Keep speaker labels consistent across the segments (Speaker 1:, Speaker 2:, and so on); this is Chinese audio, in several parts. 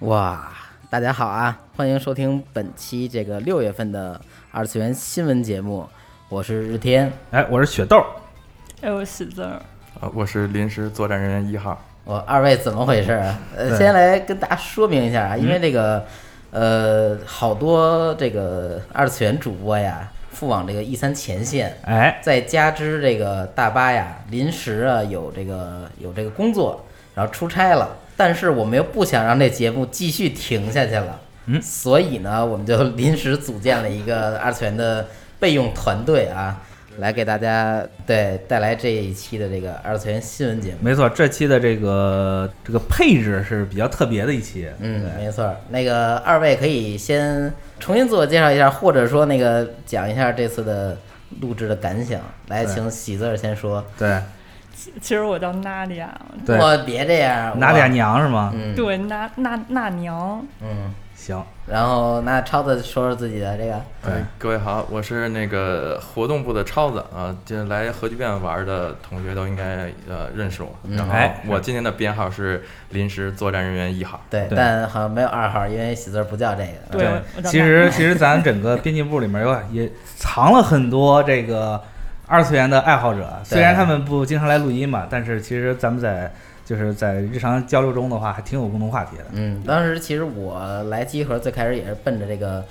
Speaker 1: 哇，大家好啊，欢迎收听本期这个六月份的二次元新闻节目，我是日天。
Speaker 2: 哎，我是雪豆，
Speaker 3: 哎，我死字儿，
Speaker 4: 呃，我是临时作战人员一号，
Speaker 1: 我二位怎么回事啊？呃，
Speaker 2: 对
Speaker 1: 先来跟大家说明一下啊，因为这个，呃，好多这个二次元主播呀，赴往这个一三前线，
Speaker 2: 哎，
Speaker 1: 再加之这个大巴呀，临时啊有这个有这个工作，然后出差了，但是我们又不想让这节目继续停下去了，
Speaker 2: 嗯
Speaker 1: 所以呢，我们就临时组建了一个二次元的备用团队啊，来给大家对带来这一期的这个二次元新闻节目。
Speaker 2: 没错，这期的这个这个配置是比较特别的一期，
Speaker 1: 嗯，没错儿。那个二位可以先重新自我介绍一下，或者说那个讲一下这次的录制的感想。来，
Speaker 2: 对
Speaker 1: 请喜字儿先说。
Speaker 2: 对
Speaker 3: 其其实我叫娜莉亚，
Speaker 2: 对，
Speaker 1: 我别这样，
Speaker 2: 拿
Speaker 1: 我
Speaker 2: 点娘是吗？
Speaker 1: 嗯，
Speaker 3: 对，娜娜娜娘，
Speaker 1: 嗯，
Speaker 2: 行，
Speaker 1: 然后那超子说说自己的这个，
Speaker 2: 对，
Speaker 4: 哎各位好，我是那个活动部的超子啊，这来核聚变玩的同学都应该呃认识我。然
Speaker 2: 哎
Speaker 4: 后我今天的编号是临时作战人员一号，
Speaker 1: 对，
Speaker 2: 对
Speaker 1: 但好像没有二号，因为喜字儿不叫这个。
Speaker 3: 对我我叫
Speaker 2: 其实其实咱整个编辑部里面有也藏了很多这个二次元的爱好者，虽然他们不经常来录音嘛，但是其实咱们在就是在日常交流中的话，还挺有共同话题的。
Speaker 1: 嗯，当时其实我来集合最开始也是奔着这个，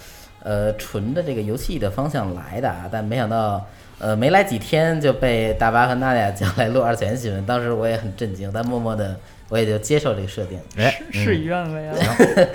Speaker 1: 呃，纯的这个游戏的方向来的啊，但没想到，呃，没来几天就被大巴和娜俩叫来录二次元新闻，当时我也很震惊，但默默的我也就接受这个设定，
Speaker 2: 哎，
Speaker 3: 事事与愿违啊了。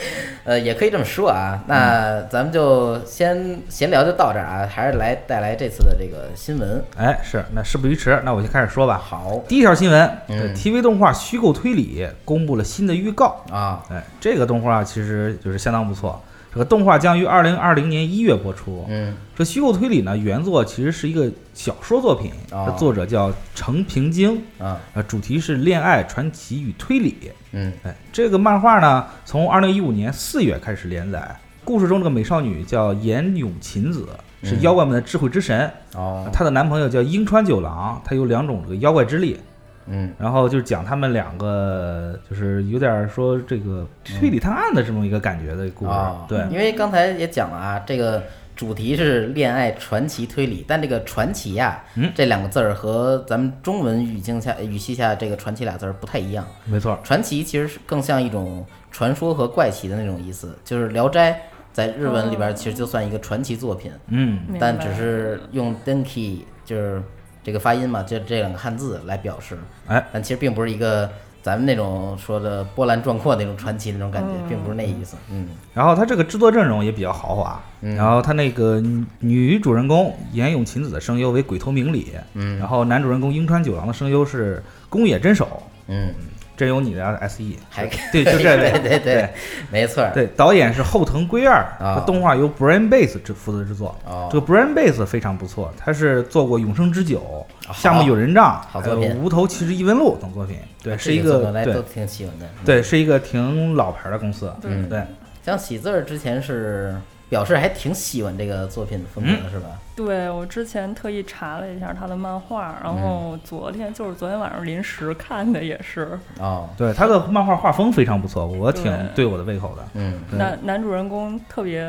Speaker 1: 呃，也可以这么说啊。那咱们就先闲聊就到这儿啊，还是来带来这次的这个新闻。
Speaker 2: 哎，是，那事不宜迟，那我就开始说吧。
Speaker 1: 好
Speaker 2: 第一条新闻、
Speaker 1: 嗯
Speaker 2: 对 t v 动画《虚构推理》公布了新的预告。
Speaker 1: 啊，
Speaker 2: 哎，这个动画其实就是相当不错。这个动画将于二零二零年一月播出。
Speaker 1: 嗯
Speaker 2: 这虚构推理呢，原作其实是一个小说作品，
Speaker 1: 哦
Speaker 2: 这作者叫程平京，
Speaker 1: 啊，
Speaker 2: 呃，主题是恋爱、传奇与推理。
Speaker 1: 嗯
Speaker 2: 哎，这个漫画呢，从二零一五年四月开始连载。故事中这个美少女叫岩永琴子，是
Speaker 1: 嗯
Speaker 2: 妖怪们的智慧之神。
Speaker 1: 哦，
Speaker 2: 啊她的男朋友叫樱川九郎，他有两种这个妖怪之力。
Speaker 1: 嗯
Speaker 2: 然后就是讲他们两个，就是有点说这个推理探案的这么一个感觉的故事。
Speaker 1: 哦
Speaker 2: 对，
Speaker 1: 因为刚才也讲了啊，这个主题是恋爱传奇推理，但这个传奇呀、
Speaker 2: 嗯
Speaker 1: 这两个字儿和咱们中文语境下语系下这个传奇俩字儿不太一样。
Speaker 2: 没错。
Speaker 1: 传奇其实是更像一种传说和怪奇的那种意思，就是《聊斋》在日文里边儿其实就算一个传奇作品，
Speaker 2: 嗯，
Speaker 3: 明白
Speaker 1: 但只是用 denki 就是这个发音嘛，就这两个汉字来表示。
Speaker 2: 哎，
Speaker 1: 但其实并不是一个咱们那种说的波澜壮阔那种传奇那种感觉，并不是那意思。嗯
Speaker 2: 然后他这个制作阵容也比较豪华。
Speaker 1: 嗯
Speaker 2: 然后他那个女女主人公岩永琴子的声优为鬼头明里，
Speaker 1: 嗯
Speaker 2: 然后男主人公樱川九郎的声优是宫野真守，
Speaker 1: 嗯，
Speaker 2: 真有你的 S.E。
Speaker 1: 还可
Speaker 2: 对，
Speaker 1: 以，
Speaker 2: 就
Speaker 1: 对
Speaker 2: 这位。
Speaker 1: 对对
Speaker 2: 对，
Speaker 1: 没错儿。
Speaker 2: 对，导演是后藤圭二，
Speaker 1: 啊
Speaker 2: 这动画由 Brain Base 制负责制作。
Speaker 1: 哦
Speaker 2: 这个 Brain Base 非常不错，他是做过《永生之酒》《夏目友人帐》
Speaker 1: 啊好
Speaker 2: 还
Speaker 1: 作
Speaker 2: 有
Speaker 1: 品
Speaker 2: 《无头骑士异闻录》等作品。对，是一
Speaker 1: 这作
Speaker 2: 个
Speaker 1: 品来都
Speaker 2: 对
Speaker 1: 挺喜欢的。
Speaker 2: 对，是一个挺老牌的公司。
Speaker 1: 嗯
Speaker 2: 对，
Speaker 1: 像喜字儿之前是表示还挺喜欢这个作品的风
Speaker 2: 嗯
Speaker 1: 格的是吧？
Speaker 3: 对我之前特意查了一下他的漫画，然后昨天就是昨天晚上临时看的，也是
Speaker 1: 哦，
Speaker 2: 对，他的漫画画风非常不错，我挺对我的胃口的。
Speaker 1: 嗯
Speaker 2: 对
Speaker 3: 男男主人公特别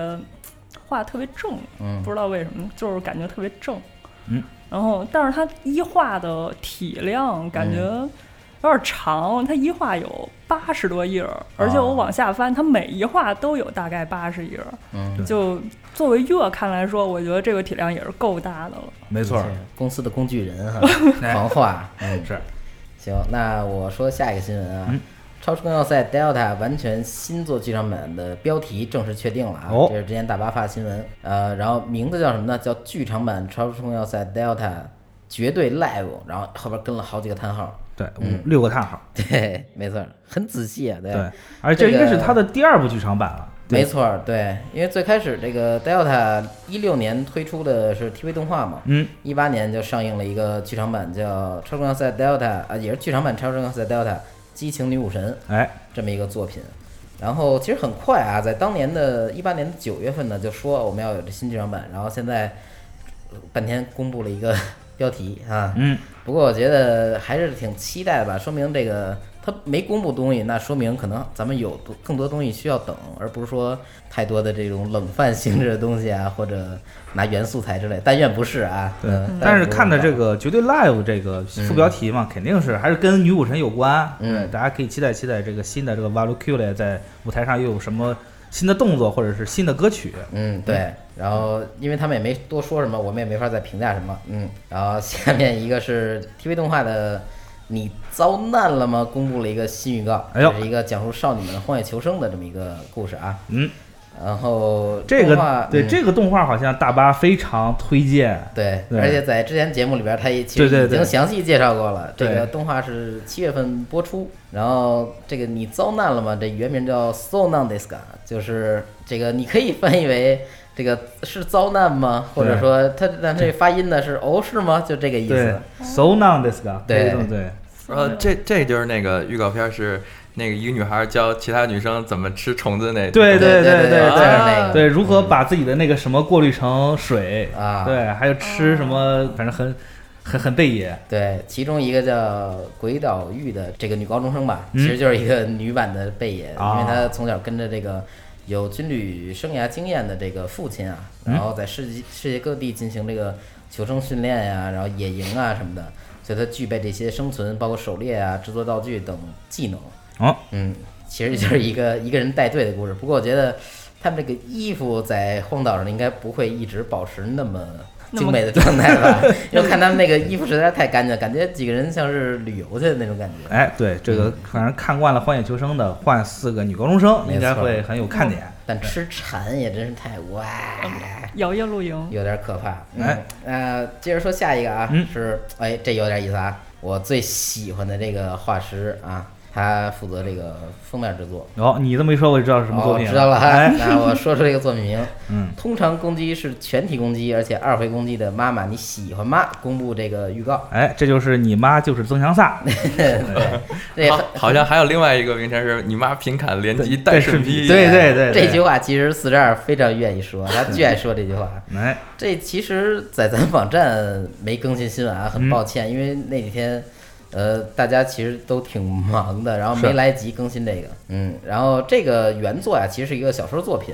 Speaker 3: 画特别正，
Speaker 1: 嗯
Speaker 3: 不知道为什么，就是感觉特别正。
Speaker 2: 嗯，
Speaker 3: 然后但是他一画的体量感觉
Speaker 2: 嗯
Speaker 3: 有点长，他一画有八十多页
Speaker 2: 啊
Speaker 3: 儿，而且我往下翻，他每一画都有大概八十页儿。
Speaker 1: 嗯，
Speaker 2: 对
Speaker 3: 就作为月看来说，我觉得这个体量也是够大的了。
Speaker 2: 没错
Speaker 1: 是
Speaker 2: 儿，
Speaker 1: 公司的工具人 哈，
Speaker 2: 哎
Speaker 1: 狂画。嗯，
Speaker 2: 是
Speaker 1: 行，那我说下一个新闻啊，
Speaker 2: 嗯
Speaker 1: 超时空要塞 Delta》完全新作剧场版的标题正式确定了啊，
Speaker 2: 哦
Speaker 1: 这是之前大巴发的新闻，呃，然后名字叫什么呢？叫剧场版《超时空要塞 Delta》绝对 Live，然后后边跟了好几个叹号，
Speaker 2: 对，五六个叹号。
Speaker 1: 对，没错，很仔细嗯啊，对。
Speaker 2: 对，而且这应该是他的第二部剧场版了。
Speaker 1: 没
Speaker 2: 对，
Speaker 1: 错儿，对，因为最开始这个 Delta 一六年推出的是 TV 动画嘛，
Speaker 2: 嗯，
Speaker 1: 一八年就上映了一个剧场版叫《超时空要塞 Delta》，啊，也是剧场版《超时空要塞 Delta》激情女武神，
Speaker 2: 哎，
Speaker 1: 这么一个作品。然后其实很快啊，在当年的一八年的九月份呢，就说我们要有这新剧场版，然后现在呃半天公布了一个标题啊。
Speaker 2: 嗯，
Speaker 1: 不过我觉得还是挺期待的吧，说明这个他没公布东西，那说明可能咱们有多更多东西需要等，而不是说太多的这种冷饭性质的东西啊，或者拿原素材之类。但愿不是啊。
Speaker 2: 对
Speaker 1: 嗯，
Speaker 2: 但是看的这，个《绝对 Live》这个副标题嘛，肯定是还是跟女武神有关。
Speaker 1: 嗯
Speaker 2: 对大家可以期待期待这个新的这个 Valkyrie 在舞台上又有什么新的动作或者是新的歌曲。
Speaker 1: 嗯，对。然后，因为他们也没多说什么，我们也没法再评价什么。嗯，然后 下面一个是 TV 动画的《你遭难了吗》公布了一个新预告，
Speaker 2: 哎呦
Speaker 1: 这是一个讲述少女们荒野求生的这么一个故事啊。
Speaker 2: 嗯，
Speaker 1: 然后
Speaker 2: 这
Speaker 1: 动画
Speaker 2: 个对、
Speaker 1: 嗯
Speaker 2: 这个动画好像大巴非常推荐。
Speaker 1: 对，
Speaker 2: 对
Speaker 1: 而且在之前节目里边，他也其
Speaker 2: 对对
Speaker 1: 实已
Speaker 2: 对
Speaker 1: 经详细介绍过了。这
Speaker 2: 对
Speaker 1: 个动画是七月份播出，然后这个你遭难了吗？这原名叫 So n a n d i s k a 就是这个你可以翻译为这个是遭难吗？或者
Speaker 2: 对
Speaker 1: 说他但这发音呢是哦是吗？就这个意
Speaker 2: 对
Speaker 1: 思。
Speaker 2: ，So Now This g
Speaker 1: 对
Speaker 2: 对对，
Speaker 4: 呃，这这就是那个预告片是那个一个女孩教其他女生怎么吃虫子那
Speaker 2: 对
Speaker 1: 对对，
Speaker 2: 对对
Speaker 1: 就是
Speaker 4: 对
Speaker 1: 那个
Speaker 2: 对，如何把自己的那个什么过滤成水
Speaker 1: 啊
Speaker 2: 对，还有吃什么，反正很很很贝爷。
Speaker 1: 对，其中一个叫鬼岛玉的这个女高中生吧，
Speaker 2: 嗯
Speaker 1: 其实就是一个女版的贝爷，因
Speaker 2: 啊
Speaker 1: 为她从小跟着这个有军旅生涯经验的这个父亲啊，然后在世界世界各地进行这个求生训练呀、然后野营啊什么的，所以她具备这些生存，包括狩猎啊、制作道具等技能。
Speaker 2: 哦，
Speaker 1: 嗯，其实就是一个 一个人带队的故事。不过我觉得他们这个衣服在荒岛上应该不会一直保持那么
Speaker 3: 那
Speaker 1: 精
Speaker 3: 么
Speaker 1: 美的状态吧？ 因为看他们那个衣服实在是太干净，感觉几个人像是旅游去的那种感觉。
Speaker 2: 哎，对，这
Speaker 1: 嗯
Speaker 2: 个反正看惯了《荒野求生》的，换四个女高中生
Speaker 1: 没
Speaker 2: 应该
Speaker 1: 错嗯
Speaker 2: 会很有看点。
Speaker 1: 但吃蝉也真是太哇，
Speaker 3: 摇曳露营，
Speaker 1: 有点可怕。
Speaker 2: 哎
Speaker 1: 嗯，呃，接着说下一个啊，
Speaker 2: 嗯
Speaker 1: 是哎，这有点意思啊，我最喜欢的这个画师啊，他负责这个封面制作。
Speaker 2: 哦，你这么一说，我就知道是什么作品
Speaker 1: 哦、知道了哈、
Speaker 2: 哎，
Speaker 1: 那我说出这个作品名。
Speaker 2: 嗯，
Speaker 1: 通常攻击是全体攻击，而且二回攻击的妈妈你喜欢吗？公布这个预告。
Speaker 2: 哎，这就是你妈就是曾祥萨，
Speaker 1: 对，这
Speaker 4: 好，好像还有另外一个名称是你妈平砍连击带顺劈，
Speaker 2: 对对对，
Speaker 1: 这句话其实四十二非常愿意说，他巨爱说这句话。
Speaker 2: 哎，
Speaker 1: 这其实，在咱网站没更新新闻啊，很
Speaker 2: 嗯
Speaker 1: 抱歉，因为那几天，呃，大家其实都挺忙的，然后
Speaker 2: 是
Speaker 1: 没来及更新这个。嗯，然后这个原作啊呀、其实是一个小说作品，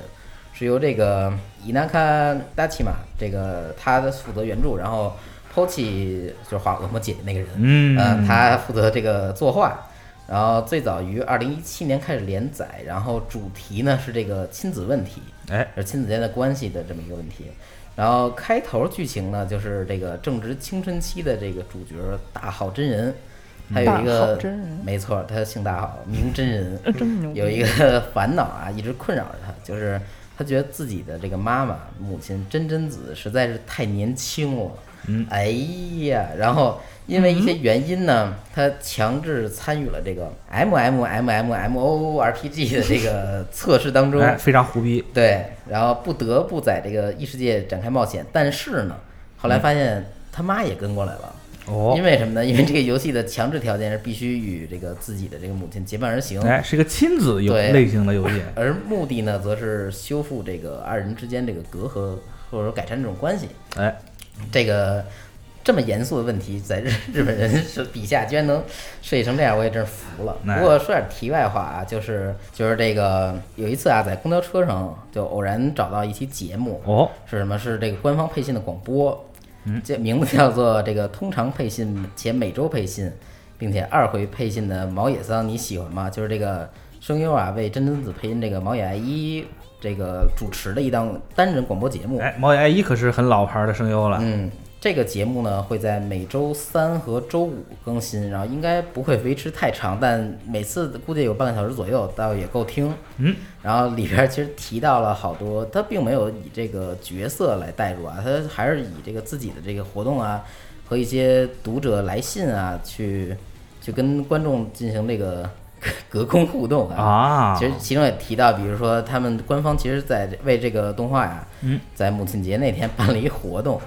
Speaker 1: 是由这个伊纳卡达奇马这个他的负责原著，然后 Pochi 就是画恶魔姐姐那个人，
Speaker 2: 嗯
Speaker 1: 呃他负责这个作画。然后最早于二零一七年开始连载，然后主题呢是这个亲子问题，
Speaker 2: 哎，
Speaker 1: 而亲子间的关系的这么一个问题。然后开头剧情呢，就是这个正值青春期的这个主角大好真人，
Speaker 2: 嗯
Speaker 1: 还有一
Speaker 3: 大好
Speaker 1: 个
Speaker 3: 真 人
Speaker 1: 没错，他姓大好，名真人，
Speaker 3: 呃，这么牛逼，
Speaker 1: 有一个 烦恼啊，一直困扰着他，就是他觉得自己的这个妈妈母亲真真子实在是太年轻了，
Speaker 2: 嗯，
Speaker 1: 哎呀，然后因为一
Speaker 3: 嗯
Speaker 1: 些原因呢，他强制参与了这个 M M M M M O O R P G 的这个测试当中，
Speaker 2: 哎，非常胡逼，
Speaker 1: 对，然后不得不在这个异世界展开冒险，但是呢，后来发现他妈也跟过来了。
Speaker 2: 嗯哦
Speaker 1: 因，为什么呢？因为这个游戏的强制条件是必须与这个自己的这个母亲结伴而行，
Speaker 2: 哎，是一个亲子游
Speaker 1: 对
Speaker 2: 类型的游戏，
Speaker 1: 而目的呢，则是修复这个二人之间这个隔阂，或者说改善这种关系。
Speaker 2: 哎，
Speaker 1: 这个这么严肃的问题，在日 日本人是笔下居然能设计成这样，我也真是服了。
Speaker 2: 哎
Speaker 1: 不过说点题外话啊，就是就是这个有一次啊，在公交车上就偶然找到一期节目，
Speaker 2: 哦，
Speaker 1: 是什么？是这个官方配信的广播，这名字叫做这个通常配信且每周配信，并且二回配信的毛野桑，你喜欢吗？就是这个声优啊为真真子配音这个毛野爱一这个主持的一档单人广播节目。
Speaker 2: 哎，猫眼爱一可是很老牌的声优了，
Speaker 1: 嗯，这个节目呢会在每周三和周五更新，然后应该不会维持太长，但每次估计有半个小时左右，倒也够听。
Speaker 2: 嗯，
Speaker 1: 然后里边儿其实提到了好多，他并没有以这个角色来代入啊，他还是以这个自己的这个活动啊和一些读者来信啊去去跟观众进行这个 隔空互动
Speaker 2: 啊，
Speaker 1: 其实其中也提到，比如说他们官方其实在为这个动画呀，
Speaker 2: 嗯
Speaker 1: 在母亲节那天办了一活动，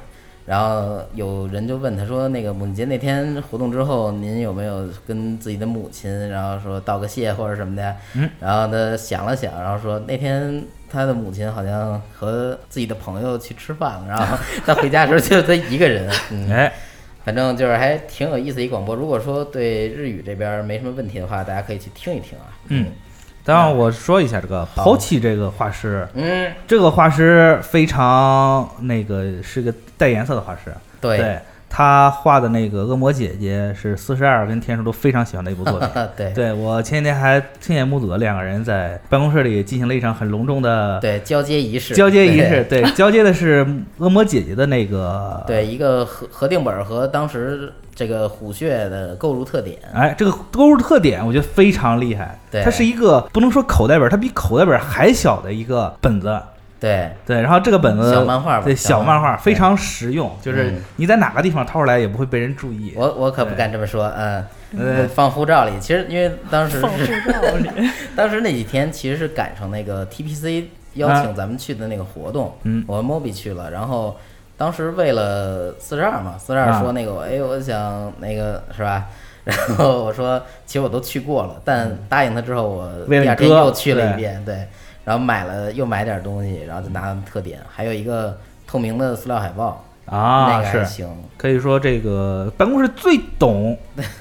Speaker 1: 然后有人就问他说，那个母亲节那天活动之后，您有没有跟自己的母亲，然后说道个谢或者什么的呀？
Speaker 2: 嗯
Speaker 1: 然后他想了想，然后说那天。他的母亲好像 和自己的朋友去吃饭了，然后他回家的时候就他一个人，嗯，
Speaker 2: 哎，
Speaker 1: 反正就是还挺有意思一广播。如果说对日语这边没什么问题的话，大家可以去听一听啊。
Speaker 2: 嗯，当然我说一下这个 p o c h i 这个画师，
Speaker 1: 嗯，
Speaker 2: 这个画师非常那个是个带颜色的画师，对
Speaker 1: 对，
Speaker 2: 他画的那个《恶魔姐姐》是四十二跟天数都非常喜欢的一部作品。
Speaker 1: 对
Speaker 2: 对我前几天还亲眼目睹了两个人在办公室里进行了一场很隆重的
Speaker 1: 对，交接仪式，
Speaker 2: 交接仪式，啊对，交接的是恶魔姐姐的那个
Speaker 1: 对，，对一个核核定本儿和当时这个虎穴的购入特点，
Speaker 2: 哎，这个勾入特点我觉得非常厉害，
Speaker 1: 对
Speaker 2: 它是一个不能说口袋本，它比口袋本还小的一个本子，
Speaker 1: 对，
Speaker 2: 对，然后这个本子
Speaker 1: 小漫画吧
Speaker 2: 对，
Speaker 1: 小
Speaker 2: 小
Speaker 1: 漫
Speaker 2: 漫画非常实用，就是
Speaker 1: 嗯
Speaker 2: 你在哪个地方掏出来也不会被人注意，
Speaker 1: 我我可不
Speaker 2: 对
Speaker 1: 敢这么说，嗯，
Speaker 2: 呃
Speaker 1: 我放护照里，其实因为当时
Speaker 3: 放
Speaker 1: 是
Speaker 3: 护照里，
Speaker 1: 当时那几天其实是赶上那个 TPC 邀请咱们去的那个活动，
Speaker 2: 嗯
Speaker 1: 我跟 Moby 去了，然后当时为了四十二嘛，四十二
Speaker 2: 啊
Speaker 1: 说那个我，哎，我想那个是吧？ 然后我说，其实我都去过了，
Speaker 2: 嗯
Speaker 1: 但答应他之后，我第
Speaker 2: 为了你
Speaker 1: 二天
Speaker 2: 哥
Speaker 1: 又去了一
Speaker 2: 对
Speaker 1: 遍，对，然后买了又买点东西，然后就拿了特点，还有一个透明的塑料海报，那
Speaker 2: 啊
Speaker 1: 个还
Speaker 2: 是。
Speaker 1: 行，
Speaker 2: 可以说，这个办公室最 懂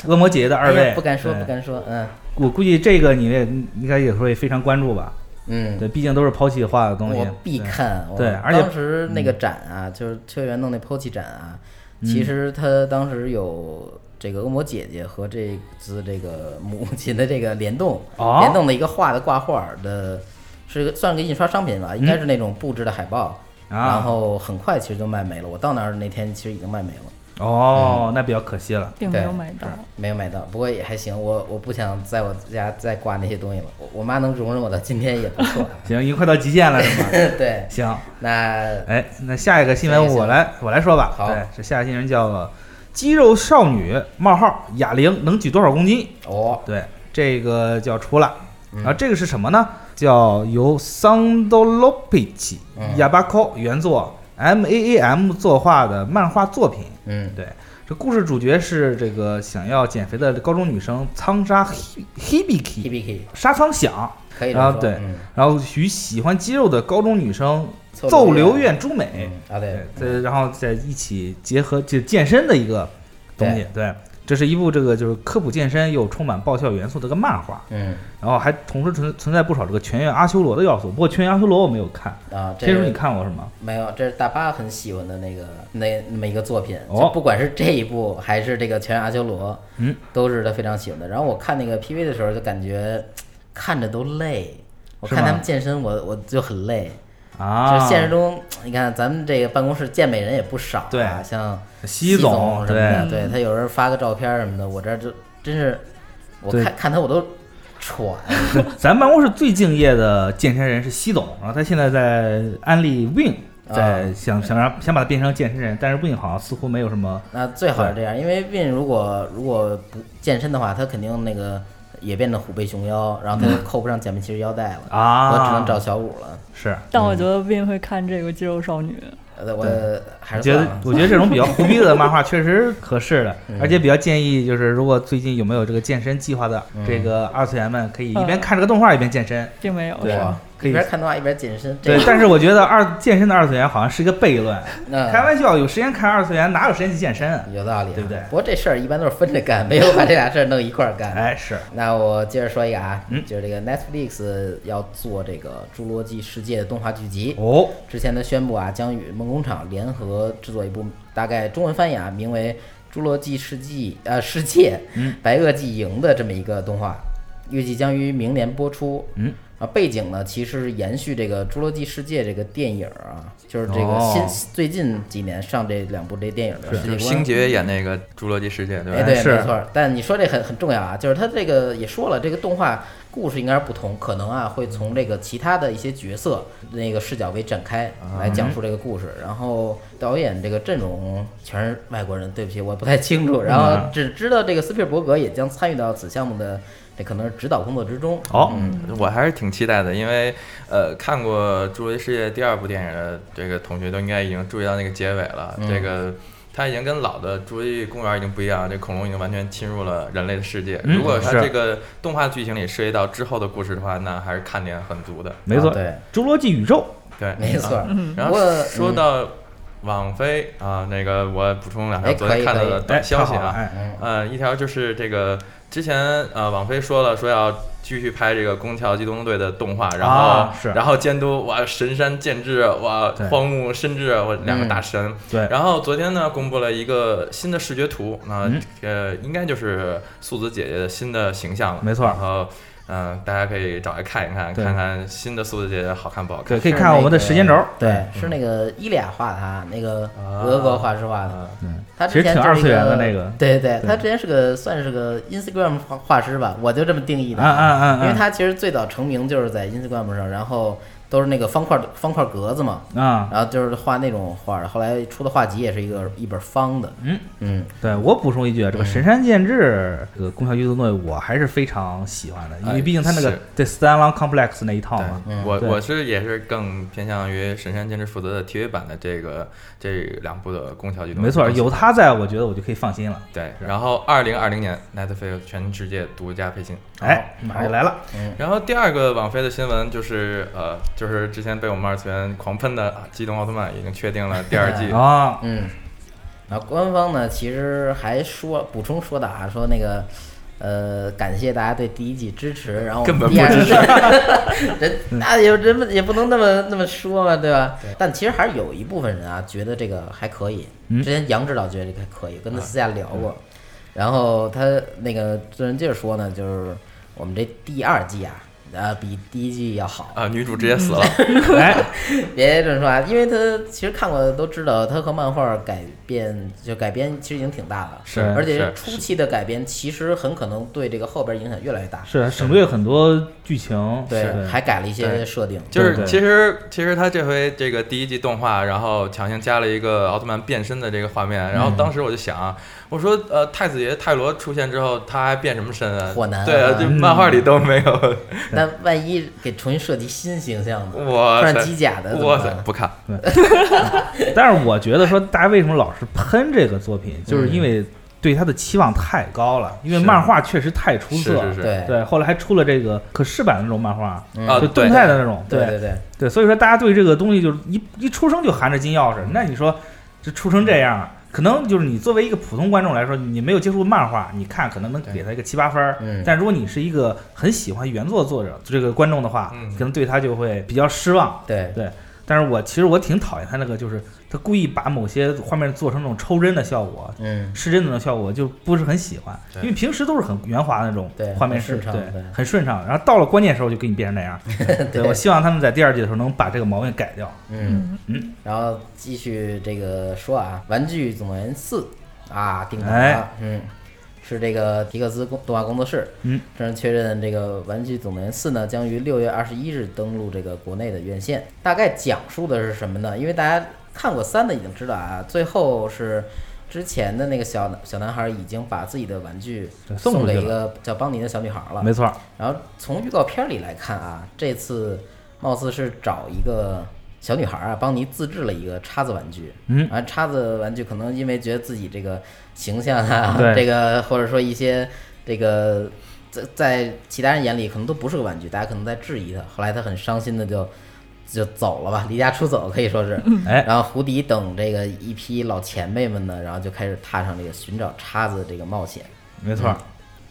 Speaker 2: 恶魔姐姐的二
Speaker 1: 哎
Speaker 2: 位
Speaker 1: 呀，不敢说，
Speaker 2: 对
Speaker 1: 不敢说，嗯
Speaker 2: 我估计这个你也应该也会非常关注吧？
Speaker 1: 嗯，
Speaker 2: 对，毕竟都是抛弃画的东西，
Speaker 1: 我必
Speaker 2: 对
Speaker 1: 看。我
Speaker 2: 对而且
Speaker 1: 当时那个展啊，就是秋叶原弄那 POCHI 展啊，
Speaker 2: 嗯
Speaker 1: 其实他当时有这个恶魔姐姐和这只这个母 亲的这个联动，
Speaker 2: 哦
Speaker 1: 联动的一个画的挂画的，是个算是个印刷商品吧，应该是那种布置的海报。
Speaker 2: 嗯啊
Speaker 1: 然后很快其实就卖没了，我到那儿那天其实已经卖没了，
Speaker 2: 哦，那比较可惜了。
Speaker 3: 并没有买到。
Speaker 1: 没有买到。不过也还行，我我不想在我家再挂那些东西了。我我妈能容忍我到今天也不错啊。
Speaker 2: 行，已经快到极限了，是吗？
Speaker 1: 对，
Speaker 2: 行，
Speaker 1: 那
Speaker 2: 哎，那下一个新闻
Speaker 1: 下一个新闻
Speaker 2: 我来我来说吧。
Speaker 1: 好
Speaker 2: 对，这下一个新闻叫“肌肉少女冒号哑铃能举多少公斤
Speaker 1: 哦”。，
Speaker 2: 对，这个叫出了。
Speaker 1: 嗯
Speaker 2: 然后这个是什么呢？叫由 Sandolopic
Speaker 1: 嗯
Speaker 2: Yabako 原作，M A A M 作画的漫画作品。
Speaker 1: 嗯
Speaker 2: 对，这故事主角是这个想要减肥的高中女生仓沙
Speaker 1: ，T
Speaker 2: Hibiki
Speaker 1: B K
Speaker 2: 沙仓响，
Speaker 1: 可以这
Speaker 2: 啊
Speaker 1: 么说。
Speaker 2: 对
Speaker 1: 嗯
Speaker 2: 然后与喜欢肌肉的高中女生
Speaker 1: 凑
Speaker 2: 奏
Speaker 1: 流
Speaker 2: 流
Speaker 1: 院
Speaker 2: 院朱美，
Speaker 1: 啊，对，
Speaker 2: 对，然后在一起结合就健身的一个东西，对，这是一部这个就是科普健身又充满爆笑元素的一个漫画，
Speaker 1: 嗯
Speaker 2: 然后还同时存存在不少这个全员阿修罗的要素，不过全员阿修罗我没有看，
Speaker 1: 啊，这
Speaker 2: 天叔你
Speaker 1: 是
Speaker 2: 看过是吗？
Speaker 1: 没有，这是大巴很喜欢的那个那那么一个作品，
Speaker 2: 哦
Speaker 1: 就不管是这一部还是这个《全员阿修罗》，
Speaker 2: 嗯，
Speaker 1: 都是他非常喜欢的。然后我看那个 PV 的时候，就感觉看着都累。我
Speaker 2: 是
Speaker 1: 看他
Speaker 2: 吗
Speaker 1: 们健身我，我就很累。
Speaker 2: 啊，
Speaker 1: 就是现实中，你看咱们这个办公室健美人也不少、啊，
Speaker 2: 对
Speaker 1: 像
Speaker 2: 西
Speaker 1: 总
Speaker 2: 总
Speaker 1: 什么的，
Speaker 2: 对
Speaker 1: 对他有时候发个照片什么的，我这就真是，我
Speaker 2: 对
Speaker 1: 看看他我都喘。
Speaker 2: 咱办公室最敬业的健身人是西总，然后他现在在安利 Win，
Speaker 1: 啊
Speaker 2: 在想想让想把他变成健身人，但是 Win 好像似乎没有什么
Speaker 1: 那最好是这样，因为 Win 如果如果不健身的话，他肯定那个也变得虎背熊腰，然后他就扣不上假面骑士腰带了，
Speaker 2: 啊，
Speaker 1: 我只能找小五了。
Speaker 2: 是。
Speaker 3: 但我觉得 Win 会看这个肌肉少女，
Speaker 1: 呃，我还是
Speaker 2: 我觉
Speaker 1: 算了，
Speaker 2: 得
Speaker 1: 嗯
Speaker 2: 我觉得这种比较胡逼的漫画确实合 适的，而且比较建议就是如果最近有没有这个健身计划的
Speaker 1: 嗯
Speaker 2: 这个二次元们，可以一边看这个动画一边健身。
Speaker 3: 并没有。
Speaker 2: 对
Speaker 3: 是
Speaker 1: 嗯哇
Speaker 3: 吧
Speaker 2: 可以
Speaker 1: 一边看动画一边健身，这
Speaker 2: 对，但是我觉得二健身的二次元好像是一个悖论，开
Speaker 1: 那
Speaker 2: 玩笑，有时间看二次元，哪有时间去健身啊？
Speaker 1: 有道理啊，
Speaker 2: 对不对
Speaker 1: 不过这事儿一般都是分着干，没有把这俩事儿弄一块儿干。
Speaker 2: 哎，是
Speaker 1: 那我接着说一个啊，
Speaker 2: 嗯
Speaker 1: 就是这个 Netflix 要做这个《侏罗纪世界》的动画剧集，
Speaker 2: 哦，
Speaker 1: 之前的宣布啊，将与梦工厂联合制作一部大概中文翻译啊，名为《侏罗纪世纪》呃世界
Speaker 4: 嗯
Speaker 1: 白垩纪营的这么一个动画，预计将于明年播出。
Speaker 2: 嗯，
Speaker 1: 啊，背景呢其实是延续这个《侏罗纪世界》这个电影啊，就是这个新、
Speaker 2: 哦
Speaker 1: 最近几年上这两部这电影的世
Speaker 4: 就是
Speaker 1: 界
Speaker 4: 星
Speaker 1: 观。
Speaker 4: 爵演那个《侏罗纪世界》，对
Speaker 1: 哎，
Speaker 4: 吧？
Speaker 1: 对，
Speaker 2: 是
Speaker 1: 没错儿。但你说这很很重要啊，就是它这个也说了，这个动画故事应该是不同，可能啊会
Speaker 2: 嗯
Speaker 1: 从这个其他的一些角色那个视角为展开
Speaker 2: 啊
Speaker 1: 来
Speaker 2: 嗯
Speaker 1: 讲述这个故事。然后导演这个阵容全是外国人，对不起，我不太清楚。然后
Speaker 2: 嗯
Speaker 1: 只知道这个斯皮尔伯格也将参与到此项目的这可能是指导工作之中。
Speaker 2: 哦，
Speaker 4: 嗯，我还是挺期待的，因为呃，看过《侏罗纪世界》第二部电影的这个同学都应该已经注意到那个结尾了，
Speaker 1: 嗯
Speaker 4: 这个。它已经跟老的《侏罗纪公园》已经不一样，这恐龙已经完全侵入了人类的世界。
Speaker 2: 嗯
Speaker 4: 如果它
Speaker 2: 是
Speaker 4: 这个动画剧情里涉及到之后的故事的话，那还是看点很足的。
Speaker 2: 没错，嗯
Speaker 1: 啊对
Speaker 2: 侏罗纪宇宙
Speaker 4: 对，
Speaker 1: 没错
Speaker 4: 啊
Speaker 1: 儿。
Speaker 4: 然
Speaker 1: 不过嗯
Speaker 4: 后说到网飞啊，那个我补充两条
Speaker 1: 哎
Speaker 4: 昨
Speaker 1: 可
Speaker 4: 天
Speaker 1: 以
Speaker 4: 看到
Speaker 1: 可以
Speaker 4: 的短消息啊，
Speaker 2: 哎，
Speaker 1: 嗯
Speaker 4: 呃，一条就是这个之前呃，网飞说了说要继续拍这个《宫桥机动队》的动画，然后、
Speaker 2: 啊是
Speaker 4: 然后监督哇神山健治哇
Speaker 2: 对
Speaker 4: 荒木伸治我两个
Speaker 1: 嗯
Speaker 4: 大神，
Speaker 2: 对，
Speaker 4: 然后昨天呢公布了一个新的视觉图，那、
Speaker 2: 嗯
Speaker 4: 呃应该就是素子姐姐的新的形象了，
Speaker 2: 没错
Speaker 4: 然后嗯、呃大家可以找来看一看，
Speaker 2: 对
Speaker 4: 看看新的素子姐姐好看不好看。
Speaker 2: 对，可以
Speaker 1: 是
Speaker 2: 看看我们的
Speaker 1: 那个
Speaker 2: 时间轴，嗯
Speaker 1: 对，是那个伊利亚画的他，那个
Speaker 4: 啊
Speaker 1: 俄国画师画的。
Speaker 4: 嗯
Speaker 1: 他
Speaker 2: 其实
Speaker 1: 之前
Speaker 2: 挺
Speaker 1: 就是
Speaker 2: 二次
Speaker 1: 一
Speaker 2: 元的那个
Speaker 1: 对对，
Speaker 2: 对
Speaker 1: 他之前是个算是个 Instagram 画画师吧，我就这么定义的
Speaker 2: 啊啊啊啊
Speaker 1: 因为他其实最早成名就是在 Instagram 上，然后都是那个方块方块格子嘛，
Speaker 2: 啊，
Speaker 1: 然后就是画那种画，后来出的画集也是一个一本方的，
Speaker 2: 嗯
Speaker 1: 嗯，
Speaker 2: 对我补充一句，这个神山健治这个宫桥机动队，我还是非常喜欢的，因为
Speaker 4: 哎
Speaker 2: 毕竟他那个
Speaker 4: 是
Speaker 2: 对 Stanlon Complex 那一套嘛，
Speaker 4: 对，我
Speaker 2: 对
Speaker 4: 我是也是更偏向于神山健治负责的 TV 版的这个这两部的宫桥机动。
Speaker 2: 没错，有他在，我觉得我就可以放心了。
Speaker 4: 对。然后二零二零年 Netflix 全世界独家配信。
Speaker 2: 哎，马上就来了，。
Speaker 4: 然后第二个网飞的新闻就是呃，就是之前被我们二次元狂喷的啊机动奥特曼已经确定了第二季
Speaker 2: 啊，
Speaker 1: 嗯，然后官方呢，其实还说补充说的啊，说那个呃，感谢大家对第一季支持，然后我们
Speaker 4: 根本
Speaker 1: 第
Speaker 4: 不
Speaker 1: 二
Speaker 4: 支
Speaker 1: 季 人那也人们也不能那么那么说嘛，对吧？但其实还是有一部分人啊，觉得这个还可以。
Speaker 2: 嗯
Speaker 1: 之前杨指导觉得这个还可以，
Speaker 4: 啊
Speaker 1: 跟他私下聊
Speaker 4: 嗯
Speaker 1: 过，然后他那个制人接着说呢，就是我们这第二季啊，啊，比第一季要好。
Speaker 4: 啊、女主直接死了，
Speaker 2: 哎，
Speaker 1: 别这么说啊，因为他其实看过的都知道，他和漫画改变就改编其实已经挺大了，
Speaker 4: 是
Speaker 1: 而且
Speaker 4: 是
Speaker 1: 初期的改编其实很可能对这个后边影响越来越大，
Speaker 2: 是啊省略很多剧情，
Speaker 1: 对，还改了一些
Speaker 4: 对
Speaker 1: 设定，
Speaker 4: 就
Speaker 2: 对对
Speaker 4: 是其实其实他这回这个第一季动画，然后强行加了一个奥特曼变身的这个画面，
Speaker 2: 嗯
Speaker 4: 然后当时我就想，我说呃太子爷泰罗出现之后，他还变什么身啊？
Speaker 1: 火男啊
Speaker 4: 对啊，就
Speaker 2: 嗯
Speaker 4: 漫画里都没 有。
Speaker 1: 那万一给重新设计新形象呢？
Speaker 4: 哇
Speaker 1: 穿
Speaker 4: 塞，
Speaker 1: 上机甲的怎么
Speaker 4: 哇塞
Speaker 1: 办，？
Speaker 4: 不看，
Speaker 2: 但是我觉得说，大家为什么老是喷这个作品，就是因为对它的期望太高了，因为
Speaker 4: 是
Speaker 2: 漫画确实太出
Speaker 4: 是
Speaker 2: 色了。
Speaker 4: 是是，
Speaker 1: 对
Speaker 2: 对，后来还出了这个可视版的那种漫画，
Speaker 1: 嗯
Speaker 4: 啊
Speaker 2: 就
Speaker 4: 对
Speaker 2: 动态的那种，
Speaker 1: 对
Speaker 2: 对
Speaker 1: 对对，
Speaker 2: 对所以说大家对这个东西就是一一出生就含着金钥匙，那你说这出成这样，可能就是你作为一个普通观众来说，你没有接触过漫画，你看可能能
Speaker 4: 对
Speaker 2: 给他一个七八分儿，
Speaker 1: 嗯
Speaker 2: 但如果你是一个很喜欢原作作者这个观众的话，
Speaker 4: 嗯
Speaker 2: 可能对他就会比较失望。
Speaker 1: 对，
Speaker 2: 但是我其实我挺讨厌他那个，就是他故意把某些画面做成那种抽帧的效果、
Speaker 1: 嗯，
Speaker 2: 失真的那种效果，就不是很喜欢。
Speaker 4: 对
Speaker 2: 因为平时都是很圆滑的那种
Speaker 1: 对
Speaker 2: 画面
Speaker 1: 很
Speaker 2: 是，
Speaker 1: 顺畅对
Speaker 2: 对，很顺畅。然后到了关键时候就给你变成 那样。对，我希望他们在第二季的时候能把这个毛病改掉。
Speaker 1: 嗯，然后继续这个说啊，《玩具总动员四》啊，定档了，
Speaker 2: 哎
Speaker 1: 嗯，是这个迪克斯工动画工作室，
Speaker 2: 嗯，
Speaker 1: 正式确认这个《玩具总动员四》呢，将于六月二十一日登陆这个国内的院线。大概讲述的是什么呢？因为大家看过三的已经知道啊，最后是。之前的那个小小男孩已经把自己的玩具
Speaker 2: 对送
Speaker 1: 送
Speaker 2: 出
Speaker 1: 给
Speaker 2: 去了
Speaker 1: 一个叫邦尼的小女孩了，
Speaker 2: 没错儿，
Speaker 1: 然后从预告片里来看啊，这次貌似是找一个小女孩啊，帮你自制了一个叉子玩具。
Speaker 2: 嗯
Speaker 1: 啊，叉子玩具可能因为觉得自己这个形象啊，
Speaker 2: 对
Speaker 1: 这个或者说一些这个在在其他人眼里可能都不是个玩具，大家可能在质疑他。后来他很伤心的就就走了吧，离家出走可以说是。
Speaker 2: 哎，
Speaker 1: 然后胡迪等这个一批老前辈们呢，然后就开始踏上这个寻找叉子的这个冒险。
Speaker 2: 没错儿，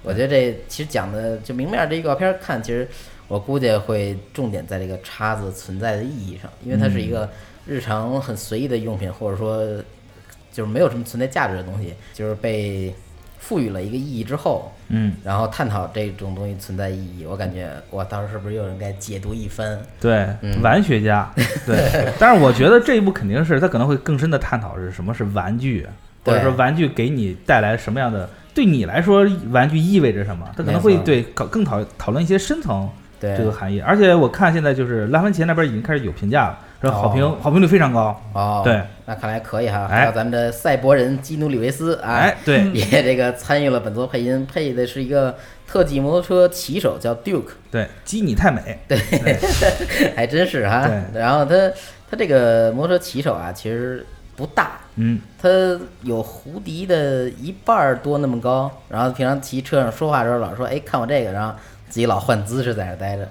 Speaker 1: 我觉得这其实讲的就明面这预告片看，其实我估计会重点在这个叉子存在的意义上，因为它是一
Speaker 2: 嗯
Speaker 1: 个日常很随意的用品，或者说就是没有什么存在价值的东西，就是被赋予了一个意义之后，
Speaker 2: 嗯，
Speaker 1: 然后探讨这种东西存在意义。我感觉我到时候是不是又有人该解读一番？
Speaker 2: 对，
Speaker 1: 嗯
Speaker 2: 玩学 家，对。但是我觉得这一部肯定是他可能会更深的探讨是什么是玩具，或者
Speaker 1: 对
Speaker 2: 说玩具给你带来什么样的，对你来说玩具意味着什么，他可能
Speaker 1: 没
Speaker 2: 会
Speaker 1: 错
Speaker 2: 对搞更讨讨论一些深层
Speaker 1: 对
Speaker 2: 这，个含义。而且我看现在就是拉番茄那边已经开始有评价了，说好评、
Speaker 1: 哦
Speaker 2: 好评率非常高。
Speaker 1: 哦，
Speaker 2: 对，
Speaker 1: 那看来可以哈。
Speaker 2: 哎
Speaker 1: 还有咱们的赛博人基努里维斯啊，
Speaker 2: 哎，对
Speaker 3: 嗯
Speaker 1: 也这个参与了本作配音，配的是一个特技摩托车骑手，叫 Duke。
Speaker 2: 对，基你太美，对
Speaker 1: 还真是哈、
Speaker 2: 对
Speaker 1: 然后他他这个摩托车骑手啊，其实不大，
Speaker 2: 嗯，
Speaker 1: 他有胡迪的一半儿多那么高。然后平常骑车上说话的时候，老说哎看我这个，然后自己老换姿势在那儿待着。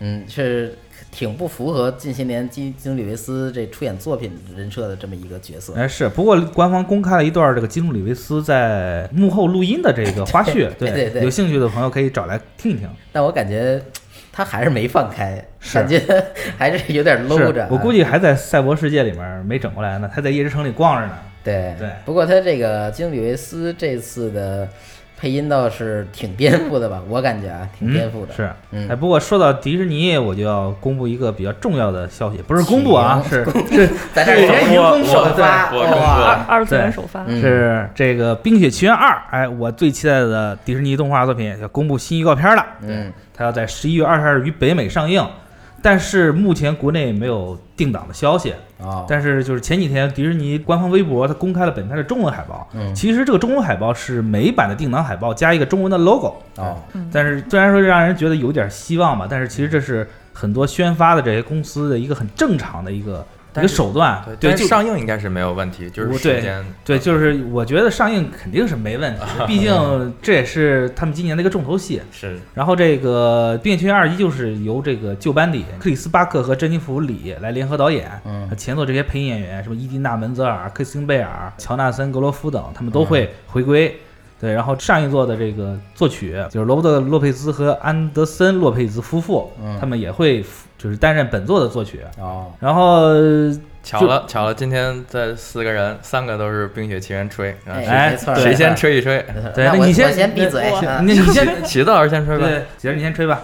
Speaker 1: 嗯，是挺不符合近些年基基努里维斯这出演作品人设的这么一个角色。
Speaker 2: 哎，是，不过官方公开了一段这个基努里维斯在幕后录音的这个花絮，
Speaker 1: 对对对
Speaker 2: 有兴趣的朋友可以找来听一听。
Speaker 1: 但我感觉他还是没放开，
Speaker 2: 是
Speaker 1: 感觉还是有点搂着
Speaker 2: 是
Speaker 1: 啊。
Speaker 2: 我估计还在赛博世界里面没整过来呢，他在夜之城里逛着呢。
Speaker 1: 对
Speaker 2: 对
Speaker 1: 不过他这个基努里维斯这次的配音倒是挺颠覆的吧？我感觉啊，挺颠覆的。
Speaker 2: 嗯、是，
Speaker 1: 嗯
Speaker 2: 哎，不过说到迪士尼，我就要公布一个比较重要的消息，不是公布啊，是是
Speaker 1: 咱这儿已
Speaker 2: 人家
Speaker 1: 经
Speaker 2: 公
Speaker 1: 公
Speaker 2: 布
Speaker 1: 首
Speaker 2: 了
Speaker 1: 发，
Speaker 4: 对我公布
Speaker 1: 哇
Speaker 3: 二
Speaker 4: 了
Speaker 3: 二次元
Speaker 2: 对
Speaker 3: 首发，
Speaker 1: 嗯
Speaker 2: 是这个《冰雪奇缘二》，哎，我最期待的迪士尼动画作品要公布新预告片了，
Speaker 1: 嗯，
Speaker 2: 它要在十一月二十二日于北美上映，但是目前国内没有定档的消息。
Speaker 1: 哦，
Speaker 2: 但是就是前几天迪士尼官方微博它公开了本片的中文海报，
Speaker 1: 嗯
Speaker 2: 其实这个中文海报是美版的定档海报加一个中文的 logo，
Speaker 1: 哦，
Speaker 2: 但是虽然说让人觉得有点希望吧，但是其实这是很多宣发的这些公司的一个很正常的一个一
Speaker 4: 但
Speaker 2: 个
Speaker 4: 是
Speaker 2: 手段。对，
Speaker 4: 但
Speaker 2: 就是
Speaker 4: 上映应该是没有问题，就是
Speaker 2: 我对
Speaker 4: 时间
Speaker 2: 对，就是我觉得上映肯定是没问题 的，毕竟这也是他们今年的一个重头戏。
Speaker 4: 是
Speaker 2: 然后这个《冰雪奇缘二》依旧是由这个旧班底克里斯巴克和珍妮弗里来联合导演，呃
Speaker 1: 嗯
Speaker 2: 前作这些配音演员，什么伊迪娜·门泽尔、克里斯汀贝尔、乔纳森·格罗夫等，他们都会回归。对，然后上一座的这个作曲就是罗伯特·洛佩兹和安德森·洛佩兹夫妇，
Speaker 1: 嗯
Speaker 2: 他们也会就是担任本作的作曲。
Speaker 1: 哦，
Speaker 2: 然后，
Speaker 4: 巧了巧了，今天这四个人三个都是《冰雪奇缘》吹，然后
Speaker 2: 哎
Speaker 1: 没错儿，
Speaker 2: 对
Speaker 4: 谁先吹一吹？
Speaker 2: 对
Speaker 1: 那
Speaker 2: 那
Speaker 1: 我
Speaker 2: 你先
Speaker 1: 我先闭嘴
Speaker 3: 我。
Speaker 2: 那
Speaker 1: 啊
Speaker 2: 你先，
Speaker 4: 齐子老师先吹吧。
Speaker 2: 对，姐儿你先吹吧。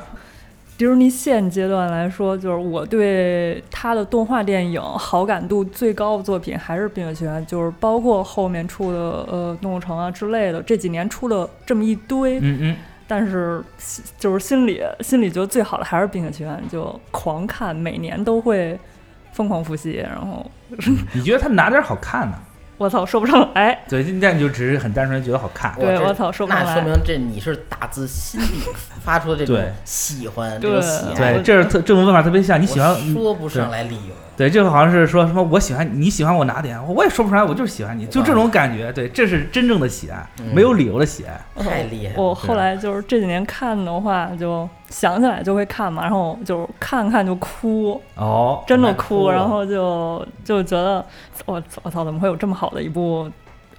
Speaker 3: 迪士尼现阶段来说，就是我对他的动画电影好感度最高的作品还是《冰雪奇缘》，就是包括后面出的呃《动物城》啊之类的，这几年出了这么一堆，
Speaker 2: 嗯嗯，
Speaker 3: 但是心就是心里心里觉得最好的还是《冰雪奇缘》，就狂看，每年都会疯狂复习，然后
Speaker 2: 你觉得他哪点好看呢？
Speaker 3: 我操说不上来，
Speaker 2: 对，那你就只是很单纯地觉得好看。
Speaker 1: 这
Speaker 3: 对我操说不哎上
Speaker 1: 那说
Speaker 3: 来，
Speaker 1: 明这你是打自心里发出这种
Speaker 2: 对
Speaker 1: 喜欢，这
Speaker 3: 对
Speaker 1: 种喜爱，
Speaker 2: 对，这是特这种问法特别像你喜欢嗯
Speaker 1: 我，说不上来理由。
Speaker 2: 对，这个好像是说什么我喜欢你喜欢我哪点，我也说不出来，我就是喜欢你，就这种感觉。对，这是真正的喜爱，
Speaker 1: 嗯
Speaker 2: 没有理由的喜爱。
Speaker 1: 太厉害了
Speaker 3: 我后来就是这几年看的话，就想起来就会看嘛，然后就是看看就哭，
Speaker 2: 哦，
Speaker 3: 真的
Speaker 1: 哭
Speaker 3: 哭，
Speaker 1: 了
Speaker 3: 然后就就觉得我操我操，怎么会有这么好的一部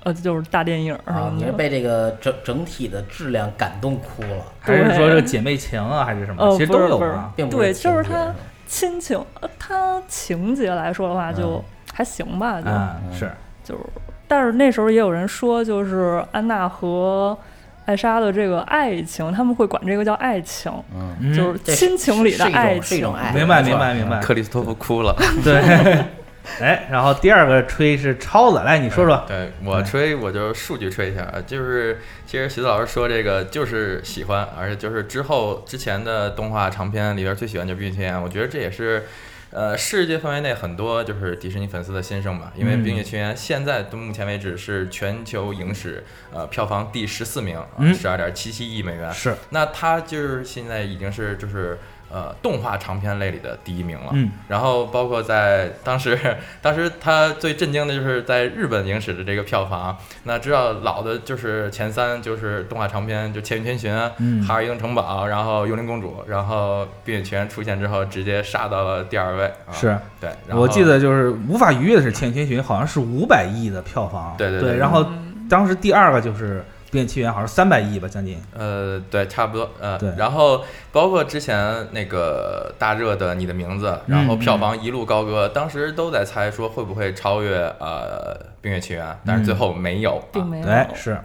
Speaker 3: 呃，就是大电影什
Speaker 1: 啊！
Speaker 3: 么
Speaker 1: 你是
Speaker 3: 的？
Speaker 1: 被这个整整体的质量感动哭了，
Speaker 2: 还是
Speaker 3: 对
Speaker 2: 说这个姐妹情啊，还是什么？
Speaker 3: 哦
Speaker 2: 其实
Speaker 3: 不
Speaker 2: 都
Speaker 3: 是
Speaker 2: 有
Speaker 3: 不是
Speaker 2: 啊。
Speaker 1: 并不
Speaker 3: 对，
Speaker 1: 情
Speaker 3: 就是
Speaker 1: 节
Speaker 3: 它亲情，呃它情节来说的话，就
Speaker 1: 嗯
Speaker 3: 还行吧，就
Speaker 2: 啊，是，
Speaker 3: 就是，但是那时候也有人说，就是安娜和艾莎的这个爱情，他们会管这个叫爱情，
Speaker 1: 嗯，
Speaker 2: 嗯
Speaker 3: 就是
Speaker 1: 这
Speaker 3: 亲情里的
Speaker 1: 是一种
Speaker 3: 爱
Speaker 1: 是一
Speaker 3: 情
Speaker 1: 种。爱，
Speaker 2: 明白
Speaker 1: 没错
Speaker 2: 明白明白。
Speaker 4: 克里斯托弗哭了。
Speaker 2: 对， 哎，然后第二个吹是超子，来你说说。
Speaker 4: 对我吹，我就数据吹一下啊，就是其实徐子老师说这个就是喜欢，而且就是之后之前的动画长片里边最喜欢就是《冰雪奇缘》，我觉得这也是。呃，世界范围内很多就是迪士尼粉丝的心声吧，因为
Speaker 2: 嗯
Speaker 4: 《冰雪奇缘》现在到目前为止是全球影史呃票房第十四名，
Speaker 2: 嗯
Speaker 4: 十二点七七亿美元，
Speaker 2: 是，
Speaker 4: 那它就是现在已经是就是呃动画长片类里的第一名了。
Speaker 2: 嗯，
Speaker 4: 然后包括在当时，当时它最震惊的就是在日本影史的这个票房。那知道老的就是前三就是动画长片，就《千与千寻》
Speaker 2: 嗯
Speaker 4: 哈尔移动城堡》，然后《幽灵公主》，然后《冰雪奇缘》出现之后，直接杀到了第二位。啊、
Speaker 2: 是
Speaker 4: 对，然后
Speaker 2: 我记得就是无法逾越的是《千与千寻》，好像是五百亿的票房。
Speaker 4: 对
Speaker 2: 对
Speaker 4: 对对
Speaker 2: 然后当时第二个就是《变奇缘》，好像三百亿吧，将近。
Speaker 4: 呃，对，差不多，呃，
Speaker 2: 对
Speaker 4: 然后包括之前那个大热的《你的名字》，然后
Speaker 2: 嗯
Speaker 4: 票房一路高歌，当时都在猜说会不会超越呃《冰雪
Speaker 2: 嗯
Speaker 4: 奇缘》，但是最后没有。
Speaker 3: 并
Speaker 4: 啊
Speaker 3: 没有，
Speaker 2: 对，是，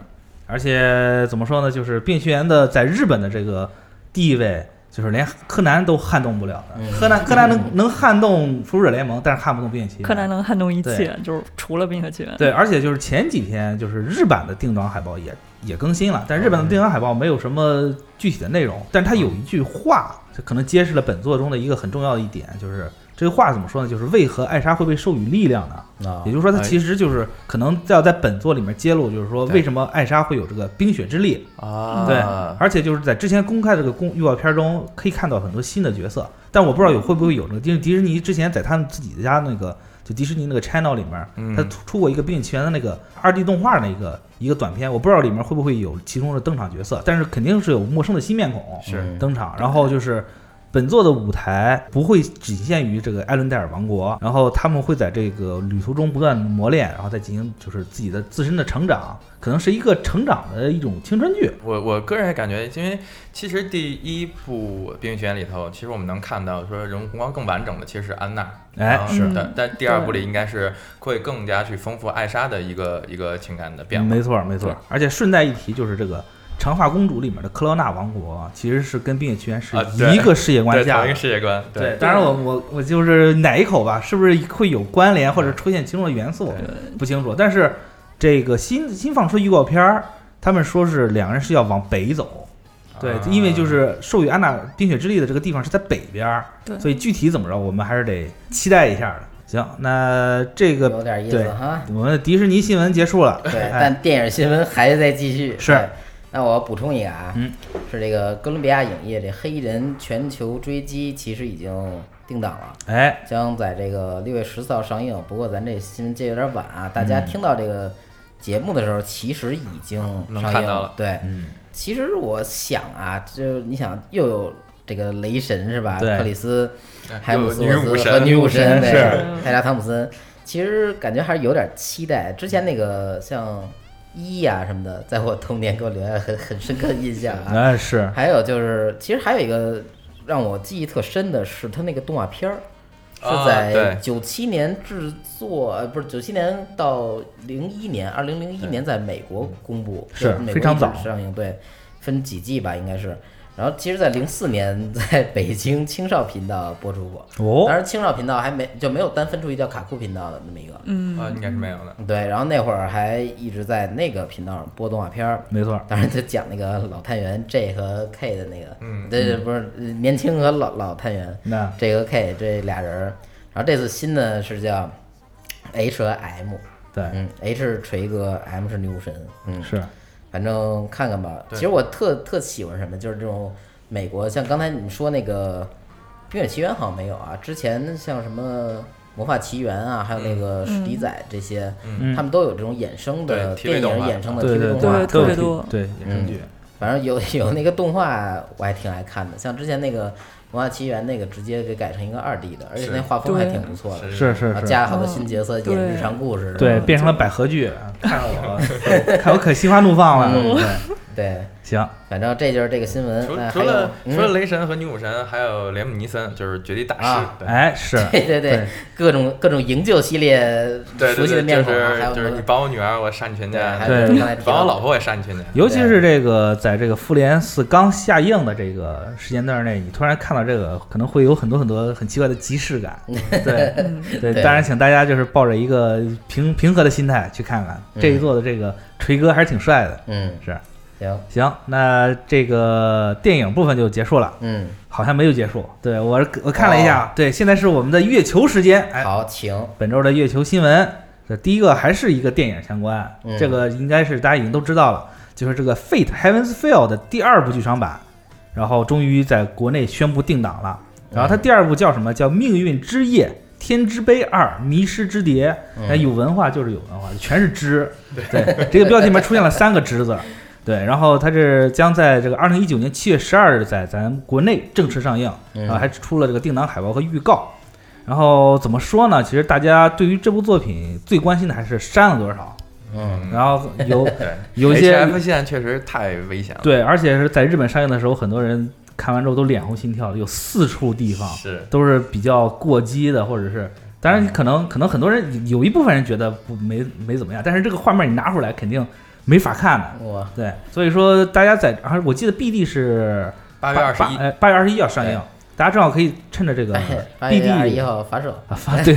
Speaker 2: 而且怎么说呢，就是《变形园》的在日本的这个地位，就是连柯南都撼动不了的。
Speaker 1: 嗯
Speaker 2: 柯南柯南能能撼动《复仇者联盟》，但是撼不动《变形》。
Speaker 3: 柯南能撼动一
Speaker 2: 对
Speaker 3: 切，就是除了《冰雪 奇缘》。
Speaker 2: 对，而且就是前几天，就是日版的定档海报也也更新了，但日
Speaker 4: 哦
Speaker 2: 版的定档海报没有什么具体的内容，但是它有一句话，这可能揭示了本作中的一个很重要的一点，就是这个话怎么说呢？就是为何艾莎会被授予力量呢？
Speaker 1: 啊
Speaker 2: 也，就是说，它
Speaker 4: 哎
Speaker 2: 其实就是可能要在本作里面揭露，就是说
Speaker 4: 对
Speaker 2: 为什么艾莎会有这个冰雪之力。
Speaker 4: 啊，
Speaker 2: 对，而且就是在之前公开这个公预告片中，可以看到很多新的角色，但我不知道有会不会有这个，因为迪士尼之前在他们自己的家那个就迪士尼那个 channel 里面，
Speaker 4: 嗯
Speaker 2: 他出过一个《冰雪奇缘》的那个二 D 动画那个一个短片，我不知道里面会不会有其中的登场角色，但是肯定是有陌生的新面孔
Speaker 4: 是
Speaker 2: 登场，然后就是。本作的舞台不会仅限于这个艾伦戴尔王国，然后他们会在这个旅途中不断磨练，然后再进行就是自己的自身的成长，可能是一个成长的一种青春剧。
Speaker 4: 我我个人感觉，因为其实第一部《冰雪奇缘》里头，其实我们能看到说人物弧光更完整的其实是安娜，
Speaker 2: 哎
Speaker 4: 啊
Speaker 3: 是
Speaker 4: 但但第二部里
Speaker 3: 嗯对
Speaker 4: 应该是会更加去丰富艾莎的一个一个情感的变化。
Speaker 2: 没错，没错
Speaker 4: 对。
Speaker 2: 而且顺带一提，就是这个长发公主里面的克劳纳王国，其实是跟《冰雪奇缘》
Speaker 4: 啊
Speaker 2: 是
Speaker 4: 对
Speaker 2: 一个世界观
Speaker 4: 对
Speaker 2: 下
Speaker 4: 同一
Speaker 2: 的
Speaker 4: 个。世界观，
Speaker 2: 对，当然我我我就是奶一口吧，是不是会有关联或者出现其中的元素不清楚，但是这个新新放出预告片儿，他们说是两个人是要往北走，对，
Speaker 4: 啊
Speaker 2: 因为就是授予安娜冰雪之力的这个地方是在北边儿，
Speaker 3: 对
Speaker 2: 所以具体怎么着，我们还是得期待一下的。行，那这个
Speaker 1: 有点意
Speaker 2: 对
Speaker 1: 思哈。
Speaker 2: 我们的迪士尼新闻结束了，
Speaker 1: 对，
Speaker 2: 哎
Speaker 1: 但电影新闻还在继续。
Speaker 2: 是
Speaker 1: 对，那我补充一个啊，
Speaker 2: 嗯
Speaker 1: 是这个哥伦比亚影业这《黑衣人全球追击》其实已经定档了。
Speaker 2: 哎，
Speaker 1: 将在这个六月十四号上映。不过咱这新闻接有点晚啊，大
Speaker 2: 嗯
Speaker 1: 家听到这个节目的时候，其实已经
Speaker 4: 能
Speaker 1: 上
Speaker 4: 看
Speaker 1: 映
Speaker 4: 到了
Speaker 1: 对，
Speaker 2: 嗯，
Speaker 1: 其实我想啊，就是你想又有这个雷神是吧？
Speaker 2: 对
Speaker 1: 克里斯
Speaker 4: 对
Speaker 1: 海姆
Speaker 4: 有
Speaker 1: 斯
Speaker 4: 女
Speaker 1: 沃
Speaker 4: 武
Speaker 1: 兹和
Speaker 4: 神
Speaker 1: 女武神对
Speaker 2: 是
Speaker 1: 泰拉汤普森，其实感觉还是有点期待。之前那个像一呀、什么的，在我童年给我留下很很深刻的印象啊。
Speaker 2: 哎是，
Speaker 1: 还有就是，其实还有一个让我记忆特深的是他那个动画片儿，是
Speaker 4: 啊
Speaker 1: 在
Speaker 4: 对
Speaker 1: 九七年制作，呃，不是九七年到零一年，二零零一年在美国公布，
Speaker 2: 是
Speaker 1: 就美国
Speaker 2: 非常早
Speaker 1: 一直上映，对，分几季吧，应该是。然后其实，在零四年在北京青少频道播出过，当
Speaker 2: 哦，
Speaker 1: 时青少频道还没就没有单分出一叫卡酷频道的那么一个，
Speaker 4: 啊，应该是没有的。
Speaker 1: 对。然后那会儿还一直在那个频道上播动画片儿，
Speaker 2: 没错，
Speaker 1: 当然，就讲那个老探员 J 和 K 的那个，
Speaker 4: 嗯
Speaker 1: 对对，不是呃年轻和老老探员
Speaker 2: 那
Speaker 1: J 和 K 这俩人儿。然后这次新的是叫 H 和 M，
Speaker 2: 对
Speaker 1: 嗯，H 是锤哥，M 是女武神，嗯，
Speaker 2: 是，
Speaker 1: 反正看看吧。
Speaker 4: 对
Speaker 1: 其实我特特喜欢什么，就是这种美国，像刚才你们说那个《冰雪奇缘》好像没有啊，之前像什么《魔法奇缘》啊，还有那个《史迪仔》这些，
Speaker 2: 嗯
Speaker 1: 他们都有这种衍生的
Speaker 4: 嗯对
Speaker 1: 电
Speaker 4: TV
Speaker 1: 影
Speaker 4: 动画
Speaker 1: 衍生的
Speaker 2: 对
Speaker 1: TV
Speaker 2: 对
Speaker 1: 动画，
Speaker 3: 对
Speaker 2: 都
Speaker 3: 特
Speaker 2: 有
Speaker 3: 别
Speaker 2: 提
Speaker 3: 多
Speaker 2: 对衍生剧，
Speaker 1: 反正有 有那个动画我还挺爱看的，像之前那个《魔法奇缘》那个直接给改成一个二 D 的，而且
Speaker 4: 是
Speaker 1: 那画风还
Speaker 3: 对
Speaker 1: 挺不错的，
Speaker 2: 是是
Speaker 1: 然后
Speaker 2: 是，
Speaker 1: 加了好多新角色演
Speaker 3: 对
Speaker 1: 日常故事，
Speaker 2: 对，
Speaker 1: 嗯
Speaker 2: 变成了百合剧，看我， 看我可心花怒放了，对，
Speaker 1: 对，
Speaker 2: 行，
Speaker 1: 反正这就是这个新
Speaker 2: 呃
Speaker 1: 闻。
Speaker 4: 除
Speaker 1: 那
Speaker 4: 除
Speaker 1: 还有
Speaker 4: 了
Speaker 1: 嗯
Speaker 4: 除了雷神和女武神，还有雷姆尼森，就是绝地大师
Speaker 1: 啊。
Speaker 4: 对
Speaker 2: 哎是，
Speaker 1: 对对对
Speaker 2: 对，
Speaker 1: 各种各种营救系列
Speaker 4: 对
Speaker 1: 熟
Speaker 4: 对
Speaker 1: 悉的
Speaker 4: 对，
Speaker 1: 面
Speaker 4: 就
Speaker 1: 孔啊，还
Speaker 4: 是
Speaker 1: 有
Speaker 4: 就是
Speaker 1: 那
Speaker 4: 你
Speaker 1: 个
Speaker 4: 绑我女儿，我杀你全
Speaker 1: 对，还
Speaker 4: 家；
Speaker 1: 有
Speaker 2: 对
Speaker 1: 刚才提
Speaker 4: 绑
Speaker 1: 到
Speaker 4: 我
Speaker 1: 的
Speaker 4: 老婆，我也杀你全家。
Speaker 2: 尤其是这个在这个复联四刚下映的这个时间段内，你突然看到这个，可能会有很多很多很奇怪的即视感。对对，
Speaker 1: 对
Speaker 2: 当然请大家就是抱着一个平平和的心态去看看这一座的这个锤哥还是挺帅的。
Speaker 1: 嗯，
Speaker 2: 是，
Speaker 1: 行，
Speaker 2: 行，那这个电影部分就结束了，
Speaker 1: 嗯，
Speaker 2: 好像没有结束。对我我看了一下，对，现在是我们的月球时间。哎，
Speaker 1: 好，请，
Speaker 2: 本周的月球新闻，这第一个还是一个电影相关，
Speaker 1: 嗯
Speaker 2: 这个应该是大家已经都知道了，就是这个《Fate Heaven's Feel》的第二部剧场版，然后终于在国内宣布定档了。然后它第二部叫什么？叫《命运之夜》。天之杯二，迷失之蝶，那有文化就是有文化，全是之。对，这个标题里面出现了三个之字。对，然后它是将在这个二零一九年七月十二日在咱国内正式上映，
Speaker 1: 嗯
Speaker 2: 啊，还出了这个定档海报和预告。然后怎么说呢？其实大家对于这部作品最关心的还是删了多少。
Speaker 1: 嗯，
Speaker 2: 然后 有
Speaker 4: 对，
Speaker 2: 有一些
Speaker 4: F 线确实太危险了。
Speaker 2: 对，而且是在日本上映的时候，很多人看完之后都脸红心跳的，有四处地方
Speaker 4: 是
Speaker 2: 都是比较过激的，或者是。当
Speaker 4: 嗯
Speaker 2: 然，可能可能很多人有一部分人觉得不没没怎么样，但是这个画面你拿出来肯定没法看的。
Speaker 1: 我
Speaker 2: 对，所以说大家在，而我记得 BD 是
Speaker 4: 八月二十
Speaker 2: 八
Speaker 4: 一，
Speaker 2: 哎八月二十一要上映
Speaker 4: 对，
Speaker 2: 大家正好可以趁着这 个
Speaker 1: 八月二十一
Speaker 2: BD
Speaker 1: 号发售，
Speaker 2: 嗯啊发对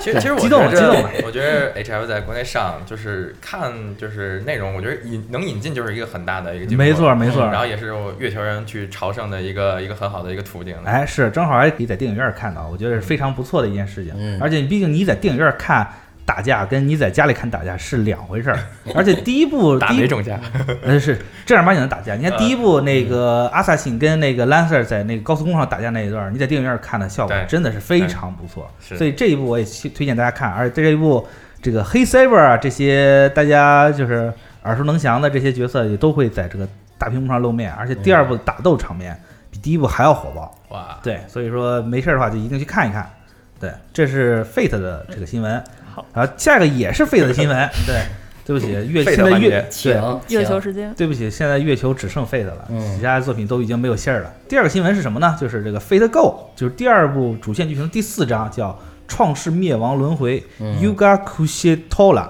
Speaker 4: 其实其实我
Speaker 2: 激动了
Speaker 4: 觉
Speaker 2: 激
Speaker 4: 得
Speaker 2: 动了
Speaker 4: 我觉得 H F 在国内上就是看就是内容，我觉得引能引进就是一个很大的一个进步。嗯
Speaker 2: 没错没错
Speaker 4: 然后也是我月球人去朝圣的一个一个很好的一个途径。
Speaker 2: 哎，是正好还可以在电影院看到，我觉得是非常不错的一件事情。
Speaker 1: 嗯
Speaker 2: 而且毕竟你在电影院看打架，跟你在家里看打架是两回事儿。而且第一部
Speaker 4: 打
Speaker 2: 第一
Speaker 4: 哪种架？
Speaker 2: 呃是正儿八经的打架。你看
Speaker 4: 呃嗯
Speaker 2: 第一部那个阿萨辛跟那个兰瑟在那个高速公路上打架那一段儿，你在电影院看的效果
Speaker 4: 对
Speaker 2: 真的是非常不错。
Speaker 4: 是
Speaker 2: 所以这一部我也去推荐大家看，而且这一部这个黑 saber 啊这些大家就是
Speaker 4: 嗯
Speaker 2: 耳熟能详的这些角色也都会在这个大屏幕上露面，而且第二部打斗场面比第一部还要火爆。
Speaker 4: 哇，
Speaker 2: 对，所以说没事儿的话就一定去看一看。对，这是 Fate 的这个新闻。
Speaker 3: 好，
Speaker 2: 然后下一个也是 Fate 的新 闻。对，对不起，月
Speaker 4: 嗯
Speaker 2: 现
Speaker 4: Fate
Speaker 2: 在
Speaker 4: 环
Speaker 2: 月
Speaker 4: 节
Speaker 1: 请
Speaker 2: 对，
Speaker 3: 月
Speaker 1: 请
Speaker 3: 球时间
Speaker 2: 对不起，现在月球只剩 Fate 了，
Speaker 1: 嗯
Speaker 2: 其他的作品都已经没有信儿了。第二个新闻是什么呢？就是这个 Fate Go，就是第二部主线剧情的第四章，叫《创世灭亡轮回》
Speaker 1: 嗯
Speaker 2: Yuga Kushitola，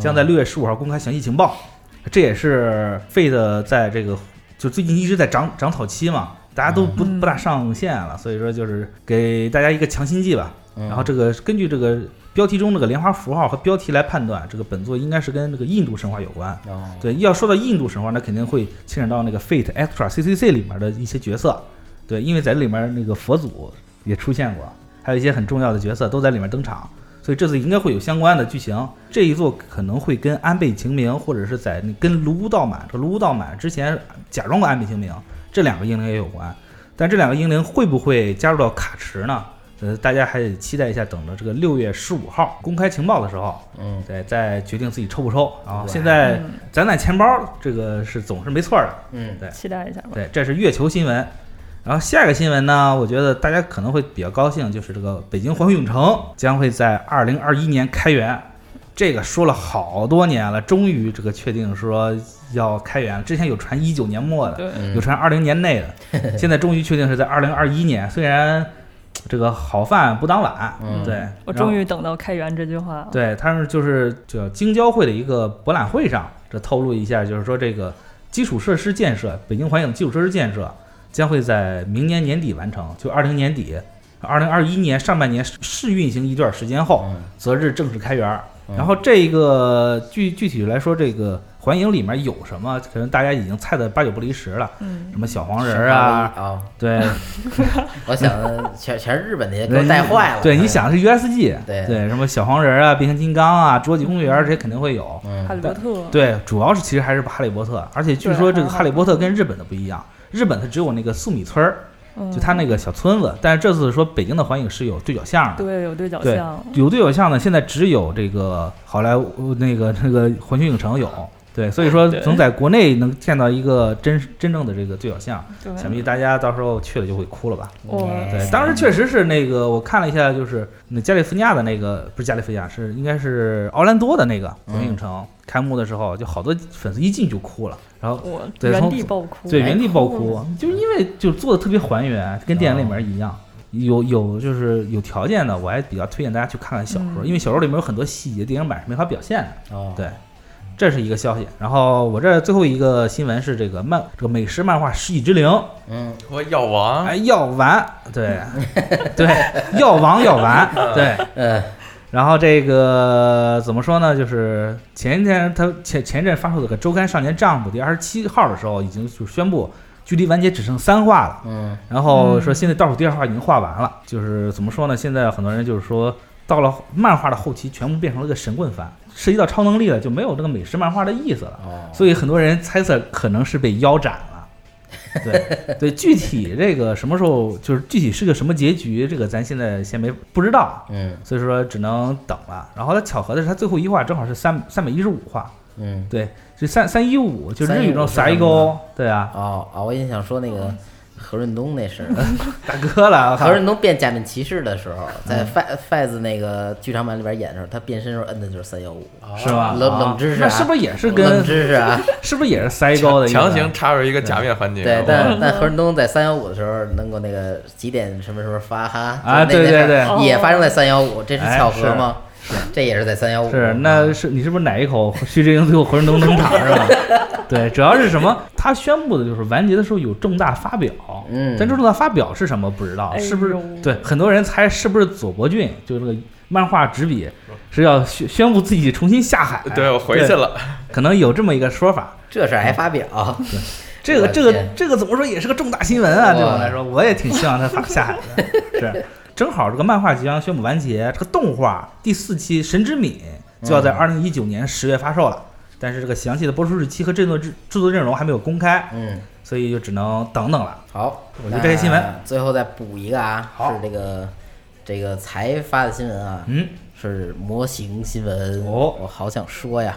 Speaker 2: 将在六月十五号公开详细情报。这也是 Fate 在这个就最近一直在长长草期嘛，大家都不
Speaker 3: 嗯
Speaker 2: 不大上线了，所以说就是给大家一个强心剂吧。
Speaker 1: 嗯
Speaker 2: 然后这个根据这个标题中这个莲花符号和标题来判断，这个本作应该是跟这个印度神话有关。
Speaker 1: 哦
Speaker 2: 对，要说到印度神话，那肯定会牵扯到那个 Fate Extra CCC 里面的一些角色。对，因为在这里面那个佛祖也出现过，还有一些很重要的角色都在里面登场，所以这次应该会有相关的剧情。这一座可能会跟安倍晴明，或者是在那跟卢屋道满，这卢屋道满之前假装过安倍晴明，这两个英灵也有关。但这两个英灵会不会加入到卡池呢？呃，大家还得期待一下，等着这个六月十五号公开情报的时候，
Speaker 1: 嗯
Speaker 2: 对，再决定自己抽不抽。然后
Speaker 1: 对
Speaker 2: 现在
Speaker 3: 嗯
Speaker 2: 攒攒钱包，这个是总是没错的。
Speaker 1: 嗯
Speaker 3: 期待一下吧。
Speaker 2: 对，这是月球新闻。然后下一个新闻呢，我觉得大家可能会比较高兴，就是这个北京环球影城将会在二零二一年开园。这个说了好多年了，终于这个确定说要开园了。之前有传一九年末的，
Speaker 3: 对，
Speaker 1: 嗯
Speaker 2: 有传二零年内 的，现在终于确定是在二零二一年。虽然这个好饭不当懒，
Speaker 1: 嗯
Speaker 2: 对，
Speaker 3: 我
Speaker 2: 然后
Speaker 3: 终于等到开园这句话了。
Speaker 2: 对，他们就是叫京郊会的一个博览会上，这透露一下，就是说这个基础设施建设，北京环影基础设施建设将会在明年年底完成，就二零年底，二零二一年上半年试试运行一段时间后，
Speaker 1: 嗯
Speaker 2: 择日正式开园儿。
Speaker 1: 嗯
Speaker 2: 然后这个具具体来说，这个环影里面有什么，可能大家已经猜的八九不离十了，
Speaker 3: 嗯
Speaker 2: 什么小黄人儿啊，
Speaker 1: 哦，
Speaker 2: 对，
Speaker 1: 我想全全是日本那些给我带坏了。
Speaker 2: 对，你，想的是 USG，
Speaker 1: 对
Speaker 2: 什么小黄人儿啊，变形金刚啊，侏罗纪公园儿这些肯定会有。
Speaker 3: 哈
Speaker 1: 嗯
Speaker 3: 利波特，
Speaker 2: 对，主要是其实还是哈利波特，而且据说这个
Speaker 3: 对
Speaker 2: 哈利波特跟日本的不一样，日本它只有那个粟米村儿，
Speaker 3: 嗯
Speaker 2: 就它那个小村子，但是这次说北京的环影是有对角巷的，
Speaker 3: 对有对角
Speaker 2: 对
Speaker 3: 巷，
Speaker 2: 有对角巷呢，现在只有这个好莱坞那个那个环球影城有，对，所以说
Speaker 3: 对
Speaker 2: 能在国内能见到一个真真正的这个对角巷，
Speaker 3: 对，
Speaker 2: 想必大家到时候去了就会哭了吧。
Speaker 3: 我
Speaker 2: 对，当时确实是那个，我看了一下，就是那加利福尼亚的那个，不是加利福尼亚，是应该是奥兰多的那个环球影城、开幕的时候，就好多粉丝一进就哭了，然后
Speaker 3: 我
Speaker 2: 对
Speaker 3: 原
Speaker 2: 从
Speaker 3: 地爆哭，
Speaker 2: 对原地爆
Speaker 3: 哭
Speaker 2: 哭，就因为就做的特别还原，跟电影里面一样。有有就是有条件的，我还比较推荐大家去看看小说，
Speaker 3: 嗯
Speaker 2: 因为小说里面有很多细节，电影版是没法表现的。
Speaker 1: 哦，
Speaker 2: 对，这是一个消息。然后我这最后一个新闻是这个漫这个美食漫画《世纪之灵》
Speaker 1: 嗯
Speaker 4: 我药王，
Speaker 2: 哎，药丸，对，对，药王药丸，对。
Speaker 1: 呃
Speaker 2: 然后这个怎么说呢？就是前一天他前前一阵发售的这个周刊少年 Jump 第二十七号的时候，已经就是宣布距离完结只剩三话了。
Speaker 1: 嗯
Speaker 2: 然后说现在倒数第二话已经画完了，就是怎么说呢？现在很多人就是说，到了漫画的后期，全部变成了个神棍番，涉及到超能力了，就没有这个美食漫画的意思了。
Speaker 1: 哦，
Speaker 2: 所以很多人猜测可能是被腰斩了。对对，具体这个什么时候就是具体是个什么结局，这个咱现在先没不知道，啊
Speaker 1: 嗯
Speaker 2: 所以说只能等了。然后它巧合的是，它最后一话正好是三三百一十五话，
Speaker 1: 嗯
Speaker 2: 对，是三三一五，就是日语中
Speaker 1: 315
Speaker 2: 撒
Speaker 1: 是
Speaker 2: 一
Speaker 1: 什么
Speaker 2: 勾，对啊，
Speaker 1: 哦哦，我也想说那个何润东那事儿。
Speaker 2: 大哥了，我靠
Speaker 1: 何润东变假面骑士的时候，
Speaker 2: 嗯
Speaker 1: 在 Fa- Faz 那个剧场版里边演的时候，他变身时候摁的就是三幺五，
Speaker 2: 是吧？
Speaker 1: 冷
Speaker 2: 啊
Speaker 1: 冷知识
Speaker 2: 那
Speaker 1: 啊
Speaker 2: 是不是也是
Speaker 1: 冷
Speaker 2: 跟哎
Speaker 1: 知识 啊。
Speaker 2: 是不是也是塞一勾的意思
Speaker 4: 强行插入一个假面环节，
Speaker 1: 对
Speaker 4: 哇，
Speaker 1: 但但何润东在三幺五的时候能够那个几点什么时候发哈
Speaker 2: 啊
Speaker 1: 就是那
Speaker 2: 对
Speaker 1: 那事儿
Speaker 3: 对对
Speaker 1: 也发生在三幺五，这是
Speaker 2: 哎
Speaker 1: 巧合吗？这也是在三幺五。
Speaker 2: 是，那是你是不是哪一口徐志英最后浑身都登场是吧？对，主要是什么？他宣布的就是完结的时候有重大发表，
Speaker 1: 嗯
Speaker 2: 但这重大发表是什么不知道，
Speaker 3: 哎呦
Speaker 2: 是不是？对，很多人猜是不是佐伯俊，就是那个漫画执笔是要宣宣布自己重新下海，
Speaker 4: 对我回去了，
Speaker 2: 可能有这么一个说法。
Speaker 1: 这事儿还发表，
Speaker 2: 这个
Speaker 1: 我的
Speaker 2: 这个
Speaker 1: 天
Speaker 2: 这个怎么说也是个重大新闻啊！
Speaker 1: 哇
Speaker 2: 对我来说，我也挺希望他发下海的。是，正好这个漫画即将宣布完结，这个动画第四期《神之敏》
Speaker 1: 嗯
Speaker 2: 就要在二零一九年十月发售了，但是这个详细的播出日期和制作制制作阵容还没有公开，
Speaker 1: 嗯，
Speaker 2: 所以就只能等等了。
Speaker 1: 好，
Speaker 2: 我就这些新闻
Speaker 1: 那最后再补一个啊，
Speaker 2: 好
Speaker 1: 是这个这个才发的新闻啊，
Speaker 2: 嗯，
Speaker 1: 是模型新闻，
Speaker 2: 哦
Speaker 1: 我好想说呀，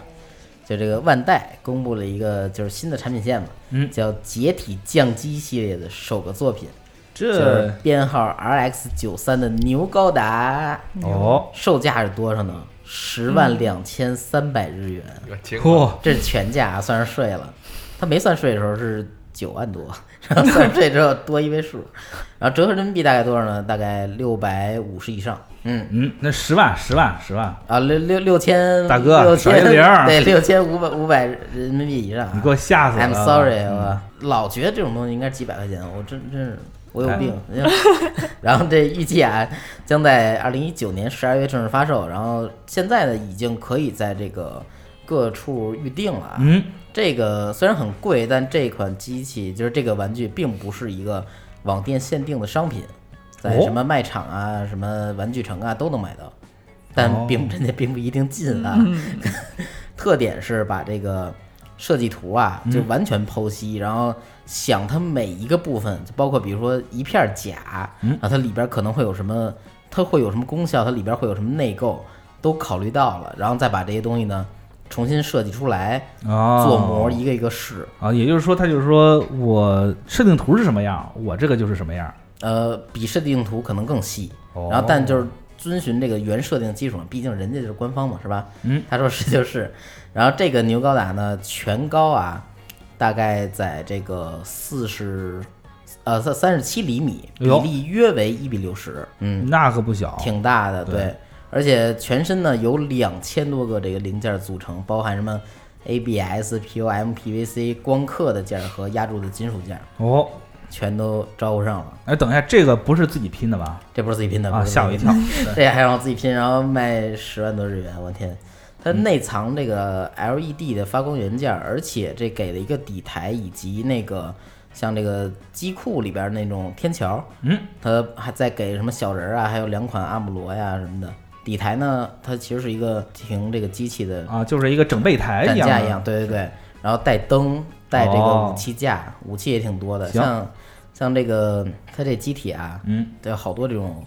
Speaker 1: 就这个万代公布了一个就是新的产品线嘛，
Speaker 2: 嗯
Speaker 1: 叫解体降机系列的首个作品，就是
Speaker 2: 这
Speaker 1: 编号 RX 九三的牛高达，
Speaker 2: 哦，
Speaker 1: 售价是多少呢？十万两千三百日元，
Speaker 4: 我听过，
Speaker 2: 嚯，
Speaker 1: 这是全价啊，算是税了。他没算税的时候是九万多，然后算税之后多一位数，然后折合人民币大概多少呢？大概六百五十以上。嗯，
Speaker 2: 嗯，那十万十万十万，
Speaker 1: 啊，六六六千，
Speaker 2: 大哥
Speaker 1: 六
Speaker 2: 少一
Speaker 1: 千
Speaker 2: 个零儿
Speaker 1: 对，六千五百五百人民币以上啊。
Speaker 2: 你给我吓死了嗯
Speaker 1: I'm sorry，我老觉得这种东西应该是几百块钱，我真真是我有
Speaker 2: 哎
Speaker 1: 病。 然后这预计啊，将在二零一九年十二月正式发售，然后现在呢已经可以在这个各处预定了啊。
Speaker 2: 嗯，
Speaker 1: 这个虽然很贵，但这款机器就是这个玩具并不是一个网店限定的商品，在
Speaker 2: 哦
Speaker 1: 什么卖场啊、什么玩具城啊都能买到，但
Speaker 2: 哦
Speaker 1: 并人家并不一定进啊。 特点是把这个设计图啊就完全剖析，然后想它每一个部分，就包括比如说一片甲，然后它里边可能会有什么，它会有什么功效，它里边会有什么内购，都考虑到了，然后再把这些东西呢重新设计出来，
Speaker 2: 哦，
Speaker 1: 做模一个一个试。
Speaker 2: 啊，也就是说，他就是说我设定图是什么样，我这个就是什么样。
Speaker 1: 呃，比设定图可能更细，
Speaker 2: 哦
Speaker 1: 然后但就是遵循这个原设定基础上，毕竟人家就是官方嘛，是吧？
Speaker 2: 嗯，
Speaker 1: 他说是就是。然后这个牛高达呢，全高啊，大概在这个四十，呃，三三十七厘米，
Speaker 2: 哎
Speaker 1: 比
Speaker 2: 呦
Speaker 1: 例约为一比六十，嗯，
Speaker 2: 那可不小，
Speaker 1: 挺大的，
Speaker 2: 对
Speaker 1: 对。而且全身呢由两千多个这个零件组成，包含什么 ABS、POM、PVC、光刻的件儿和压铸的金属件儿，
Speaker 2: 哦。
Speaker 1: 全都招呼上了。
Speaker 2: 哎，等一下，这个不是自己拼的吧？
Speaker 1: 这不是自己拼的，
Speaker 2: 啊，吓我一跳！
Speaker 1: 这还让我自己拼，然后卖十万多日元，我天！它
Speaker 2: 嗯
Speaker 1: 内藏这个 LED 的发光元件，而且这给了一个底台以及那个像这个机库里边那种天桥，
Speaker 2: 嗯，
Speaker 1: 它还在给什么小人儿啊，还有两款阿姆罗呀什么的。底台呢，它其实是一个停这个机器的
Speaker 2: 啊，就是一个整备台
Speaker 1: 展
Speaker 2: 一样
Speaker 1: 架一
Speaker 2: 的
Speaker 1: 样，对对对，然后带灯，带这个
Speaker 2: 哦
Speaker 1: 武器架，武器也挺多的，
Speaker 2: 行
Speaker 1: 像像这个它这机体啊，
Speaker 2: 嗯，
Speaker 1: 对，好多这种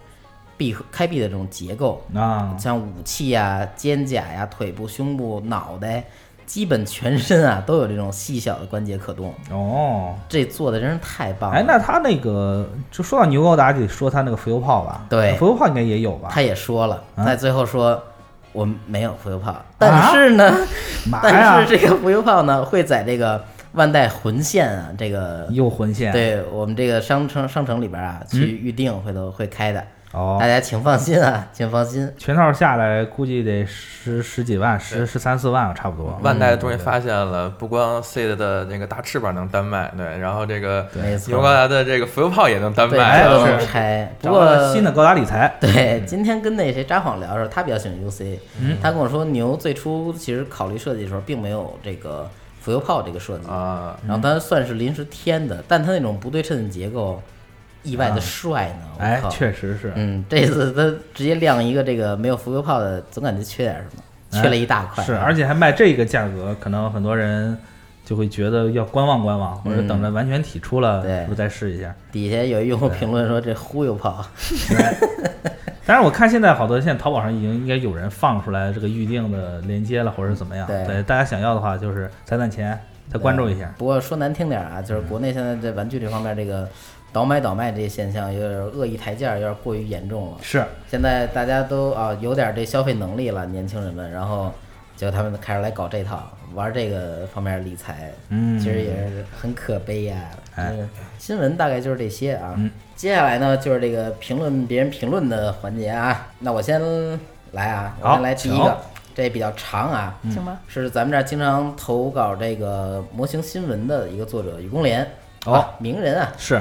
Speaker 1: 闭合开闭的这种结构，
Speaker 2: 啊，
Speaker 1: 像武器呀、肩甲呀、腿部、胸部、脑袋，基本全身啊都有这种细小的关节可动，
Speaker 2: 哦，
Speaker 1: 这做的真是太棒了。
Speaker 2: 哎，那他那个就说到牛高达，得说他那个浮游炮吧？
Speaker 1: 对
Speaker 2: 浮游炮应该也有吧？
Speaker 1: 他也说了，
Speaker 2: 啊
Speaker 1: 在最后说。我没有浮游炮，但是呢，
Speaker 2: 嘛
Speaker 1: 但
Speaker 2: 哎呀
Speaker 1: 是，这个浮游炮呢会在这个万代魂线啊，这个
Speaker 2: 又魂线，，
Speaker 1: 对我们这个商城商城里边啊
Speaker 2: 嗯
Speaker 1: 去预定，回头会开的，
Speaker 2: 哦
Speaker 1: 大，家请放心啊，请放心。
Speaker 2: 全套下来估计得十十几万，十十三四万差不多。
Speaker 4: 万代终于发现了，不光 Seed 的那个大翅膀能单卖，对，然后这个
Speaker 1: 没错
Speaker 4: 牛高达的这个浮游炮也能单
Speaker 1: 对，
Speaker 4: 卖，
Speaker 1: 不
Speaker 2: 是
Speaker 1: 能拆。不
Speaker 2: 找
Speaker 1: 过
Speaker 2: 了新的高达理财，
Speaker 1: 对，今天跟那谁札幌聊的时候，他比较喜欢 UC，、他
Speaker 2: 嗯
Speaker 1: 跟我说牛最初其实考虑设计的时候，并没有这个浮游炮这个设计，
Speaker 4: 啊，
Speaker 2: 嗯
Speaker 1: 然后它算是临时添的，但它那种不对称的结构，意外的帅呢，
Speaker 2: 哎
Speaker 1: 我，靠，
Speaker 2: 确实是，
Speaker 1: 嗯，这次它直接亮一个这个没有浮游炮的，总感觉缺点什么，
Speaker 2: 哎
Speaker 1: 缺了一大块，
Speaker 2: 是，而且还卖这个价格，可能很多人就会觉得要观望观望，或者等着完全体出了，
Speaker 1: 嗯对
Speaker 2: 是不是再试一下？
Speaker 1: 底下有一用户评论说这忽悠炮，
Speaker 2: 哎但是我看现在好多现在淘宝上已经应该有人放出来这个预定的链接了，或者是怎么样？
Speaker 1: 对
Speaker 2: 对，大家想要的话就是攒攒钱，再关注一下。
Speaker 1: 不过说难听点儿啊，就是
Speaker 2: 嗯
Speaker 1: 国内现在在玩具这方面这个倒买倒卖这些现象，有点恶意抬价，有点过于严重了。
Speaker 2: 是，
Speaker 1: 现在大家都啊有点这消费能力了，年轻人们，然后就他们开始来搞这套，玩这个方面理财，
Speaker 2: 嗯
Speaker 1: 其实也是很可悲呀、
Speaker 2: 哎嗯
Speaker 1: 嗯，新闻大概就是这些啊。接下来呢就是这个评论别人评论的环节啊，那我先来啊，我
Speaker 2: 好
Speaker 1: 先来第一
Speaker 2: 请
Speaker 1: 个，这比较长啊，
Speaker 2: 嗯
Speaker 3: 行吧，
Speaker 1: 是咱们这儿经常投稿这个模型新闻的一个作者于公莲，
Speaker 2: 哦
Speaker 1: 啊名人啊
Speaker 2: 是，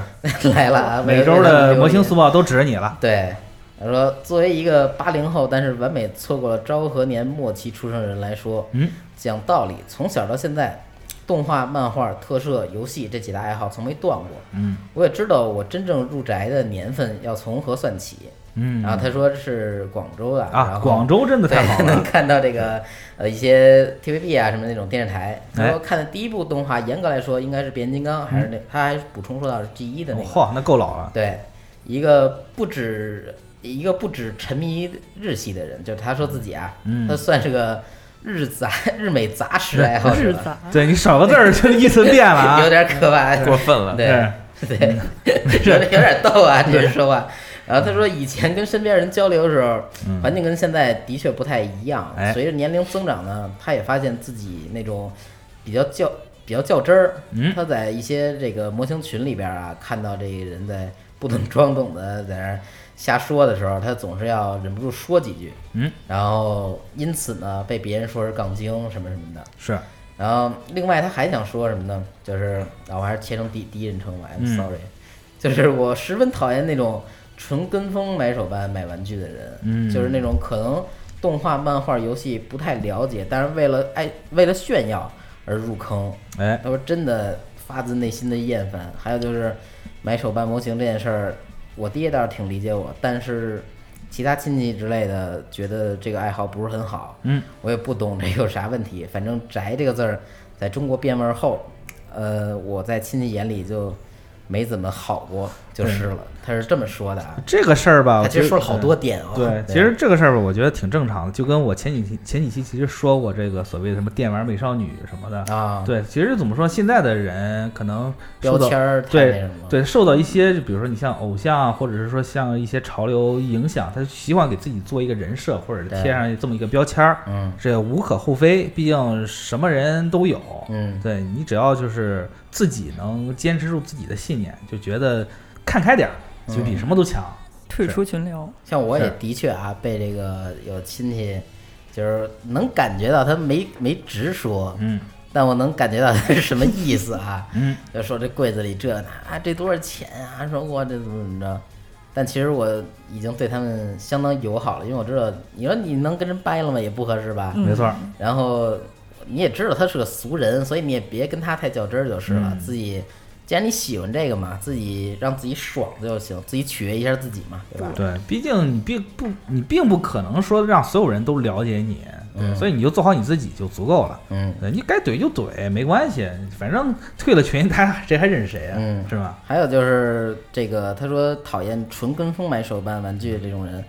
Speaker 1: 来了啊，
Speaker 2: 每
Speaker 1: 为
Speaker 2: 周的模型
Speaker 1: 为咱们留言
Speaker 2: 速报都指着你了。
Speaker 1: 对，他说作为一个八零后，但是完美错过了昭和年末期出生的人来说，
Speaker 2: 嗯，
Speaker 1: 讲道理，从小到现在，动画、漫画、特摄、游戏这几大爱好从没断过。
Speaker 2: 嗯
Speaker 1: 我也知道我真正入宅的年份要从何算起。然
Speaker 2: 嗯
Speaker 1: 后他说是广州的
Speaker 2: 啊，
Speaker 1: 然后
Speaker 2: 广州真的太好
Speaker 1: 对， 能
Speaker 2: 了，
Speaker 1: 看到这个呃一些 TVB 啊什么那种电视台。
Speaker 2: 哎嗯
Speaker 1: 然后看的第一部动画，严格来说应该是变形金刚，还是那他还补充说到是 G 一的那个。
Speaker 2: 嚯，那够老了。
Speaker 1: 对，一个不止一个不止沉迷日系的人，就是他说自己啊，
Speaker 2: 嗯
Speaker 1: 他算是个日杂 日美杂食爱好
Speaker 3: 日
Speaker 1: 者，
Speaker 3: 杂，
Speaker 2: 对你少个字儿就意思变了 啊
Speaker 1: 有。点可怕，
Speaker 4: 过分了。
Speaker 1: 对
Speaker 2: 嗯
Speaker 1: 对，有点有点逗 啊，这人说话。然后他
Speaker 2: 嗯
Speaker 1: 说，以前跟身边人交流的时候，环境跟现在的确不太一样。
Speaker 2: 哎
Speaker 1: 随着年龄增长呢，他也发现自己那种比较较比较较真儿。
Speaker 2: 嗯
Speaker 1: 他在一些这个模型群里边啊，看到这个人在不懂装懂的在那儿瞎说的时候，他总是要忍不住说几句。
Speaker 2: 嗯，
Speaker 1: 然后因此呢，被别人说是杠精什么什么的。
Speaker 2: 是，
Speaker 1: 然后另外他还想说什么呢？就是啊，我还是切成第第一人称吧，I'm
Speaker 2: 嗯
Speaker 1: sorry，、就是我十分讨厌那种纯跟风买手办买玩具的人，
Speaker 2: 嗯
Speaker 1: 就是那种可能动画、漫画、游戏不太了解，但是为了爱为了炫耀而入坑，
Speaker 2: 哎，
Speaker 1: 他说真的发自内心的厌烦。还有就是买手办模型这件事儿，我爹倒是挺理解我，但是其他亲戚之类的觉得这个爱好不是很好。
Speaker 2: 嗯，
Speaker 1: 我也不懂这有啥问题。反正“宅”这个字儿在中国变味儿后，呃，我在亲戚眼里就没怎么好过，就是了。他是这么说的啊。
Speaker 2: 这个事儿吧，
Speaker 1: 他
Speaker 2: 我
Speaker 1: 其实
Speaker 2: 觉得
Speaker 1: 说了好多。点哦。
Speaker 2: 对，其实这个事儿吧，我觉得挺正常的，就跟我前几期前几期其实说过这个所谓的什么电玩美少女什么的，
Speaker 1: 啊，
Speaker 2: 对，其实怎么说，现在的人可能
Speaker 1: 标
Speaker 2: 受到
Speaker 1: 签儿太那
Speaker 2: 对
Speaker 1: 什么了。
Speaker 2: 对受到一些，比如说你像偶像啊，或者是说像一些潮流影响，他喜欢给自己做一个人设，或者是
Speaker 1: 对
Speaker 2: 贴上这么一个标签儿，
Speaker 1: 嗯
Speaker 2: 这无可厚非，毕竟什么人都有。
Speaker 1: 嗯
Speaker 2: 对你只要就是自己能坚持住自己的信念，就觉得看开点儿，
Speaker 1: 嗯
Speaker 2: 就比什么都强。
Speaker 3: 退出群聊，
Speaker 1: 像我也
Speaker 2: 是
Speaker 1: 的确啊，被这个有亲戚，就是能感觉到他没没直说，
Speaker 2: 嗯，
Speaker 1: 但我能感觉到他是什么意思啊
Speaker 2: 嗯，
Speaker 1: 就说这柜子里这呢啊，这多少钱啊，说我这怎么怎么着。但其实我已经对他们相当友好了，因为我知道，你说你能跟人掰了吗？也不合适吧。
Speaker 3: 嗯
Speaker 2: 没错儿，
Speaker 1: 然后你也知道他是个俗人，所以你也别跟他太较真儿就是了。自己既然你喜欢这个嘛，自己让自己爽就行，自己取悦一下自己嘛，对吧？
Speaker 2: 对，毕竟你并不你并不可能说让所有人都了解你，对所以你就做好你自己就足够了。
Speaker 1: 嗯。
Speaker 2: 对你该怼就怼，没关系，反正退了群，大家谁还认识谁啊？
Speaker 1: 嗯
Speaker 2: 是吧？
Speaker 1: 还有就是这个，他说讨厌纯跟风买手办玩具这种人，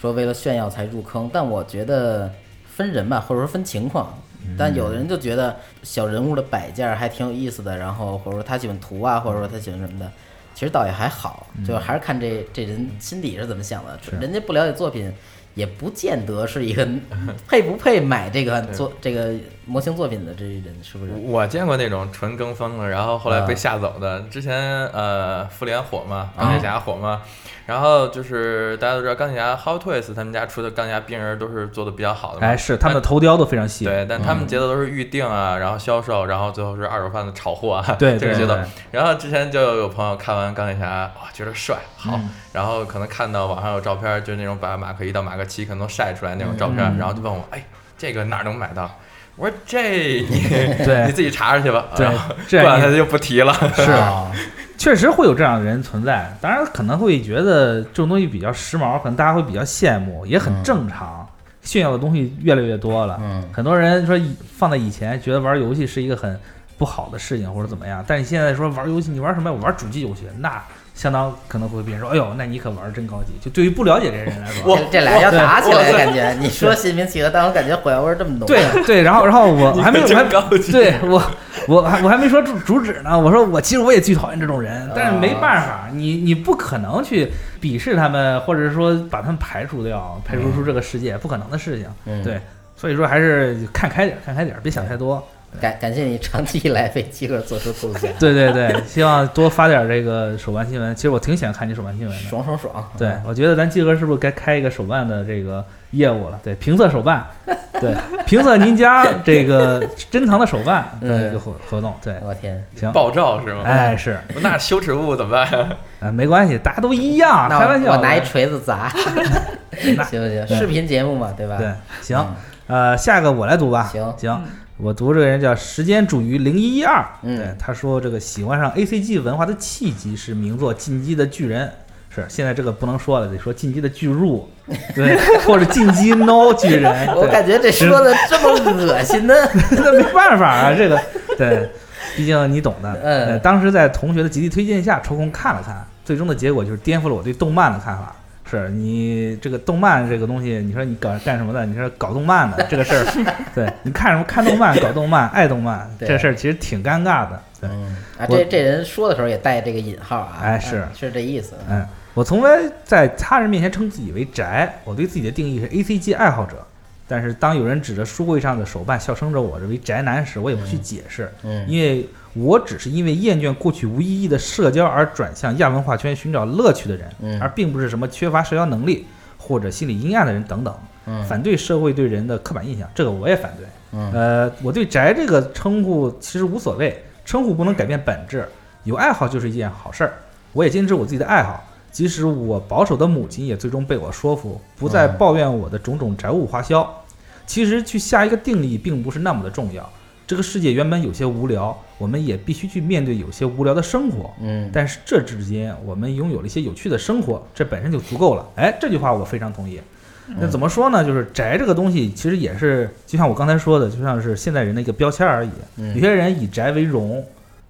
Speaker 1: 说为了炫耀才入坑，但我觉得分人吧，或者说分情况。但有的人就觉得小人物的摆件儿还挺有意思的，然后或者说他喜欢图啊，或者说他喜欢什么的，其实倒也还好，就还是看这这人心嗯底是怎么想的。人家不了解作品，也不见得是一个 配不配买这个作这个模型作品的这人，是不是？
Speaker 4: 我见过那种纯跟风的，然后后来被吓走的。之前呃，复联火嘛，钢铁侠火嘛，然后就是大家都知道钢铁侠 Hot Toys 他们家出的钢铁侠冰人都是做的比较好的嘛。
Speaker 2: 哎，是他们的头雕都非常细。
Speaker 4: 对，但他们节奏都是预定啊，然后销售，然后最后是二手贩子炒货啊，
Speaker 2: 对
Speaker 4: 这个
Speaker 2: 对
Speaker 4: 节奏
Speaker 2: 对。
Speaker 4: 然后之前就有朋友看完钢铁侠，哇，觉得帅，好，
Speaker 2: 嗯
Speaker 4: 然后可能看到网上有照片，就是那种把马克一到马克七可能都晒出来那种照片，
Speaker 2: 嗯
Speaker 4: 然后就问我，哎，这个哪儿能买到？我说这你
Speaker 2: 对
Speaker 4: 你自己查查去吧，
Speaker 2: 对
Speaker 4: 然后
Speaker 2: 这
Speaker 4: 过
Speaker 2: 样
Speaker 4: 两
Speaker 2: 你
Speaker 4: 天就不提了。
Speaker 2: 是
Speaker 1: 啊
Speaker 2: 确实会有这样的人存在，当然可能会觉得这种东西比较时髦，可能大家会比较羡慕，也很正常。炫耀的东西越来越多了，
Speaker 1: 嗯
Speaker 2: 很多人说以放在以前觉得玩游戏是一个很不好的事情或者怎么样，但是现在说玩游戏，你玩什么呀？我玩主机游戏，那相当可能会别人说，哎呦，那你可玩真高级。就对于不了解这些人来说，
Speaker 1: 这这俩要打起来的
Speaker 4: 哇
Speaker 1: 感觉。你说心平气和，但我感觉火药味儿这么浓。
Speaker 2: 对对，然后然后我还没有
Speaker 4: 你可
Speaker 2: 还
Speaker 4: 真高级
Speaker 2: 对我我还我还没说主主旨呢，我说我其实我也最讨厌这种人，但是没办法，你你不可能去鄙视他们，或者是说把他们排除掉，排除出这个世界，不可能的事情。
Speaker 1: 嗯
Speaker 2: 对，所以说还是看开点儿，看开点儿，别想太多。，
Speaker 1: 感感谢你长期以来为饥饿做出贡 献
Speaker 2: 对对对，希望多发点儿这个手办新闻。其实我挺喜欢看你手办新闻的。
Speaker 1: 爽爽爽！
Speaker 2: 对，我觉得咱季哥是不是该开一个手办的这个业务了？对，评测 手办，对，评测您家这个珍藏的手办
Speaker 1: 嗯
Speaker 2: 的一个活活动，对，
Speaker 1: 我天，
Speaker 2: 行，
Speaker 4: 爆照是吗？
Speaker 2: 哎，是，
Speaker 4: 那羞耻物怎么办呀？
Speaker 2: 啊，没关系，大家都一样，
Speaker 1: 那
Speaker 2: 啊开玩
Speaker 1: 我
Speaker 2: 笑，
Speaker 1: 我拿一锤子砸， 行不行？
Speaker 2: 对
Speaker 1: 视频节目嘛，对吧？嗯
Speaker 2: 对，行，呃，下个我来读吧，
Speaker 1: 行
Speaker 2: 行，我读这个人叫时间煮鱼零一一二，
Speaker 1: 嗯
Speaker 2: 对，他说这个喜欢上 A C G 文化的契机是名作《进击的巨人》。是，现在这个不能说了，得说进击的巨入， 对，或者进击 no 巨人。
Speaker 1: 我
Speaker 2: 对
Speaker 1: 感觉这说的这么恶心呢。
Speaker 2: 那没办法啊，这个对，毕竟你懂的。
Speaker 1: 嗯
Speaker 2: 呃当时在同学的极力推荐下，抽空看了看，最终的结果就是颠覆了我对动漫的看法。是你这个动漫这个东西，你说你搞干什么的？你说搞动漫的这个事儿， 对你看什么看动漫、搞动漫、爱动漫
Speaker 1: 对
Speaker 2: 这事儿，其实挺尴尬的。对，
Speaker 1: 嗯啊，
Speaker 2: 我
Speaker 1: 这这人说的时候也带这个引号啊，
Speaker 2: 哎
Speaker 1: 嗯
Speaker 2: 是
Speaker 1: 是这意思，
Speaker 2: 嗯，我从来在他人面前称自己为宅，我对自己的定义是 A C G 爱好者。但是当有人指着书柜上的手办笑称着我这为宅男时，我也不去解释，
Speaker 1: 嗯
Speaker 2: 因为我只是因为厌倦过去无意义的社交而转向亚文化圈寻找乐趣的人，
Speaker 1: 嗯
Speaker 2: 而并不是什么缺乏社交能力或者心理阴暗的人等等。
Speaker 1: 嗯
Speaker 2: 反对社会对人的刻板印象，这个我也反对。
Speaker 1: 嗯
Speaker 2: 呃，我对宅这个称呼其实无所谓，称呼不能改变本质，有爱好就是一件好事儿。我也坚持我自己的爱好，即使我保守的母亲也最终被我说服，不再
Speaker 1: 嗯
Speaker 2: 抱怨我的种种宅务花销。其实去下一个定义并不是那么的重要。这个世界原本有些无聊，我们也必须去面对有些无聊的生活。
Speaker 1: 嗯
Speaker 2: 但是这之间，我们拥有了一些有趣的生活，这本身就足够了。哎，这句话我非常同意。那
Speaker 1: 嗯
Speaker 2: 怎么说呢？就是宅这个东西，其实也是就像我刚才说的，就像是现代人的一个标签而已。有
Speaker 1: 嗯
Speaker 2: 些人以宅为荣，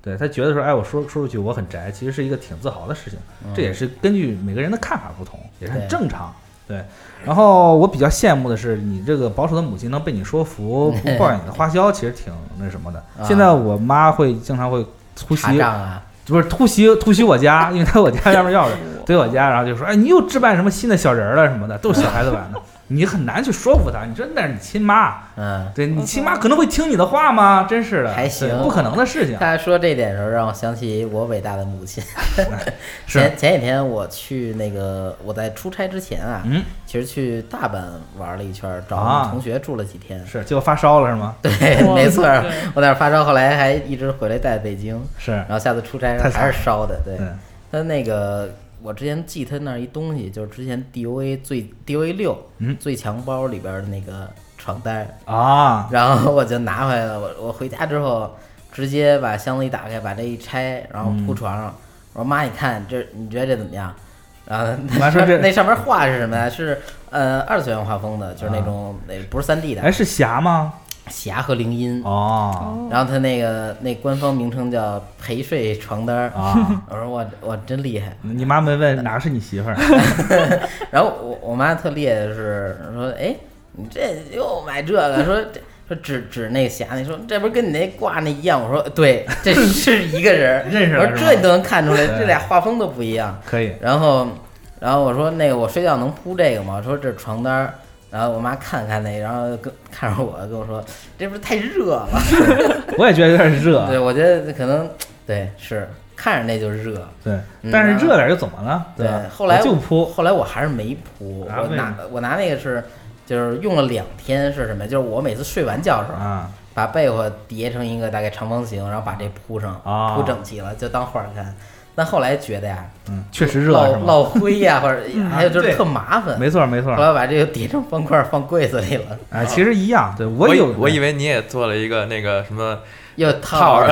Speaker 2: 对他觉得说，哎，我说说出去我很宅，其实是一个挺自豪的事情。这也是根据每个人的看法不同，也是很
Speaker 1: 嗯对
Speaker 2: 正常。对，然后我比较羡慕的是，你这个保守的母亲能被你说 服，不抱怨你的花销，其实挺那什么的。现在我妈会经常会突袭
Speaker 1: 啊查账啊，
Speaker 2: 不是突袭突袭我家，因为他我家外面 钥匙怼我家，然后就说：“哎，你又置办什么新的小人儿啊了什么的，都是小孩子 玩的。”你很难去说服他，你说那是你亲妈，
Speaker 1: 嗯，
Speaker 2: 对你亲妈可能会听你的 话吗？真是的，
Speaker 1: 还行
Speaker 2: 对不可能的事情。
Speaker 1: 他说这点的时候，让我想起我伟大的母 亲。
Speaker 2: 哎是
Speaker 1: 前前几天我去那个我在出差之前啊，
Speaker 2: 嗯，
Speaker 1: 其实去大阪玩了一圈儿，找我
Speaker 2: 啊
Speaker 1: 们同学住了几 天。
Speaker 2: 是，结果发烧了是吗？
Speaker 1: 对，
Speaker 3: 哇
Speaker 1: 没错儿
Speaker 3: 对，
Speaker 1: 我在那儿发烧，后来还一直回来在北京，
Speaker 2: 是，
Speaker 1: 然后下次出差
Speaker 2: 太惨
Speaker 1: 还是烧的。对，
Speaker 2: 嗯
Speaker 1: 他那个我之前记他那儿一东西，就是之前 DOA 最 DOA 六
Speaker 2: 嗯
Speaker 1: 最强包里边儿的那个床单儿，
Speaker 2: 啊，
Speaker 1: 然后我就拿回来了。我我回家之后，直接把箱子一打开，把这一拆，然后铺床上。我说妈，你看这，你觉得这怎么样？然后
Speaker 2: 你妈
Speaker 1: 那
Speaker 2: 说
Speaker 1: 上
Speaker 2: 这
Speaker 1: 那上面画是什么呀？是呃二次元画风的，就是那种那、不是三 D
Speaker 2: 哎，
Speaker 1: 的
Speaker 2: 是霞吗？
Speaker 1: 霞和铃音。
Speaker 2: 哦
Speaker 3: 哦，
Speaker 1: 然后它那个那官方名称叫陪睡床单儿。
Speaker 2: 啊，
Speaker 1: 我说我我真厉害。
Speaker 2: 你妈没问哪个是你媳妇 儿？
Speaker 1: 然后我我妈特厉害的是说，哎，你这又买这个， 说这说指指那匣，你说这不是跟你那挂那一样？我说对， 这是一个人儿
Speaker 2: ，认识了
Speaker 1: 我
Speaker 2: 是
Speaker 1: 说
Speaker 2: 吗
Speaker 1: 这你都能看出来，
Speaker 2: 对
Speaker 1: 这俩画风都不一样。
Speaker 2: 可以，
Speaker 1: 然后然后我说那个我睡觉能铺这个吗？我说这是床单儿。然后我妈看看那，然后跟看着我跟我说，这不是太热了？
Speaker 2: 我也觉得有点热
Speaker 1: 对，，我觉得可能对是看着那就是热。
Speaker 2: 对，
Speaker 1: 嗯
Speaker 2: 但
Speaker 1: 然后
Speaker 2: 是热点儿又怎么了？
Speaker 1: 对
Speaker 2: 吧，
Speaker 1: 后来
Speaker 2: 我就
Speaker 1: 我
Speaker 2: 扑
Speaker 1: 后来我还是没铺，
Speaker 2: 啊
Speaker 1: 我
Speaker 2: 为什
Speaker 1: 拿我拿那个是，就是用了两天是什么？就是我每次睡完觉的时候，
Speaker 2: 啊，
Speaker 1: 把被窝叠成一个大概长方形，然后把这铺上，
Speaker 2: 啊
Speaker 1: 铺整齐了，就当画儿看。但后来觉得呀，
Speaker 2: 嗯，确实热是
Speaker 1: 落
Speaker 2: 吗？
Speaker 1: 落灰 呀、或者还有就是
Speaker 2: 对
Speaker 1: 特麻烦。
Speaker 2: 没错没错
Speaker 1: 后，来把这个叠成方块儿放柜子里 了，
Speaker 2: 哎，其实一
Speaker 1: 啊
Speaker 2: 样，对我
Speaker 4: 以
Speaker 2: 有
Speaker 4: 我以为你也做了一个那个什么
Speaker 1: 又
Speaker 4: 套
Speaker 1: 套
Speaker 4: 儿，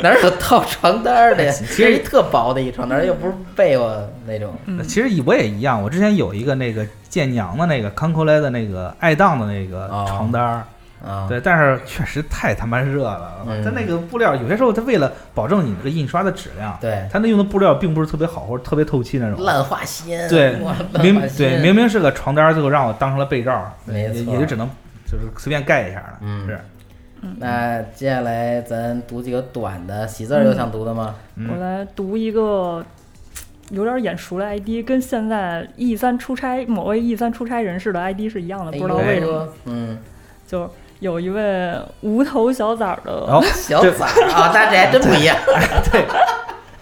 Speaker 1: 哪有套床单儿的呀？
Speaker 2: 哎其
Speaker 1: 这
Speaker 2: 实嗯
Speaker 1: 一特薄的一床单儿，又不是被窝那种。
Speaker 3: 嗯
Speaker 2: 其实我也一样，我之前有一个那个建娘的那个康科莱的那个爱当的那个
Speaker 1: 哦
Speaker 2: 床单儿，
Speaker 1: 啊，
Speaker 2: 对，但是确实太他妈热了，
Speaker 1: 嗯
Speaker 2: 它那个布料有些时候它为了保证你这个印刷的质量，
Speaker 1: 对，
Speaker 2: 它那用的布料并不是特别好或者特别透气那种。
Speaker 1: 烂化纤，
Speaker 2: 对
Speaker 1: 哇，
Speaker 2: 明
Speaker 1: 烂化
Speaker 2: 对
Speaker 1: 纤
Speaker 2: 明明是个床单儿，最后让我当成了被罩儿，对
Speaker 1: 没
Speaker 2: 也
Speaker 1: 错
Speaker 2: 也就只能就是随便盖一下了。
Speaker 1: 嗯
Speaker 2: 是，
Speaker 1: 那接下来咱读几个短的，喜字儿
Speaker 3: 嗯
Speaker 1: 有想读的吗？
Speaker 3: 我
Speaker 2: 嗯，
Speaker 3: 来读一个有点眼熟的 ID，跟现在 E 三出差某位 E 三出差人士的 ID 是一样的，
Speaker 1: 哎呦
Speaker 3: 不知道为什么，
Speaker 1: 嗯，
Speaker 3: 就是有一位无头小崽儿的，
Speaker 2: 哦，
Speaker 1: 小崽儿啊，那这还真不一样。
Speaker 2: 对，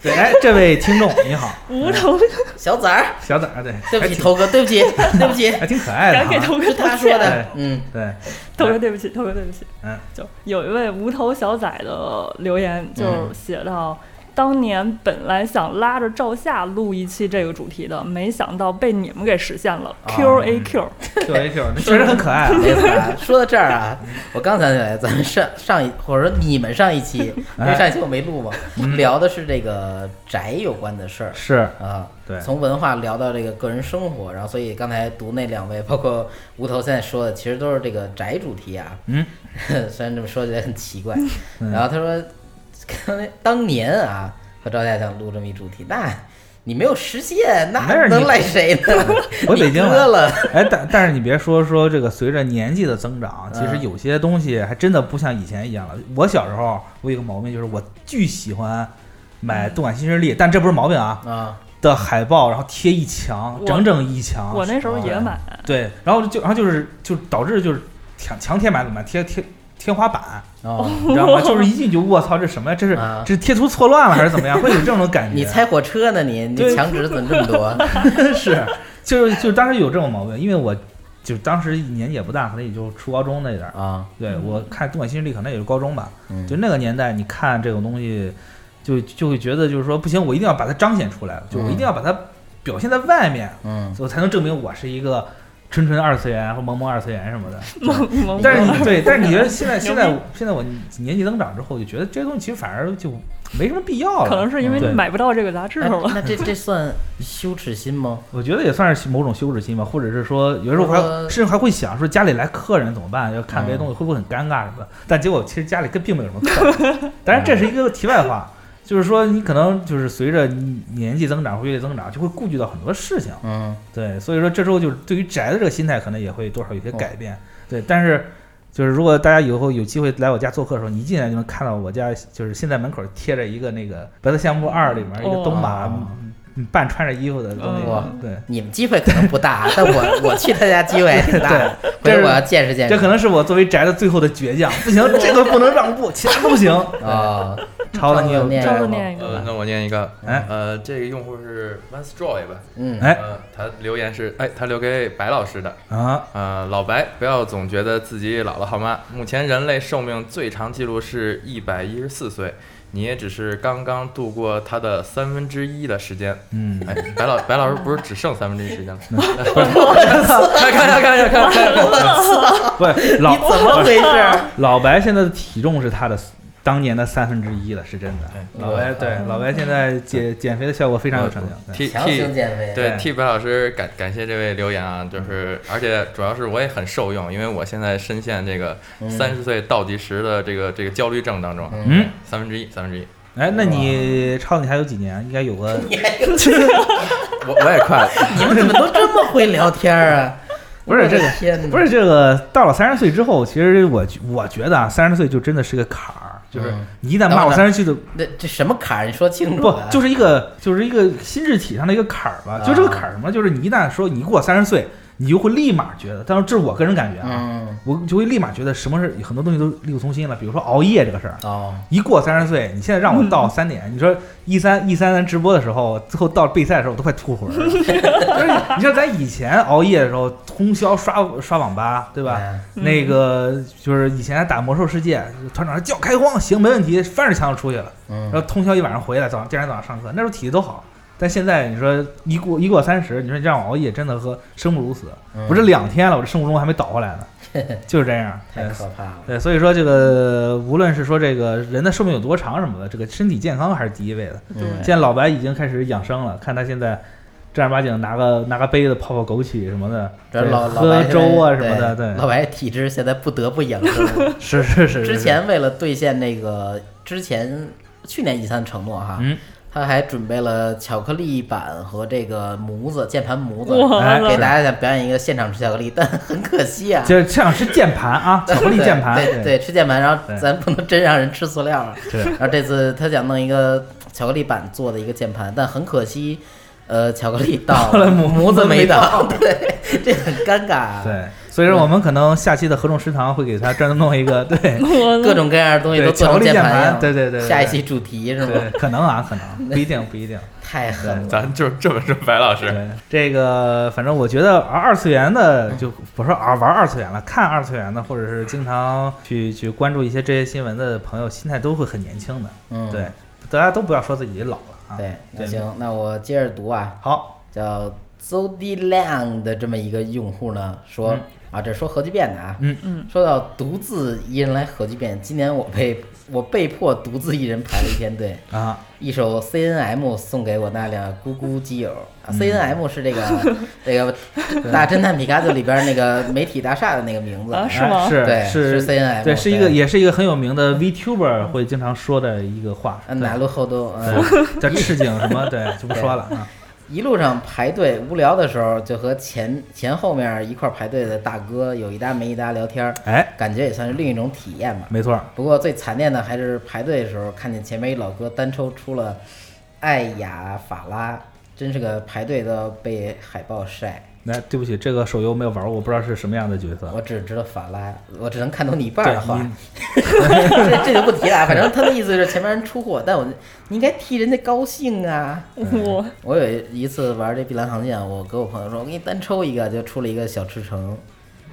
Speaker 2: 对，哎，这位听众你好，
Speaker 3: 无头，
Speaker 1: 小崽儿，
Speaker 2: 小崽儿，对，
Speaker 1: 对不
Speaker 2: 还
Speaker 1: 起，
Speaker 2: 挺
Speaker 1: 头哥， 对不起，对不起，
Speaker 2: 还挺可爱的
Speaker 3: 敢给
Speaker 2: 哈，
Speaker 3: 头哥
Speaker 1: 是
Speaker 3: 道
Speaker 1: 他
Speaker 3: 歉
Speaker 1: 说
Speaker 2: 哎
Speaker 1: 的。嗯，
Speaker 2: 对，
Speaker 3: 头哥对不起，头哥对不起。
Speaker 2: 哎嗯，
Speaker 3: 就有一位无头小仔的留言，
Speaker 2: 嗯
Speaker 3: 就是写到。当年本来想拉着赵夏录一期这个主题的，没想到被你们给实现了。Q
Speaker 2: 啊
Speaker 3: A Q，
Speaker 2: Q A Q，那确实很可爱啊。
Speaker 1: 没 错啊。说到这儿啊，我刚想起来，咱们上上一或者说你们上一期，因为上一期我没录嘛，聊的是这个宅有关的事儿。
Speaker 2: 是，
Speaker 1: 啊，
Speaker 2: 对
Speaker 1: 从文化聊到这个个人生活，然后所以刚才读那两位，包 括无头现在说的，其实都是这个宅主题啊。
Speaker 2: 嗯，
Speaker 1: 虽然这么说起来很奇怪，
Speaker 2: 嗯
Speaker 1: 然后他说，刚才当年啊和赵夏想录这么一主题，那你没有实现，
Speaker 2: 没事
Speaker 1: 那
Speaker 2: 你
Speaker 1: 能赖谁呢？
Speaker 2: 回北京
Speaker 1: 你割了，
Speaker 2: 哎，但但是你别说说这个，随着年纪的增长，其
Speaker 1: 嗯
Speaker 2: 实有些东西还真的不像以前一样了。我小时候我有一个毛病，就是我巨喜欢买
Speaker 1: 嗯
Speaker 2: 《动感新势力》，但这不是毛病 啊
Speaker 1: 啊，
Speaker 2: 的海报，然后贴一墙，
Speaker 3: 我
Speaker 2: 整整一墙。
Speaker 3: 我那时候也买，
Speaker 2: 对，然后就然后就是就导致就是墙墙贴满了嘛，贴贴天花板，
Speaker 1: 哦，
Speaker 2: 你知 道吗？就是一进去，我操，这什么呀？这是
Speaker 1: 啊
Speaker 2: 这是贴图错乱了还是怎么样？会有这种感觉。
Speaker 1: 你猜火车呢你？你
Speaker 2: 对
Speaker 1: 墙纸怎么这么 多？
Speaker 2: 是，就是就是当时有这种毛病，因为我就当时年纪也不大，可能也就初高中那点儿。
Speaker 1: 啊，
Speaker 2: 对
Speaker 3: 嗯
Speaker 2: 我看《动感新势力》可能也是高中吧，
Speaker 1: 嗯
Speaker 2: 就那个年代，你看这种东西，就就会觉得就是说不行，我一定要把它彰显出来，就我一定要把它表现在外面，
Speaker 1: 嗯，
Speaker 2: 我才能证明我是一个纯纯二次元或萌萌二次元什 么的。
Speaker 3: 萌萌
Speaker 2: 但是你对，但是你觉得现在现在现在我年纪增长之后，就觉得这些东西其实反而就没什么必要了。嗯
Speaker 3: 可能是因为你
Speaker 2: 对
Speaker 3: 买不到这个杂志
Speaker 1: 那
Speaker 3: 了。
Speaker 1: 那这这算羞耻心吗？
Speaker 2: 我觉得也算是某种羞耻心吧，或者是说，有时候还
Speaker 1: 我
Speaker 2: 甚至还会想说家里来客人怎么办？要看这些东西会不会很尴尬什
Speaker 1: 嗯
Speaker 2: 么的？但结果其实家里根并没有什么客。当然这是一个题外话，就是说你可能就是随着你年纪增长或阅历增长，就会顾及到很多事情。
Speaker 1: 嗯，
Speaker 2: 对，所以说这时候就是对于宅的这个心态，可能也会多少有些改
Speaker 1: 哦
Speaker 2: 变。对，但是就是如果大家以后有机会来我家做客的时候，你一进来就能看到我家就是现在门口贴着一个那个《白色相簿二》里面一个
Speaker 3: 哦
Speaker 2: 东马嗯半穿着衣服的东西
Speaker 1: 哇，
Speaker 2: 对。
Speaker 1: 你们机会可能不大，啊 但我我去他家机会还挺大的，回
Speaker 2: 这
Speaker 1: 头
Speaker 2: 是
Speaker 1: 我要见识见识。
Speaker 2: 这可能是我作为宅的最后的倔 强，不行，这个不能让步，其他都不行。
Speaker 1: 啊，
Speaker 2: 超子，你有
Speaker 1: 念
Speaker 2: 这
Speaker 3: 赵
Speaker 2: 样
Speaker 3: 子
Speaker 2: 吗
Speaker 3: 念一个，
Speaker 4: 呃，那我念一个，
Speaker 2: 哎
Speaker 4: 呃，这个用户是 One Stroy 吧？
Speaker 1: 嗯，
Speaker 2: 哎
Speaker 4: 呃，他留言是，哎，他留给白老师的，
Speaker 2: 啊，
Speaker 4: 呃，老白，不要总觉得自己老了好吗？目前人类寿命最长记录是一百一十四岁，你也只是刚刚度过它的三分之一的时间。
Speaker 2: 嗯，
Speaker 4: 哎，白老白老师不是只剩三分之一时间 了？看看看看看看，
Speaker 2: 不
Speaker 1: 你
Speaker 2: 是老
Speaker 1: 怎么回事？
Speaker 2: 老白现在的体重是他的当年的三分之一了，是真的
Speaker 4: 哎。
Speaker 2: 老白对老白现在
Speaker 1: 嗯
Speaker 2: 减减肥的效果
Speaker 4: 呃
Speaker 2: 非常有成就。对
Speaker 4: 替
Speaker 1: 强行
Speaker 4: 替
Speaker 1: 减肥，
Speaker 4: 对
Speaker 2: 对
Speaker 4: 替白老师感感谢这位留言啊，就是而且主要是我也很受用，因为我现在深陷这个三十岁倒计时的这个这个焦虑症当中啊，
Speaker 2: 嗯，
Speaker 4: 三分之一三分之一，
Speaker 2: 哎，那你超子你还有几年？应该有 个
Speaker 1: 你还
Speaker 4: 我我也快了，
Speaker 1: 你们怎么都这么会聊天儿啊？
Speaker 2: 不是
Speaker 1: 我的
Speaker 2: 这个
Speaker 1: 天哪，
Speaker 2: 不是这个到了三十岁之后，其实我觉我觉得啊，三十岁就真的是个坎儿，就是
Speaker 1: 嗯
Speaker 2: 你一旦骂我三十岁的
Speaker 1: 那这什么坎儿？你说清楚
Speaker 2: 不
Speaker 1: 啊。
Speaker 2: 就是一个就是一个心智体上的一个坎儿吧？就这个坎儿什么？就是你一旦说你过三十岁，你就会立马觉得，但是这是我个人感觉啊，
Speaker 1: 嗯，
Speaker 2: 我就会立马觉得什么事很多东西都力不从心了。比如说熬夜这个事儿，
Speaker 1: 哦，
Speaker 2: 一过三十岁，你现在让我到三点，你说一三一三咱直播的时候，最后到备赛的时候，我都快吐魂儿了。就是你像咱以前熬夜的时候，通宵刷刷网吧，对
Speaker 1: 对
Speaker 2: 吧？
Speaker 1: 嗯
Speaker 3: 嗯
Speaker 2: 那个就是以前打魔兽世界，团长说叫开荒，行，没问题，翻着墙就出去了，然后
Speaker 1: 嗯，
Speaker 2: 通宵一晚上回来，早上第二天早上上课，那时候体力都好。但现在你说一过一过三十，你说你让我熬夜，真的和生不如死。
Speaker 1: 嗯
Speaker 2: 我这两天了，我这生物钟还没倒回来 呢，就是这样。
Speaker 1: 太
Speaker 2: 对
Speaker 1: 可怕了。
Speaker 2: 对，所以说这个无论是说这个人的寿命有多长什么的，这个身体健康还是第一位的。
Speaker 1: 嗯
Speaker 2: 现在老白已经开始养生了，看他现在正儿八经拿个拿个杯子泡泡枸杞什么的，
Speaker 1: 这
Speaker 2: 对
Speaker 1: 老老
Speaker 2: 喝
Speaker 1: 白现在
Speaker 2: 粥啊什么的，对，
Speaker 1: 老 白体质现在不得不养生。
Speaker 2: 是是是。
Speaker 1: 之
Speaker 2: 是
Speaker 1: 前为了兑现那个之前去年一餐承诺哈，
Speaker 2: 嗯
Speaker 1: 他还准备了巧克力板和这个模子键盘模子，
Speaker 3: 哇
Speaker 2: 哎
Speaker 1: 给
Speaker 2: 是
Speaker 1: 大家想表演一个现场吃巧克力，但很可惜啊，
Speaker 2: 就是这样是键盘啊， 巧克力键盘，
Speaker 1: 对对
Speaker 2: 对，
Speaker 1: 吃键盘，然后
Speaker 2: 对
Speaker 1: 咱不能真让人吃塑料啊。
Speaker 2: 是
Speaker 1: 然后这次他想弄一个巧克力板做的一个键盘，但很可惜，呃，巧克力到
Speaker 2: 到了
Speaker 1: 模
Speaker 2: 模
Speaker 1: 子
Speaker 2: 模子没
Speaker 1: 到，对，这很尴尬啊。
Speaker 2: 对所以说我们可能下期的合众食堂会给他专门弄一个， 嗯对
Speaker 3: 我
Speaker 1: 各种各样的东西都
Speaker 2: 对
Speaker 1: 做
Speaker 2: 巧克
Speaker 1: 成
Speaker 2: 力键
Speaker 1: 盘一样
Speaker 2: 盘，对对对，对
Speaker 1: 下一期主题是
Speaker 2: 对
Speaker 1: 吗？，
Speaker 2: 可能啊，可能不一定不 一定。
Speaker 1: 太狠了，
Speaker 4: 咱就这么说，白老师，
Speaker 2: 对，这个反正我觉得玩二次元的，就不说啊玩二次元了，看二次元的，或者是经常去去关注一些这些新闻的朋友，心态都会很年轻的。
Speaker 1: 嗯，
Speaker 2: 对，大家都不要说自己老了啊。
Speaker 1: 对，那
Speaker 2: 对
Speaker 1: 行，那我接着读啊，
Speaker 2: 好，
Speaker 1: 叫 Zodi Lang 的这么一个用户呢说
Speaker 2: 嗯
Speaker 1: 啊，这说核聚变的啊，
Speaker 2: 嗯
Speaker 1: 说到独自一人来核聚变，今年我被我被迫独自一人排了一天队。
Speaker 2: 啊，
Speaker 1: 一首 C N M 送给我那辆咕咕基友。C 啊
Speaker 2: 嗯
Speaker 1: N M 是这 个这个大侦探皮卡丘里边那个媒体大厦的那个名字
Speaker 3: 啊是
Speaker 2: 哎
Speaker 3: 吗
Speaker 1: 对
Speaker 2: 是
Speaker 1: 是 CNM
Speaker 2: 对，是一个
Speaker 1: 对
Speaker 2: 也是一个很有名的 VTuber 会经常说的一个话，
Speaker 1: 嗯，哪路后都嗯。
Speaker 2: 对叫赤井什么，对，就不说了啊。
Speaker 1: 一路上排队无聊的时候，就和前前后面一块儿排队的大哥有一搭没一搭聊天儿，
Speaker 2: 哎，
Speaker 1: 感觉也算是另一种体验吧。
Speaker 2: 没错儿，
Speaker 1: 不过最惨烈的还是排队的时候，看见前面一老哥单抽出了艾雅法拉，真是个排队都要被海报晒。
Speaker 2: 那哎对不起，这个手游没有玩过，我不知道是什么样的角色。
Speaker 1: 我只知道法拉，我只能看懂你一半儿的
Speaker 2: 对，
Speaker 1: 话
Speaker 2: 你，
Speaker 1: 这这就不提了啊。反正他的意思是前面人出货，但我你应该替人家高兴啊。
Speaker 2: 哦
Speaker 3: 我
Speaker 1: 我有一次玩这碧蓝航线，我跟我朋友说，我给你单抽一个，就出了一个小赤橙，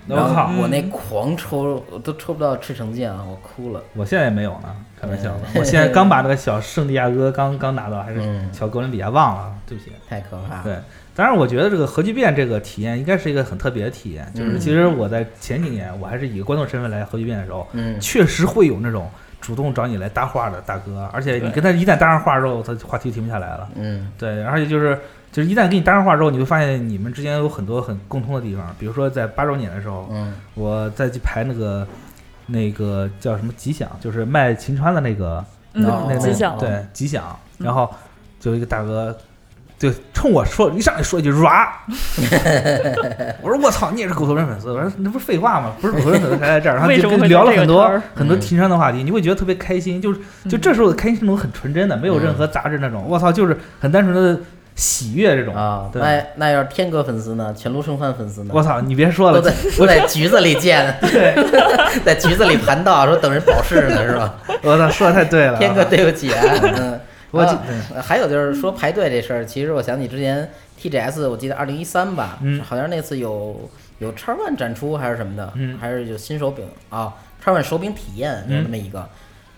Speaker 2: 我
Speaker 1: 然
Speaker 2: 靠
Speaker 1: 后我那狂抽，我都抽不到赤橙酱，我哭了。
Speaker 2: 我现在也没有呢，开玩笑的。我现在刚把那个小圣地亚哥刚刚拿到，还是
Speaker 1: 嗯啊
Speaker 2: 小哥伦比亚忘了，对不起。
Speaker 1: 太可怕了。
Speaker 2: 对，当然我觉得这个核聚变这个体验应该是一个很特别的体验，
Speaker 1: 嗯
Speaker 2: 就是其实我在前几年我还是以观众身份来核聚变的时候，
Speaker 1: 嗯，
Speaker 2: 确实会有那种主动找你来搭话的大哥，而且你跟他一旦搭上话之后，他话题停不下来了。
Speaker 1: 嗯
Speaker 2: 对，而且就是就是一旦跟你搭上话之后，你会发现你们之间有很多很共通的地方，比如说在八周年的时候，
Speaker 1: 嗯
Speaker 2: 我再去排那个那个叫什么吉祥，就是卖秦川的那个
Speaker 3: 嗯
Speaker 2: 那那那
Speaker 3: 吉祥嗯
Speaker 2: 对吉祥，然后就有一个大哥。就冲我说，一上来说一句 “ra”，我说我操，你也是狗头人粉丝？我说那不是废话吗？不是狗头人粉丝才在这儿，然后
Speaker 3: 为
Speaker 2: 就
Speaker 3: 什么
Speaker 2: 跟
Speaker 3: 会
Speaker 2: 聊了
Speaker 3: 这个
Speaker 2: 很多
Speaker 3: 摊儿嗯
Speaker 2: 很多秦川的话题，你会觉得特别开心，就是就这时候的开心是那种很纯真的，没有任何杂质那种。我操，就是很单纯的喜悦这种
Speaker 1: 啊，
Speaker 2: 对，
Speaker 1: 那那要是天哥粉丝呢？全路剩饭粉丝呢？
Speaker 2: 我操，你别说
Speaker 1: 都
Speaker 2: 了，
Speaker 1: 在都在局子里见，
Speaker 2: 对，
Speaker 1: 在局子里盘道，说等人保释呢，是吧？
Speaker 2: 我操，说的太对了啊，
Speaker 1: 天哥，对不起 啊。嗯，
Speaker 2: 我记
Speaker 1: 啊还有就是说排队这事儿，其实我想起之前 TGS，我记得二零一三吧，
Speaker 2: 嗯
Speaker 1: 好像那次有有叉 One 展出还是什么的，
Speaker 2: 嗯
Speaker 1: 还是有新手柄啊，叉 One 手柄体验有那么一个。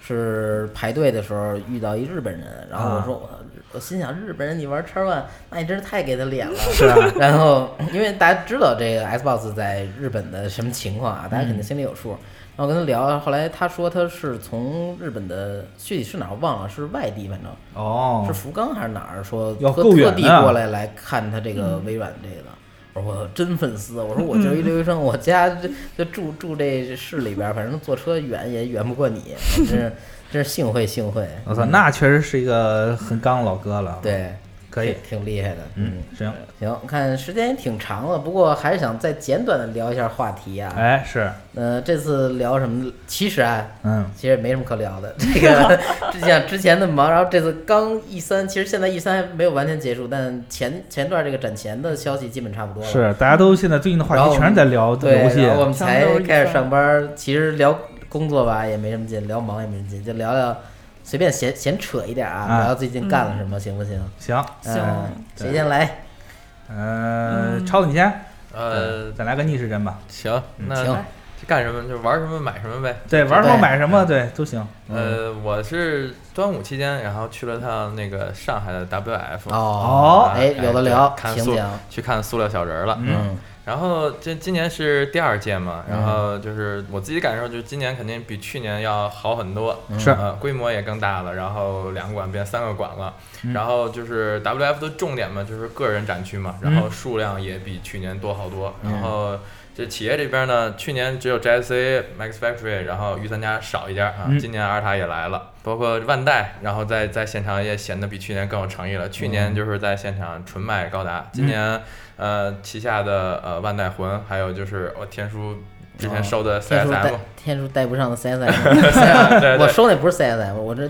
Speaker 1: 是排队的时候遇到一日本人，然后我
Speaker 2: 啊
Speaker 1: 说我、我心想日本人你玩叉 One，那你真是太给他脸了。
Speaker 2: 是啊，
Speaker 1: 然后，因为大家知道这个 Xbox 在日本的什么情况啊，大家肯
Speaker 2: 嗯
Speaker 1: 定心里有数。然后跟他聊，后来他说他是从日本的具体是哪儿我忘了，是外地，反正
Speaker 2: 哦
Speaker 1: 是，福冈还是哪儿，说
Speaker 2: 要
Speaker 1: 特
Speaker 2: 够远
Speaker 1: 特
Speaker 2: 啊嗯
Speaker 1: 地过来来看他这个微软这个。我说我真粉丝，我说我就是一留学生，我家这就住住这市里边儿，反正坐车远也远不过你，真是真是幸会幸会。
Speaker 2: 我操，那确实是一个很刚的老哥了，，
Speaker 1: 对，
Speaker 2: 可以，
Speaker 1: 挺挺厉害的，
Speaker 2: 嗯，行，
Speaker 1: 行，看时间也挺长了，不过还是想再简短的聊一下话题啊。
Speaker 2: 哎，是，
Speaker 1: 呃，这次聊什么？其实啊，
Speaker 2: 嗯，
Speaker 1: 其实也没什么可聊 的。这个就像之前那么忙，然后这次刚 E 三，其实现在 E 三还没有完全结束，但前前段这个展前的消息基本差不多了。
Speaker 2: 是，大家都现在最近的话
Speaker 1: 然后
Speaker 2: 题全是在聊
Speaker 1: 对，
Speaker 2: 游戏
Speaker 1: 然，后我们才
Speaker 3: 全都是 E E3
Speaker 1: 开始上班，其实聊工作吧也没什么劲，聊忙也没什么劲，就聊聊随便闲闲扯一点啊，
Speaker 2: 啊
Speaker 1: 聊聊最近干了什么，行不行？
Speaker 2: 行，
Speaker 3: 嗯行
Speaker 1: 呃
Speaker 2: 对
Speaker 1: 谁先来？
Speaker 2: 呃，超子你先，
Speaker 4: 呃，
Speaker 2: 咱来个逆时针吧，
Speaker 4: 行，
Speaker 1: 行
Speaker 4: 那干什么就玩什么买什么呗。
Speaker 2: 对，玩什么
Speaker 1: 对
Speaker 2: 买什么，对，都行，
Speaker 4: 呃，我是端午期间，然后去了趟那个上海的 WF，
Speaker 1: 哦
Speaker 4: 啊
Speaker 1: 哎，有的聊，
Speaker 4: 看
Speaker 1: 请
Speaker 4: 塑
Speaker 1: 讲。
Speaker 4: 去看塑料小人儿了。
Speaker 1: 嗯
Speaker 4: 然后这今年是第二届嘛，
Speaker 1: 嗯
Speaker 4: 然后就是我自己感受就是今年肯定比去年要好很多，
Speaker 2: 是
Speaker 4: 呃，规模也更大了，然后两个馆变三个馆了，
Speaker 2: 嗯
Speaker 4: 然后就是 WF 的重点嘛，就是个人展区嘛，然后数量也比去年多好多，
Speaker 1: 嗯
Speaker 4: 然后。这企业这边呢，去年只有 JSA、Max Factory，然后御三家少一点啊。
Speaker 2: 嗯
Speaker 4: 今年阿尔塔也来了，包括万代，然后在在现场也显得比去年更有诚意了。去
Speaker 1: 嗯
Speaker 4: 年就是在现场纯卖高达，今年呃旗下的呃万代魂，还有就是我、天书之前收的
Speaker 1: 哦天数
Speaker 4: CSM，、
Speaker 1: 带天数带不上的 CSM，我收那不是 CSM，我这是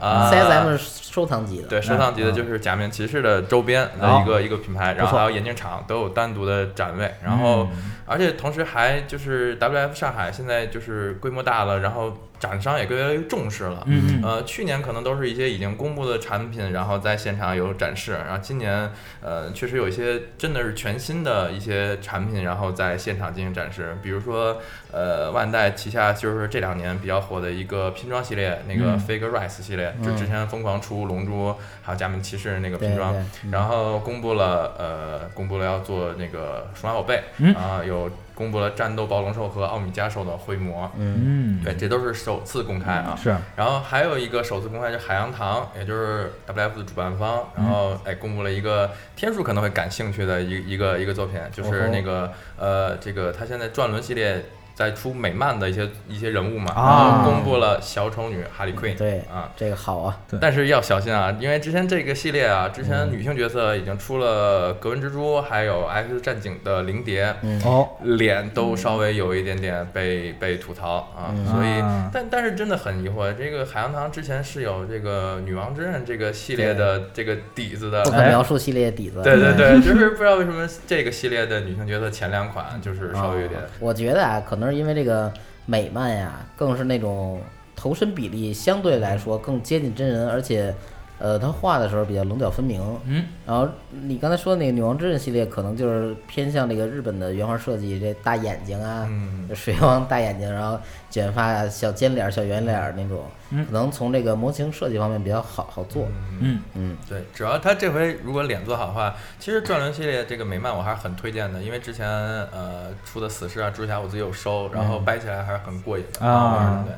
Speaker 4: 啊
Speaker 1: DX，CSM 是收藏级的。
Speaker 4: 对，
Speaker 2: 嗯
Speaker 4: 收藏级的就是假面骑士的周边的一个、一个品牌，然后还有眼镜厂都有单独的展位，然后、
Speaker 2: 嗯
Speaker 4: 而且同时还就是 WF 上海现在就是规模大了，然后展商也越来越重视了。
Speaker 2: 嗯嗯，
Speaker 4: 呃，去年可能都是一些已经公布的产品，然后在现场有展示，然后今年呃确实有一些真的是全新的一些产品，然后在现场进行展示，比如说呃万代旗下就是这两年比较火的一个拼装系列，那个
Speaker 2: 嗯
Speaker 4: Figure Rise 系列，就
Speaker 1: 嗯
Speaker 4: 之前疯狂出龙珠还有假面骑士那个
Speaker 1: 对嗯
Speaker 4: 拼装
Speaker 1: 对，
Speaker 4: 然后公布了呃公布了要做那个数码宝贝，
Speaker 2: 嗯
Speaker 4: 啊、有。公布了战斗暴龙兽和奥米加兽的灰模。
Speaker 1: 嗯
Speaker 2: 嗯，
Speaker 4: 对，这都是首次公开啊。
Speaker 2: 是，
Speaker 4: 然后还有一个首次公开就是海洋堂，也就是 WF 的主办方，
Speaker 1: 嗯
Speaker 4: 然后哎公布了一个天数可能会感兴趣的一一个一个作品，
Speaker 1: 哦
Speaker 4: 就是那个呃这个他现在转轮系列在出美漫的一些一些人物嘛，然
Speaker 2: 啊
Speaker 4: 后公布了小丑女哈利奎
Speaker 1: 对
Speaker 4: 啊，
Speaker 1: 这个好啊，
Speaker 2: 对
Speaker 4: 但是要小心啊，因为之前这个系列啊，之前女性角色已经出了格温蜘蛛，还有 X 战警的灵蝶，
Speaker 1: 嗯
Speaker 2: 哦，
Speaker 4: 脸都稍微有一点点被被吐槽啊，
Speaker 1: 嗯
Speaker 4: 所以
Speaker 2: 啊
Speaker 4: 但但是真的很疑惑，这个海洋堂之前是有这个女王之刃这个系列的这个底子的
Speaker 1: 不，可嗯描述系列底子，
Speaker 4: 哎对对对，就是不知道为什么这个系列的女性角色前两款就是稍微有点，
Speaker 1: 我觉得啊，可能是因为这个美漫呀，更是那种头身比例相对来说更接近真人，而且，呃，他画的时候比较棱角分明。
Speaker 2: 嗯，
Speaker 1: 然后你刚才说那个女王之刃系列，可能就是偏向这个日本的原画设计，这大眼睛啊，
Speaker 4: 嗯
Speaker 1: 水汪大眼睛，然后卷发、小尖脸、小圆脸那种，
Speaker 2: 嗯
Speaker 1: 可能从这个模型设计方面比较好好做。
Speaker 2: 嗯，
Speaker 1: 嗯，
Speaker 4: 对，主要他这回如果脸做好的话，其实转轮系列这个美漫我还是很推荐的，因为之前呃出的死侍啊、蜘蛛侠我自己有收，然后掰起来还是很过瘾的
Speaker 2: 嗯啊
Speaker 4: 对。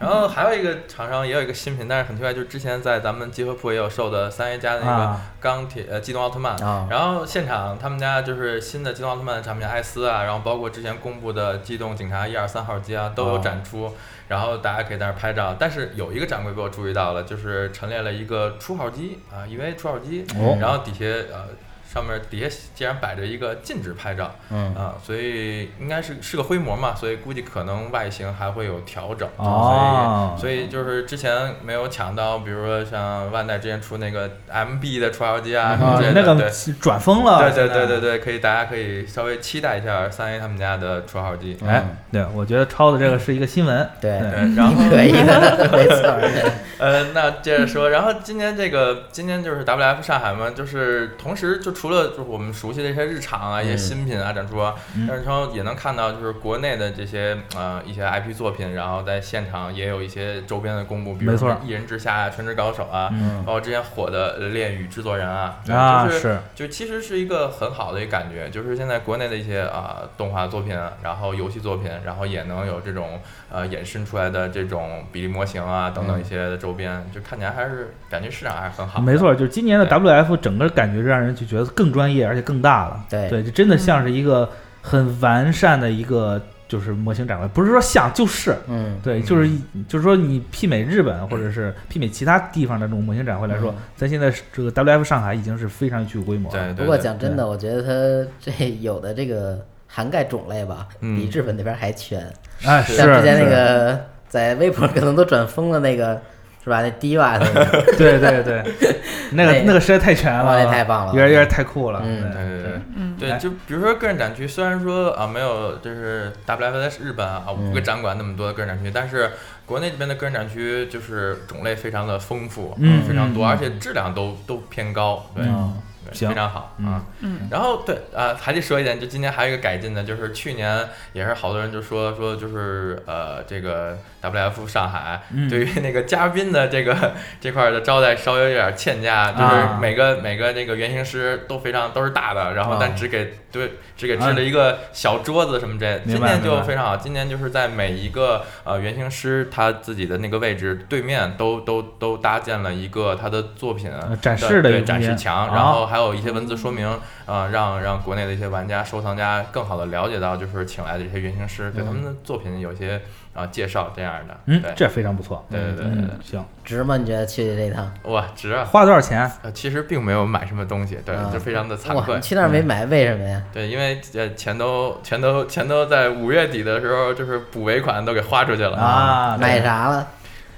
Speaker 4: 然后还有一个厂商也有一个新品，但是很奇怪，就是之前在咱们集合铺也有售的三 A 家的那个
Speaker 2: 啊
Speaker 4: 钢铁、呃机动奥特曼，
Speaker 1: 啊
Speaker 4: 然后现场他们家就是新的机动奥特曼的产品艾斯啊，然后包括之前公布的机动警察一二三号机啊都有展出，然后大家可以在那儿拍照。但是有一个展柜被我注意到了，就是陈列了一个初号机啊，一为初号机，
Speaker 1: 哦
Speaker 4: 然后底下呃上面底下竟然摆着一个禁止拍照
Speaker 1: 嗯
Speaker 4: 啊，所以应该是是个灰模嘛，所以估计可能外形还会有调整。
Speaker 2: 哦
Speaker 4: 所以所以就是之前没有抢到，比如说像万代之前出那个 MB 的初号机啊什么
Speaker 2: 啊
Speaker 4: 之类，的，
Speaker 2: 那
Speaker 4: 对
Speaker 2: 个转疯了，
Speaker 1: 啊
Speaker 4: 对对对对
Speaker 2: 对。
Speaker 4: 对，可以，大家可以稍微期待一下三 A 他们家的绰号机。
Speaker 2: 哎
Speaker 1: 嗯，
Speaker 2: 对，我觉得抄的这个是一个新闻，
Speaker 1: 对
Speaker 4: 对
Speaker 2: 对，
Speaker 4: 然后
Speaker 1: 可以的，没错儿。
Speaker 4: 呃，那接着说，然后今年这个今年就是 WF 上海嘛，就是同时就除了就是我们熟悉的一些日常啊、一
Speaker 2: 嗯
Speaker 4: 些新品啊展出啊，然后也能看到就是国内的这些呃一些 IP 作品，然后在现场也有一些周边的公布，比如
Speaker 2: 没错
Speaker 4: 说《一人之下》啊、《全职高手》啊，
Speaker 2: 嗯
Speaker 4: 包括之前火的《恋与制作人》啊，对
Speaker 2: 啊
Speaker 4: 就是
Speaker 2: 是
Speaker 4: 就其实是一个很好的一个感觉，就是现在国内的一些啊、动画作品，然后游戏作品，然后也能有这种呃衍生出来的这种比例模型啊等等一些周边，就看起来还是感觉市场还是很好。
Speaker 2: 嗯没，错，就是今年的
Speaker 4: 对
Speaker 2: WF 整个感觉让人就觉得更专业，而且更大了。
Speaker 1: 对
Speaker 2: 对，这真的像是一个很完善的一个就是模型展会，不是说像就是。
Speaker 1: 嗯，
Speaker 2: 对，就是就是说，你媲美日本或者是媲美其他地方的这种模型展会来说
Speaker 1: 嗯，
Speaker 2: 咱现在是这个 WF 上海已经是非常具有规模了。
Speaker 4: 对对。
Speaker 1: 不过
Speaker 4: 对
Speaker 1: 讲真的，我觉得它这有的这个涵盖种类吧，
Speaker 4: 嗯
Speaker 1: 比日本那边还全。
Speaker 2: 哎，是
Speaker 1: 像之前那
Speaker 2: 是
Speaker 1: 个在微博可能都转疯了那个，是吧？那低瓦那 个，
Speaker 2: 对对对，那
Speaker 1: 那
Speaker 2: 个那个实在太全
Speaker 1: 哇
Speaker 2: 了，啊
Speaker 1: 那太棒了
Speaker 2: 有点有点太酷了。
Speaker 1: 嗯
Speaker 4: 对对对，
Speaker 3: 嗯
Speaker 4: 对，
Speaker 2: 哎
Speaker 4: 就比如说个人展区，虽然说啊没有就是 WF 在日本啊五
Speaker 2: 嗯
Speaker 4: 个展馆那么多的个人展区，但是国内这边的个人展区就是种类非常的丰富，
Speaker 2: 嗯
Speaker 4: 非常多，
Speaker 2: 嗯
Speaker 4: 而且质量都都偏高，对，
Speaker 2: 嗯
Speaker 4: 对
Speaker 2: 行
Speaker 4: 非常好
Speaker 2: 嗯
Speaker 4: 啊。
Speaker 3: 嗯
Speaker 4: 然后对啊，还得说一点，就今年还有一个改进的，就是去年也是好多人就说说就是呃这个 WF 上海
Speaker 2: 嗯
Speaker 4: 对于那个嘉宾的这个 这块儿的招待稍微有点欠佳，就是
Speaker 2: 啊
Speaker 4: 每个每个那个原型师都非常都是大的，然后
Speaker 1: 啊
Speaker 4: 但只给对只给支
Speaker 2: 啊
Speaker 4: 了一个小桌子什么之类的。
Speaker 2: 明
Speaker 4: 今
Speaker 2: 白
Speaker 4: 年
Speaker 2: 明
Speaker 4: 就
Speaker 2: 白
Speaker 4: 非常好，今年就是在每一个呃原型师他自己的那个位置对面都都都搭建了一个他的作品
Speaker 2: 呃展示的
Speaker 4: 对
Speaker 2: 一个
Speaker 4: 展示
Speaker 2: 空间
Speaker 4: 墙，
Speaker 2: 啊
Speaker 4: 然后还有一些文字说明，啊，让让国内的一些玩家、收藏家更好的了解到，就是请来的这些原型师对他们的作品有一些啊介绍这样的。
Speaker 2: 嗯
Speaker 4: 对，
Speaker 2: 这非常不错。
Speaker 4: 对对对对
Speaker 2: 嗯
Speaker 4: 对，，
Speaker 2: 行，
Speaker 1: 值吗？你觉得去这趟？
Speaker 4: 哇，值啊！
Speaker 2: 花了多少钱？
Speaker 4: 呃，其实并没有买什么东西，对
Speaker 1: 啊，
Speaker 4: 就非常的惭
Speaker 1: 哇，
Speaker 4: 愧
Speaker 1: 你。去那儿没买，为什么呀？
Speaker 4: 对，因为呃，钱都全都全都在五月底的时候，就是补尾款都给花出去了
Speaker 2: 啊
Speaker 1: 买
Speaker 2: 对
Speaker 1: 啥了？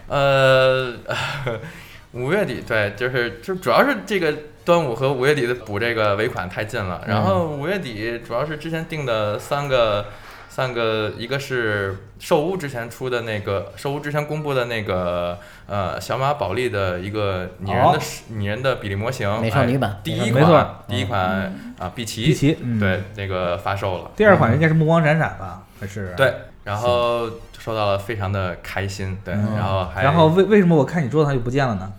Speaker 4: 呃， 五月底对，就是就主要是这个端午和五月底的补这个尾款太近了，然后五月底主要是之前定的三个。三个，一个是兽屋之前出的那个，兽屋之前公布的那个，呃，小马宝莉的一个拟人的、
Speaker 2: 哦
Speaker 4: 拟人的比例模型，
Speaker 1: 美少女版
Speaker 4: 哎第一
Speaker 2: 没错
Speaker 4: 款，第一款啊，碧琪，
Speaker 2: 碧琪嗯
Speaker 4: 对，那个发售了，
Speaker 2: 第二款应该是目光闪闪吧？还是
Speaker 4: 对，然后收到了，非常的开心，对，然后还
Speaker 2: 然后为为什么我看你桌子上就不见了呢？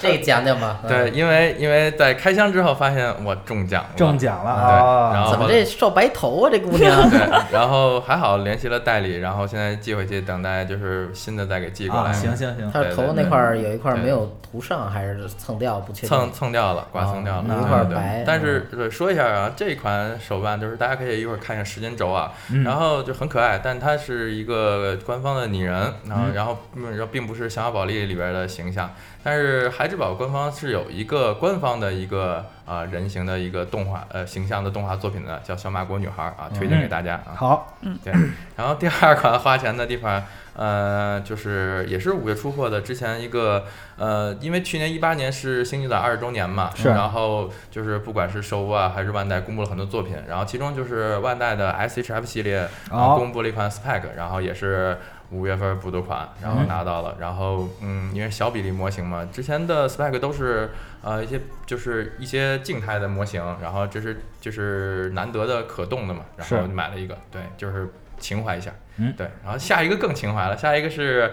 Speaker 1: 这个讲讲吧。嗯
Speaker 4: 对，，因为因为在开箱之后发现我中奖了，
Speaker 2: 中奖了
Speaker 4: 对，
Speaker 2: 啊！
Speaker 4: 然后
Speaker 1: 怎么这少白头啊？这姑娘，
Speaker 4: 对，然后还好联系了代理，然后现在寄回去，等待就是新的再给寄过来。
Speaker 2: 啊，行行行，
Speaker 1: 她是头发那块儿有一块儿
Speaker 4: 对
Speaker 1: 没有涂上，还是蹭掉？不确定。
Speaker 4: 蹭蹭掉了，刮蹭掉了，
Speaker 2: 哦
Speaker 4: 对
Speaker 2: 一块
Speaker 4: 对
Speaker 1: 白
Speaker 4: 但是呃说一下啊，这款手办就是大家可以一会儿看一下时间轴啊，
Speaker 2: 嗯
Speaker 4: 然后就很可爱，但它是一个官方的拟人，然后
Speaker 2: 嗯
Speaker 4: 然后嗯然后并不是《小马宝莉》里边的形象，但是孩之宝官方是有一个官方的一个啊、呃人形的一个动画呃形象的动画作品的，叫小马国女孩啊，推荐给大家啊。
Speaker 2: 好，
Speaker 4: 对，然后第二款花钱的地方，呃，就是也是五月出货的，之前一个呃，因为去年一八年是星际的二十周年嘛，
Speaker 2: 是
Speaker 4: 然后就是不管是收啊还是万代公布了很多作品，然后其中就是万代的 SHF 系列，然后
Speaker 2: 好，
Speaker 4: 公布了一款 Spec，然后也是五月份补的款，然后拿到了，然后嗯，因为小比例模型嘛，之前的 Spec 都是呃一些就是一些静态的模型，然后这是就是难得的可动的嘛，然后
Speaker 2: 是
Speaker 4: 就买了一个，对，就是情怀一下，
Speaker 2: 嗯
Speaker 4: 对，然后下一个更情怀了，下一个是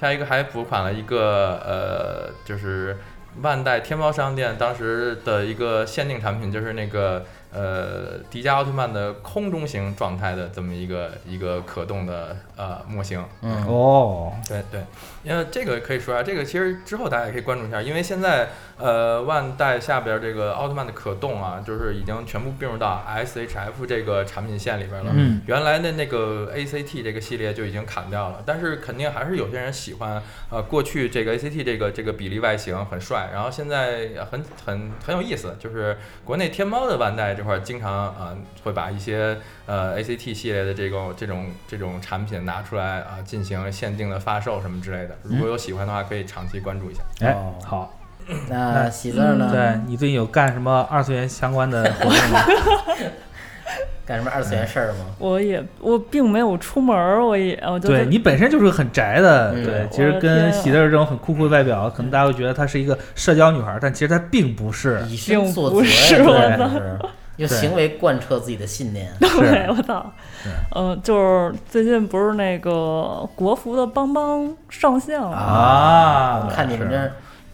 Speaker 4: 下一个还补款了一个呃就是。万代天猫商店当时的一个限定产品就是那个呃，迪迦奥特曼的空中型状态的这么一个一个可动的呃模型。
Speaker 1: 嗯，
Speaker 2: 哦，
Speaker 4: 对对，因为这个可以说啊，这个其实之后大家也可以关注一下，因为现在呃，万代下边这个奥特曼的可动啊，就是已经全部并入到 SHF 这个产品线里边了。
Speaker 2: 嗯
Speaker 4: 原来的那个 ACT 这个系列就已经砍掉了，但是肯定还是有些人喜欢呃过去这个 ACT 这个这个比例外形很帅，然后现在很很很有意思，就是国内天猫的万代这块儿经常呃会把一些呃 ACT 系列的这种这种这种产品拿出来啊、进行限定的发售什么之类的，如果有喜欢的话可以长期关注一下。
Speaker 2: 哎
Speaker 1: 哦，
Speaker 2: 好，
Speaker 1: 那喜字儿呢？
Speaker 2: 对你最近有干什么二次元相关的活动吗？
Speaker 1: 干什么二次元事儿吗？
Speaker 3: 我也我并没有出门儿，我也我就在
Speaker 2: 对你本身就是个很宅的，
Speaker 1: 嗯
Speaker 2: 对
Speaker 1: 我，
Speaker 2: 其实
Speaker 3: 的
Speaker 2: 跟
Speaker 3: 天
Speaker 2: 喜字儿这种很酷酷的外表，可能大家会觉得她是一个社交女孩儿，但其实她并不是。
Speaker 1: 以身作则
Speaker 3: 哎并不是
Speaker 2: 我
Speaker 1: 呀，
Speaker 2: 操
Speaker 1: 真是 用行为贯彻自己的信念。
Speaker 3: 对，我操
Speaker 2: 是，
Speaker 3: 嗯、就是最近不是那个国服的邦邦上线了吗，
Speaker 2: 啊，
Speaker 1: 看你们
Speaker 2: 是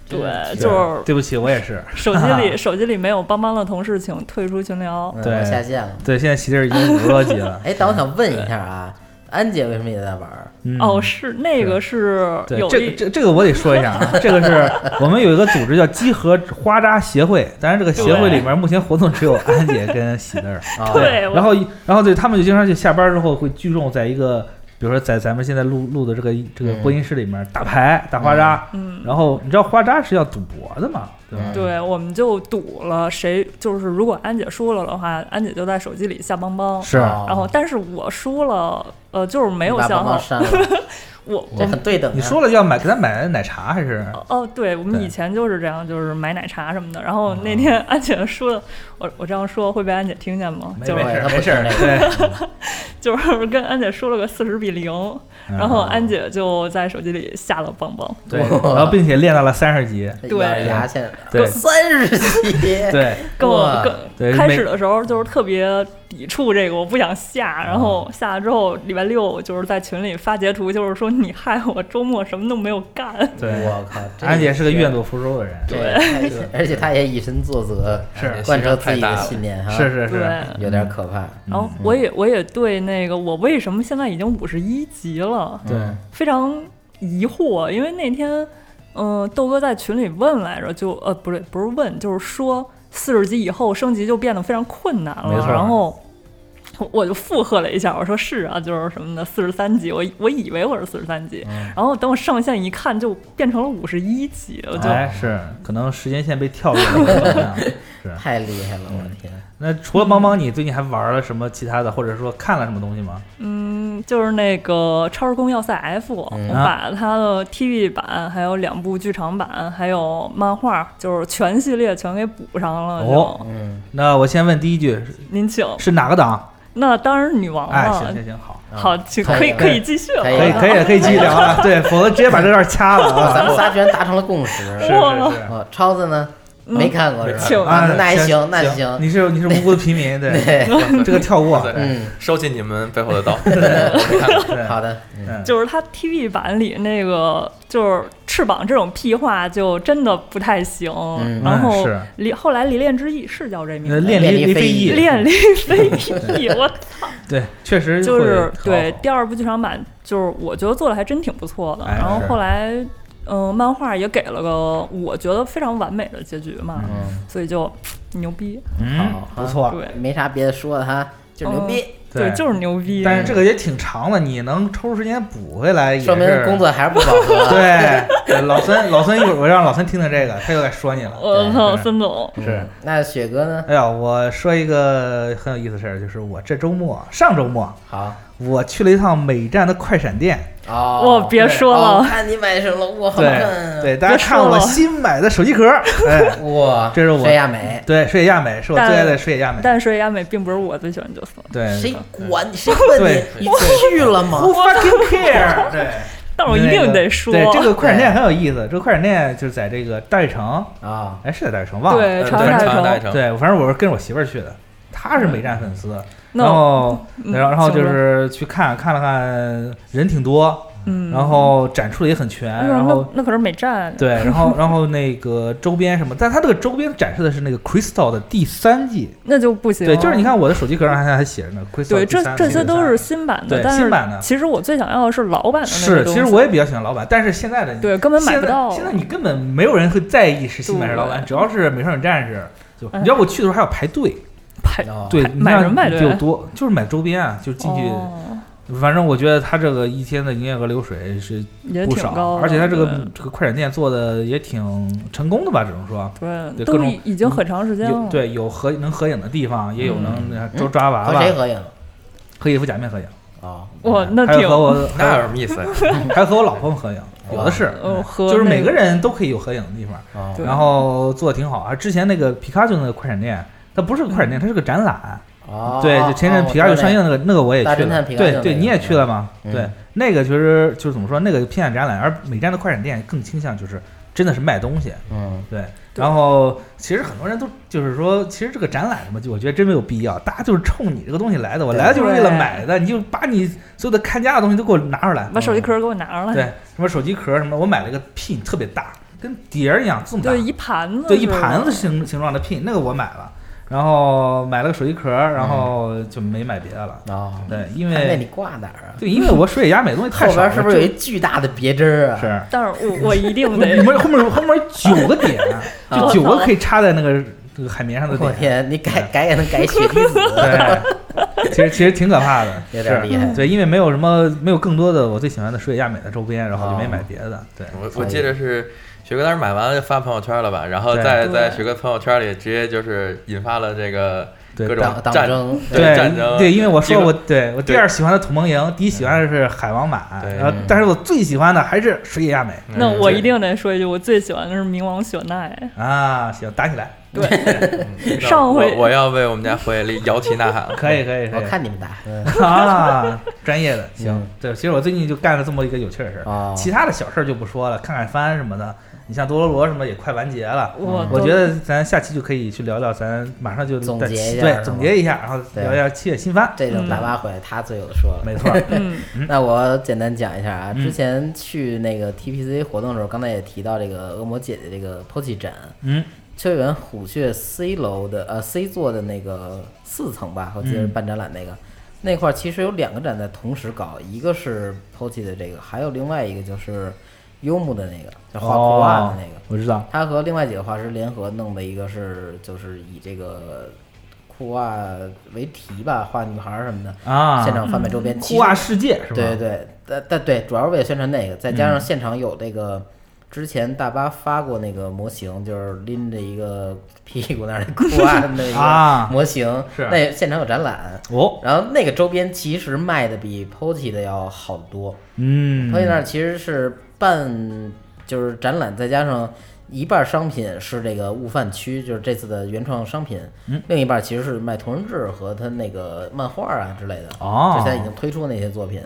Speaker 1: 这，
Speaker 3: 对，
Speaker 2: 是
Speaker 3: 就是
Speaker 2: 对不起，我也是。
Speaker 3: 手机 里手机里没有邦邦的同事，请退出群聊。
Speaker 1: 嗯
Speaker 2: 对
Speaker 1: 我下线了。。
Speaker 2: 对，现在喜字儿已经五十多级了
Speaker 1: 哎，但我想问一下啊，安姐为什么也在玩儿？
Speaker 2: 嗯
Speaker 3: 哦，是那个是
Speaker 2: 对
Speaker 3: 有，
Speaker 2: 这
Speaker 3: 一
Speaker 2: 这这个我得说一下啊，这个是我们有一个组织叫集合花扎协会，当然这个协会里面目前活动只有安姐跟喜字儿。
Speaker 1: 啊
Speaker 3: 对我
Speaker 2: 然后然后对他们就经常就下班之后会聚众在一个，比如说在咱们现在录录的这个这个
Speaker 1: 嗯
Speaker 2: 播音室里面打牌打花扎，
Speaker 3: 嗯，
Speaker 2: 然后你知道花扎是要赌博的嘛，对吧？
Speaker 3: 对，我们就赌了谁就是如果安姐输了的话，安姐就在手机里下邦邦。
Speaker 2: 是
Speaker 1: 哦
Speaker 2: 啊
Speaker 3: 然后，但是我输了，呃，就是没有
Speaker 1: 你把
Speaker 3: 想
Speaker 1: 帮忙
Speaker 3: 好，
Speaker 1: 删 了，
Speaker 3: 我
Speaker 1: 这很对等啊。
Speaker 2: 你说了要买给他买奶茶还是？
Speaker 3: 哦，对，我们
Speaker 2: 对啊
Speaker 3: 以前就是这样，就是买奶茶什么的。然后那天安姐说的，我我这样说会被安姐听见吗？
Speaker 2: 没
Speaker 3: 就
Speaker 2: 没
Speaker 3: 是
Speaker 1: 对
Speaker 2: 事
Speaker 1: 他
Speaker 2: 儿
Speaker 1: 不
Speaker 2: 没事儿，
Speaker 1: 听
Speaker 2: 对。
Speaker 3: 就是 跟安姐说了个四十比零，
Speaker 2: 嗯
Speaker 3: 然后安姐就在手机里下了棒棒。
Speaker 2: 对，然后并且练到了三十级，
Speaker 1: 这
Speaker 3: 对
Speaker 1: 咬着牙现
Speaker 2: 对
Speaker 1: 三十级，
Speaker 2: 对，
Speaker 3: 跟我
Speaker 1: 哇
Speaker 2: 对
Speaker 3: 跟开
Speaker 2: 每
Speaker 3: 始的时候就是特别抵触这个，我不想下。然后
Speaker 2: 嗯
Speaker 3: 下了之后，礼拜六就是在群里发截图，就是说你害我周末什么都没有干。
Speaker 2: 对
Speaker 1: 我靠，这
Speaker 2: 安姐是个愿赌服输的人，
Speaker 1: 对，太厉害而且她也以身作则，
Speaker 2: 是
Speaker 1: 贯彻自己的信念哈，
Speaker 2: 是是啊嗯
Speaker 3: 对，
Speaker 2: 是，
Speaker 1: 有点可怕。
Speaker 3: 然后我也我也对那个我为什么现在已经五十一级了，
Speaker 2: 对
Speaker 1: 嗯
Speaker 3: 非常疑惑，因为那天，嗯、豆哥在群里问来着，就呃，不对，不是问，就是说四十级以后升级就变得非常困难
Speaker 2: 没
Speaker 3: 了
Speaker 2: 错。
Speaker 3: 然后我就附和了一下，我说是啊，就是什么的，四十三级，我我以为我是四十三级，
Speaker 1: 嗯
Speaker 3: 然后等我上线一看，就变成了五十一级，我就、
Speaker 2: 哎是，可能时间线被跳 跃了。是
Speaker 1: 太厉害了，我的天！
Speaker 2: 那除了帮帮你，最近还玩了什么其他的，或者说看了什么东西吗？
Speaker 3: 嗯，就是那个《超时空要塞 F》，我
Speaker 2: 嗯
Speaker 3: 把它的 TV 版、还有两部剧场版，还有漫画，就是全系列全给补上了。就
Speaker 2: 哦
Speaker 1: 嗯，
Speaker 2: 那我先问第一句是
Speaker 3: 您请。
Speaker 2: 是哪个党？
Speaker 3: 那当然是女王
Speaker 2: 哎，
Speaker 1: 哦
Speaker 3: 了。
Speaker 2: 行行行，好，
Speaker 1: 行
Speaker 3: 好，
Speaker 1: 嗯
Speaker 3: 请
Speaker 1: 可以
Speaker 3: 可以
Speaker 1: 可
Speaker 3: 可
Speaker 2: 以
Speaker 3: 以继续了。
Speaker 1: 可
Speaker 2: 可以可以了可以继续聊了， 对，否则直接把这段掐了
Speaker 1: 咱
Speaker 2: 啊。
Speaker 1: 们仨居然达成了共识。
Speaker 2: 是是 是。
Speaker 1: 哦，超子呢？
Speaker 3: 嗯
Speaker 1: 没看过是
Speaker 3: 请
Speaker 1: 吧？啊那还行，那还
Speaker 2: 行，你是你是无辜的平民，对，
Speaker 1: 对，
Speaker 2: 这个跳过，
Speaker 1: 嗯，
Speaker 4: 收起你们背后的刀，我没看过
Speaker 2: 对，
Speaker 1: 好的，嗯
Speaker 2: 嗯，
Speaker 3: 就是它 TV 版里那个，就是翅膀这种屁话就真的不太行。
Speaker 1: 嗯
Speaker 3: 然后
Speaker 2: 哎是
Speaker 3: 离后来《离恋之意》是叫这名
Speaker 2: 呃，
Speaker 3: 字吗，
Speaker 2: 练
Speaker 1: 练
Speaker 2: 离
Speaker 1: 离
Speaker 2: 飞
Speaker 1: 非
Speaker 2: 翼，
Speaker 1: 翼
Speaker 3: 恋离非议， 我
Speaker 2: 对，确实
Speaker 3: 就是
Speaker 2: 会
Speaker 3: 对
Speaker 2: 好
Speaker 3: 第二部剧场版，就是我觉得做的还真挺不错的。
Speaker 2: 哎
Speaker 3: 然后
Speaker 2: 是
Speaker 3: 后来，嗯、漫画也给了个我觉得非常完美的结局嘛，
Speaker 1: 嗯，
Speaker 3: 所以就牛逼，
Speaker 2: 嗯，
Speaker 1: 好
Speaker 2: 不错。
Speaker 3: 对嗯
Speaker 1: 没啥别的说的哈，就是牛逼，
Speaker 2: 对
Speaker 3: 就是牛逼。
Speaker 2: 但是这个也挺长的，你能抽出时间补回来，也
Speaker 1: 说明
Speaker 2: 是
Speaker 1: 工。作还是不饱
Speaker 3: 啊
Speaker 1: 和。啊
Speaker 2: 对，对老孙，老孙一会儿我让老孙听听这个，他又该说你了。
Speaker 3: 我操，
Speaker 2: 对
Speaker 3: 孙总，
Speaker 1: 嗯
Speaker 2: 是。
Speaker 1: 那雪哥呢？
Speaker 2: 哎呀，我说一个很有意思的事儿，就是我这周末，上周末
Speaker 1: 好，
Speaker 2: 我去了一趟美站的快闪店，
Speaker 1: 哦，
Speaker 3: 我别说
Speaker 1: 哦我
Speaker 3: 了，
Speaker 1: 看你买什么了，我好看啊
Speaker 2: 对，
Speaker 3: 啊
Speaker 2: 对，大家看我新买的手机壳， 哎，
Speaker 1: 哇，
Speaker 2: 这是我
Speaker 1: 谁亚美，
Speaker 2: 对，水野亚美是我最爱的水野亚美，
Speaker 3: 但是亚美并不是我最喜欢的角色，
Speaker 2: 对，嗯
Speaker 1: 谁管你？谁问
Speaker 2: 对
Speaker 1: 你？你去了吗？
Speaker 2: Who fucking care？对，
Speaker 3: 但我一
Speaker 2: 那
Speaker 3: 定
Speaker 2: 个
Speaker 3: 得说，
Speaker 2: 对，这个快闪店很有意思，这个快闪店就是在这个大悦城，
Speaker 1: 啊，
Speaker 2: 哎，是在大悦城，忘了，
Speaker 3: 对
Speaker 4: 呃
Speaker 3: 长
Speaker 4: 对
Speaker 3: 安大
Speaker 4: 安
Speaker 3: 悦
Speaker 4: 大
Speaker 3: 城
Speaker 4: 城，
Speaker 2: 对，反正我是跟着我媳妇儿去的，她是美站粉丝，
Speaker 3: 那
Speaker 2: 然后，
Speaker 3: 嗯
Speaker 2: 然后然后
Speaker 3: 请
Speaker 2: 就
Speaker 3: 问
Speaker 2: 是去看看了看，人挺多，
Speaker 3: 嗯，
Speaker 2: 然后展出的也很全，
Speaker 3: 哎呦
Speaker 2: 然后
Speaker 3: 那那可是美战，
Speaker 2: 对，然后然后那个周边什么，但它这个周边展示的是那个 Crystal 的第三季，
Speaker 3: 那就不行。
Speaker 2: 对，就是你看我的手机壳上还还写着呢，Crystal
Speaker 3: 哦
Speaker 2: 第
Speaker 3: 对，这
Speaker 2: 三
Speaker 3: 这
Speaker 2: 季
Speaker 3: 些
Speaker 2: 的
Speaker 3: 都
Speaker 2: 啥
Speaker 3: 是新版的，
Speaker 2: 对
Speaker 3: 但
Speaker 2: 新
Speaker 3: 是
Speaker 2: 版的
Speaker 3: 其实我最想要的是老版的那个
Speaker 2: 是，
Speaker 3: 东
Speaker 2: 其实
Speaker 3: 西
Speaker 2: 我也比较喜欢老板，但是现在的你
Speaker 3: 对根本买不到
Speaker 2: 现在。现在你根本没有人会在意是新版还是老板，
Speaker 3: 对
Speaker 2: 只要是美少女战士，就
Speaker 3: 哎
Speaker 2: 你知道我去的时候还要排队，
Speaker 3: 排
Speaker 1: 哦
Speaker 2: 对，你
Speaker 3: 买
Speaker 2: 看
Speaker 3: 人排队
Speaker 2: 有多，就是买周边啊，就是进去，
Speaker 3: 哦、
Speaker 2: 反正我觉得他这个一天的营业额流水是
Speaker 3: 也
Speaker 2: 不
Speaker 3: 挺
Speaker 2: 少，
Speaker 3: 高的，
Speaker 2: 而且他这个
Speaker 3: 对
Speaker 2: 这个快闪店做的也挺成功的吧，只能说。对
Speaker 3: 对
Speaker 2: 各
Speaker 3: 都
Speaker 2: 种嗯
Speaker 3: 已已经很长时间
Speaker 2: 有
Speaker 3: 了，，
Speaker 2: 对有合能合影的地方，也有能
Speaker 1: 嗯
Speaker 2: 那抓抓娃
Speaker 1: 和
Speaker 2: 娃，
Speaker 1: 谁合影？
Speaker 2: 和一副假面合影，
Speaker 1: 哦，
Speaker 3: 哇，那
Speaker 2: 嗯还
Speaker 3: 挺
Speaker 2: 有和 我
Speaker 4: 那有什么意思啊呀？
Speaker 2: 还有和我老婆们合影，有的是，嗯
Speaker 3: 呃和
Speaker 2: 就是每
Speaker 3: 那
Speaker 2: 个人都可以有合影的地方。
Speaker 1: 哦
Speaker 3: 对
Speaker 2: 然后做的挺好啊。之前那个皮卡丘那个快闪店，它不是快闪店，它是个展览。
Speaker 1: 哦，
Speaker 2: 对，就前阵
Speaker 1: 哦
Speaker 2: 皮卡丘上，映
Speaker 1: 我
Speaker 2: 那个那个我也
Speaker 1: 大
Speaker 2: 去
Speaker 1: 侦
Speaker 2: 了，
Speaker 1: 探皮卡丘
Speaker 2: 对
Speaker 1: 那
Speaker 2: 对，
Speaker 1: 个
Speaker 2: 你也去了吗？
Speaker 1: 嗯
Speaker 2: 对，那个其实就是怎么说，那个偏向展览，而美站的快闪店更倾向就是真的是卖东西。
Speaker 1: 知道嗯，
Speaker 2: 对，
Speaker 3: 对
Speaker 2: 然后其实很多人都就是说，其实这个展览什么，就我觉得真没有必要，大家就是冲你这个东西来的，我来就是为了
Speaker 3: 对
Speaker 2: 买的，你就把你所有的看家的东西都给我拿出来。
Speaker 3: 把手机壳给我拿上来，
Speaker 2: 嗯对，什么手机壳什么，我买了一个 pin 特别大，跟碟儿一样这么大，
Speaker 3: 对，一盘子，
Speaker 2: 对，一盘子，形形状的 pin，那个我买了，然后买了个手机壳，然后就没买别的了。
Speaker 1: 哦，
Speaker 2: 对，因
Speaker 1: 嗯那你
Speaker 2: 为
Speaker 1: 挂哪儿啊？
Speaker 2: 对，因为我水野亚美东西太
Speaker 1: 后
Speaker 2: 少了，
Speaker 1: 边是不是有一巨大的别针儿
Speaker 2: 就
Speaker 1: 啊？
Speaker 2: 是？
Speaker 3: 但是我我 一定
Speaker 2: 不是
Speaker 3: 得
Speaker 2: 你们后面后面有九个点，就九个可以插在那个这个海绵上的
Speaker 1: 哦我
Speaker 2: 点。嗯
Speaker 1: 天，你改改也能改血滴 子，
Speaker 2: 对，其实其实挺可怕的，
Speaker 1: 有点厉
Speaker 2: 是。
Speaker 1: 害。
Speaker 2: 对，因为没有什么没有更多的我最喜欢的水野亚美的周边，然后就没
Speaker 1: 哦
Speaker 2: 买别的。对，
Speaker 4: 我我记得是雪哥当时买完了就发朋友圈了吧，然后
Speaker 2: 对
Speaker 4: 在
Speaker 3: 对
Speaker 4: 在雪哥朋友圈里直接就是引发了这个
Speaker 2: 对
Speaker 4: 各种
Speaker 1: 党党
Speaker 4: 战
Speaker 1: 争，
Speaker 2: 对
Speaker 4: 战争
Speaker 2: 对，因为我
Speaker 4: 这
Speaker 2: 说
Speaker 4: 个
Speaker 2: 我对我第
Speaker 4: 对
Speaker 2: 二喜欢的土盟营，第一喜欢的是海王马，
Speaker 4: 对
Speaker 2: 然后
Speaker 1: 嗯
Speaker 2: 但是我最喜欢的还是水野亚美
Speaker 4: 嗯
Speaker 3: 那我
Speaker 4: 对
Speaker 3: 一定得说一句，我最喜欢的是冥王雪奈，
Speaker 2: 啊，行，打起来，
Speaker 3: 对，
Speaker 4: 嗯 那
Speaker 3: 上回
Speaker 4: 我我要为我们家火野丽摇旗呐喊了。
Speaker 2: 可以可以可
Speaker 1: 我
Speaker 2: 以，
Speaker 1: 看你们打，嗯，
Speaker 2: 啊，专 业的，行
Speaker 1: 嗯，
Speaker 2: 对，其实我最近就干了这么一个有趣的事儿，
Speaker 1: 哦
Speaker 2: 其他的小事儿就不说了，看看番什么的，你像多罗罗什么也快完结了。
Speaker 3: 我
Speaker 2: 我
Speaker 3: 都
Speaker 2: 觉得咱下期就可以去聊聊，咱马上就
Speaker 1: 总
Speaker 2: 在
Speaker 1: 结
Speaker 2: 七
Speaker 1: 一下
Speaker 2: 对，
Speaker 1: 是
Speaker 2: 总
Speaker 1: 吗
Speaker 2: 结一下，然后
Speaker 1: 对
Speaker 2: 聊一下七月新番。
Speaker 1: 这种
Speaker 3: 嗯
Speaker 1: 大巴回来他最有的说了。
Speaker 2: 没错儿，
Speaker 3: 嗯
Speaker 1: 那我简单讲一下啊，
Speaker 2: 嗯
Speaker 1: 之前去那个 TPC 活动的时候，刚才也提到这个恶魔姐姐这个 POCHI 展，
Speaker 2: 嗯，
Speaker 1: 秋园虎穴 C 楼的呃 C 座的那个四层吧，我记得是
Speaker 2: 嗯
Speaker 1: 办展览那个、那块儿，其实有两个展在同时搞，一个是 POCHI 的这个，还有另外一个就是幽木的那个，就 画图案的那个。
Speaker 2: 哦我知道，
Speaker 1: 他和另外几个画师联合弄的一个是，就是以这个酷画为题吧，画女孩儿什么的，
Speaker 2: 啊
Speaker 1: 现场贩卖周边。其
Speaker 2: 酷
Speaker 1: 实
Speaker 2: 啊世界是嗯吧？
Speaker 1: 对对，但但对，主要是为了宣传那个，再加上现场有这个、之前大巴发过那个模型，就是拎着一个屁股那 儿的裤袜那
Speaker 2: 啊
Speaker 1: 个模型，
Speaker 2: 是啊
Speaker 1: 那现场有展览。
Speaker 2: 哦，
Speaker 1: 然后那个周边其实卖的比 POTY 的要好得多
Speaker 2: 嗯，
Speaker 1: ，POTY 那儿其实是半就是展览，再加上一半儿商品是这个悟饭区，就是这次的原创商品，
Speaker 2: 嗯
Speaker 1: 另一半儿其实是卖同人志和他那个漫画啊之类的。
Speaker 2: 哦，
Speaker 1: 就现在已经推出那些作品。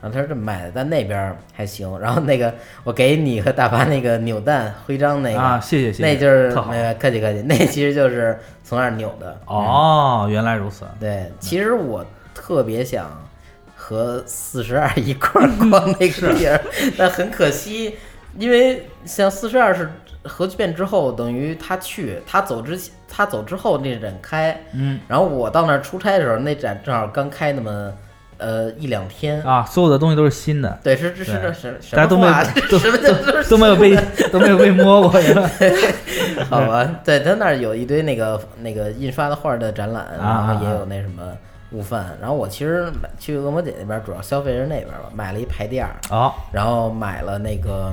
Speaker 1: 然后他是这么卖的，但那边儿还行。然后那个我给你和大巴那个扭蛋徽章那个，
Speaker 2: 啊，谢谢谢谢，
Speaker 1: 那就是呃
Speaker 2: 特好
Speaker 1: 那个客气客 气，那其实就是从那儿扭的。
Speaker 2: 哦，原来如此，
Speaker 1: 对，其实我特别想 和四十二一块儿逛那个地儿，但很可惜，因为像四十二是核聚变之后，等于他去他走之前他走之后那展开，
Speaker 2: 嗯
Speaker 1: 然后我到那儿出差的时候，那展正好刚开那么呃一两天。
Speaker 2: 啊，所有的东西都是新的，
Speaker 1: 对，是是是
Speaker 2: 对
Speaker 1: 是是什
Speaker 2: 大家都
Speaker 1: 么
Speaker 2: 没
Speaker 1: 话？
Speaker 2: 都
Speaker 1: 什么叫都是
Speaker 2: 都没 有被都没有被摸过，是 吧
Speaker 1: 好吧？对他那儿有一堆那个那个印刷的画儿的展览，然
Speaker 2: 啊
Speaker 1: 后也有那什么午饭。然后我其实买去恶魔姐那边儿主要消费是那边儿吧，买了一排垫儿，
Speaker 2: 好，
Speaker 1: 然后买了那个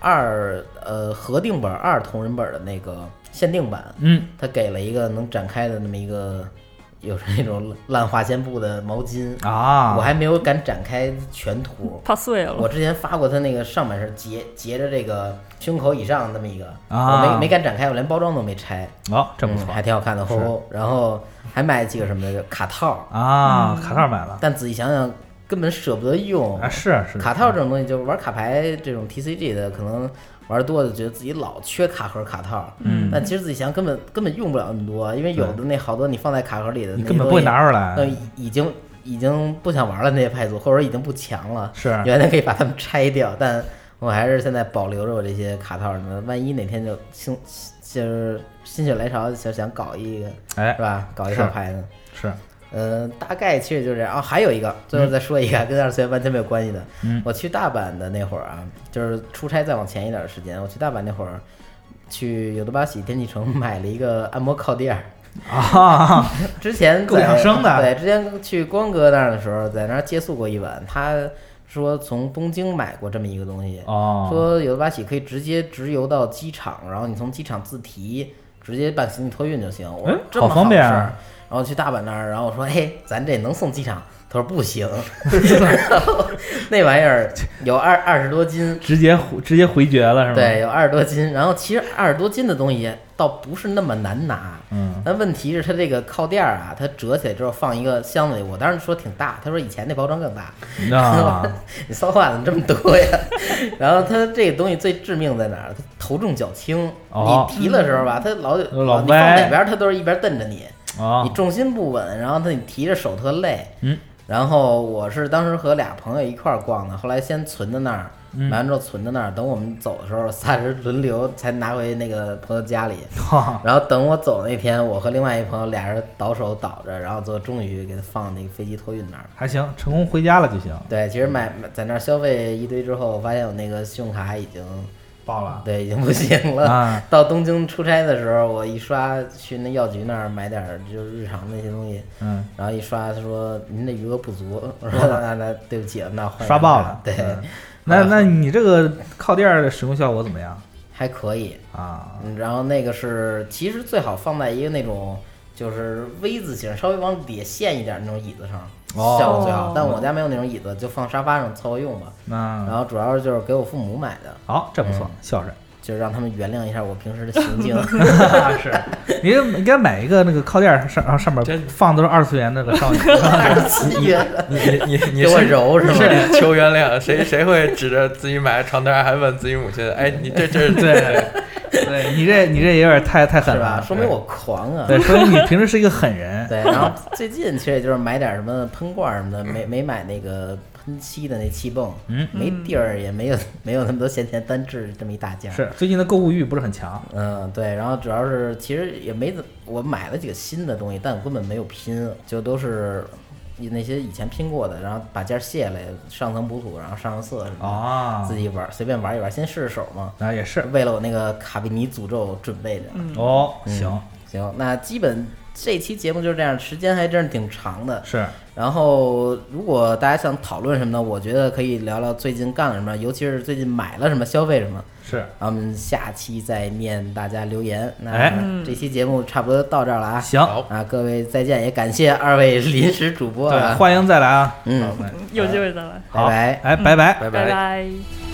Speaker 1: 二呃合订本儿二同人本儿的那个限定版，
Speaker 2: 嗯，
Speaker 1: 他给了一个能展开的那么一个，有那种烂化纤布的毛巾，
Speaker 2: 啊，
Speaker 1: 我还没有敢展开全图。
Speaker 3: 怕碎了
Speaker 1: 我。之前发过他那个上半身截截着这个胸口以上那么一个，
Speaker 2: 啊
Speaker 1: 我没没敢展开，我连包装都没拆，
Speaker 2: 哦，这不
Speaker 1: 嗯
Speaker 2: 错
Speaker 1: 还挺好看的，吼。然后还买了几个什么的卡套，
Speaker 2: 啊，
Speaker 1: 嗯
Speaker 2: 卡套买了
Speaker 1: 但仔细想想根本舍不得用
Speaker 2: 啊，，是啊是
Speaker 1: 哦卡套这种东西，就玩卡牌这种 TCG 的，可能玩多了就觉得自己老缺卡盒卡套。
Speaker 2: 嗯
Speaker 1: 但其实自己想根本根本用不了那么多，因为有的那好多你放在卡盒里的，
Speaker 2: 你根本不会拿出来
Speaker 1: 那已经已经不想玩了那些牌组，或者已经不强了。
Speaker 2: 是
Speaker 1: 原来可以把它们拆掉，但我还是现在保留着我这些卡套什么的，万一哪天就心就是心血来潮想想搞一个
Speaker 2: 哎
Speaker 1: 是吧？搞一
Speaker 2: 是
Speaker 1: 套牌呢。
Speaker 2: 是
Speaker 1: 嗯，大概其实就这样。哦，还有一个，最后再说一个、跟二次元完全没有关系的。
Speaker 2: 嗯
Speaker 1: 我去大阪的那会儿啊，就是出差再往前一点的时间，我去大阪那会儿，去有德巴喜天气城买了一个按摩靠垫儿。
Speaker 2: 啊，
Speaker 1: 之前
Speaker 2: 够
Speaker 1: 在
Speaker 2: 养生的
Speaker 1: 对，之前去光哥那儿的时候，在那儿借宿过一晚。他说从东京买过这么一个东西，
Speaker 2: 哦，
Speaker 1: 说有的巴喜可以直接直邮到机场，然后你从机场自提，直接把行李托运就行。我说
Speaker 2: 哎
Speaker 1: 这么
Speaker 2: 好方便啊
Speaker 1: 好事儿然后去大阪那儿，然后我说，哎，咱这能送机场？他说不行， 然后那玩意儿有二二十多斤，
Speaker 2: 直接回直接回绝了是吗？，
Speaker 1: 对，有二十多斤。然后其实二十多斤的东西倒不是那么难拿，
Speaker 2: 嗯，
Speaker 1: 但问题是它这个靠垫儿啊，它折起来之后放一个箱子里，我当时说挺大，他说以前那包装更大，
Speaker 2: 啊，
Speaker 1: 你骚话怎么这么多呀？ 然后它这个东西最致命在哪儿？它头重脚轻，
Speaker 2: 哦
Speaker 1: 你提的时候吧，它老
Speaker 2: 嗯老
Speaker 1: 你放
Speaker 2: 歪
Speaker 1: 哪边儿它都是一边儿瞪着你，
Speaker 2: 啊
Speaker 1: 你，重心不稳，然后它你提着手特累。
Speaker 2: 嗯，
Speaker 1: 然后我是当时和俩朋友一块儿逛的，后来先存在那儿，
Speaker 2: 嗯
Speaker 1: 买完之后存在那儿，等我们走的时候，仨人轮流才拿回那个朋友家里。
Speaker 2: 哈，
Speaker 1: 然后等我走那天，我和另外一朋友俩人倒手倒着，然后最后终于给他放那个飞机托运那儿。
Speaker 2: 还行，成功回家了就行，
Speaker 1: 对，其实买买在那儿消费一堆之后，我发现我那个信用卡已经
Speaker 2: 爆了
Speaker 1: 对已经不行了。
Speaker 2: 啊
Speaker 1: 到东京出差的时候，我一刷去那药局那儿买点儿就是日常那些东西，
Speaker 2: 嗯，
Speaker 1: 然后一刷他说您这余额不足，我说那那那对不起，那换一张
Speaker 2: 啊刷爆
Speaker 1: 卡
Speaker 2: 了，
Speaker 1: 对，
Speaker 2: 嗯那那你这个靠垫儿的使用效果怎么样
Speaker 1: 还可以。
Speaker 2: 啊？
Speaker 1: 嗯然后那个是其实最好放在一个那种就是 V 字形，稍微往底下陷一点那种椅子上，
Speaker 2: 哦
Speaker 1: 效果最好
Speaker 3: 哦。
Speaker 1: 但我家没有那种椅子，就放沙发上凑合用吧。然
Speaker 2: 那
Speaker 1: 后主要就是给我父母买的，
Speaker 2: 好，这不错，
Speaker 1: 嗯
Speaker 2: 孝顺。
Speaker 1: 就是让他们原谅一下我平时的行径。
Speaker 2: 是，你应该买一个那个靠垫儿上，然后上面
Speaker 4: 真
Speaker 2: 放都是二次元那个少女，
Speaker 1: 二次元
Speaker 4: 你你你你
Speaker 1: 给我
Speaker 4: 是
Speaker 1: 揉是吗？
Speaker 4: 是 求原谅，谁谁会指着自己买的床单儿还问自己母亲？哎，你这这
Speaker 2: 对，对你这你这有点太太狠
Speaker 1: 是吧？
Speaker 2: 了，
Speaker 1: 说明我狂啊！
Speaker 2: 对，说明你平时是一个狠人。
Speaker 1: 对，然后最近其实也就是买点什么喷罐什么的，没没买那个喷漆的那气泵，
Speaker 2: 嗯
Speaker 1: 没地儿，也没有没有那么多闲钱单治这么一大件。
Speaker 2: 是最近的购物欲不是很强，
Speaker 1: 嗯，对，然后主要是其实也没怎，我买了几个新的东西，但我根本没有拼，就都是以那些以前拼过的，然后把件儿卸了，上层补土，然后上上色什么的，
Speaker 2: 哦
Speaker 1: 嗯自己玩儿随便玩一玩，先试试手嘛。
Speaker 2: 啊也是
Speaker 1: 为了我那个卡比尼诅咒准备着。
Speaker 2: 哦，
Speaker 1: 嗯
Speaker 2: 行
Speaker 1: 行，那基本这期节目就是这样，时间还真是挺长的。
Speaker 2: 是
Speaker 1: 然后，如果大家想讨论什么呢，我觉得可以聊聊最近干了什么，尤其是最近买了什么，消费什么。
Speaker 2: 是，
Speaker 1: 然后我们下期再念大家留言。
Speaker 2: 哎
Speaker 1: 那这期节目差不多到这儿了啊。
Speaker 2: 行，
Speaker 4: 好
Speaker 1: 啊，各位再见，也感谢二位临时主播
Speaker 2: 对，
Speaker 1: 啊。
Speaker 2: 欢迎再来啊，
Speaker 1: 嗯
Speaker 2: 好，
Speaker 3: 有机会再来，
Speaker 1: 拜
Speaker 2: 好
Speaker 1: 拜。
Speaker 2: 哎，拜拜。
Speaker 4: 拜
Speaker 3: 拜拜。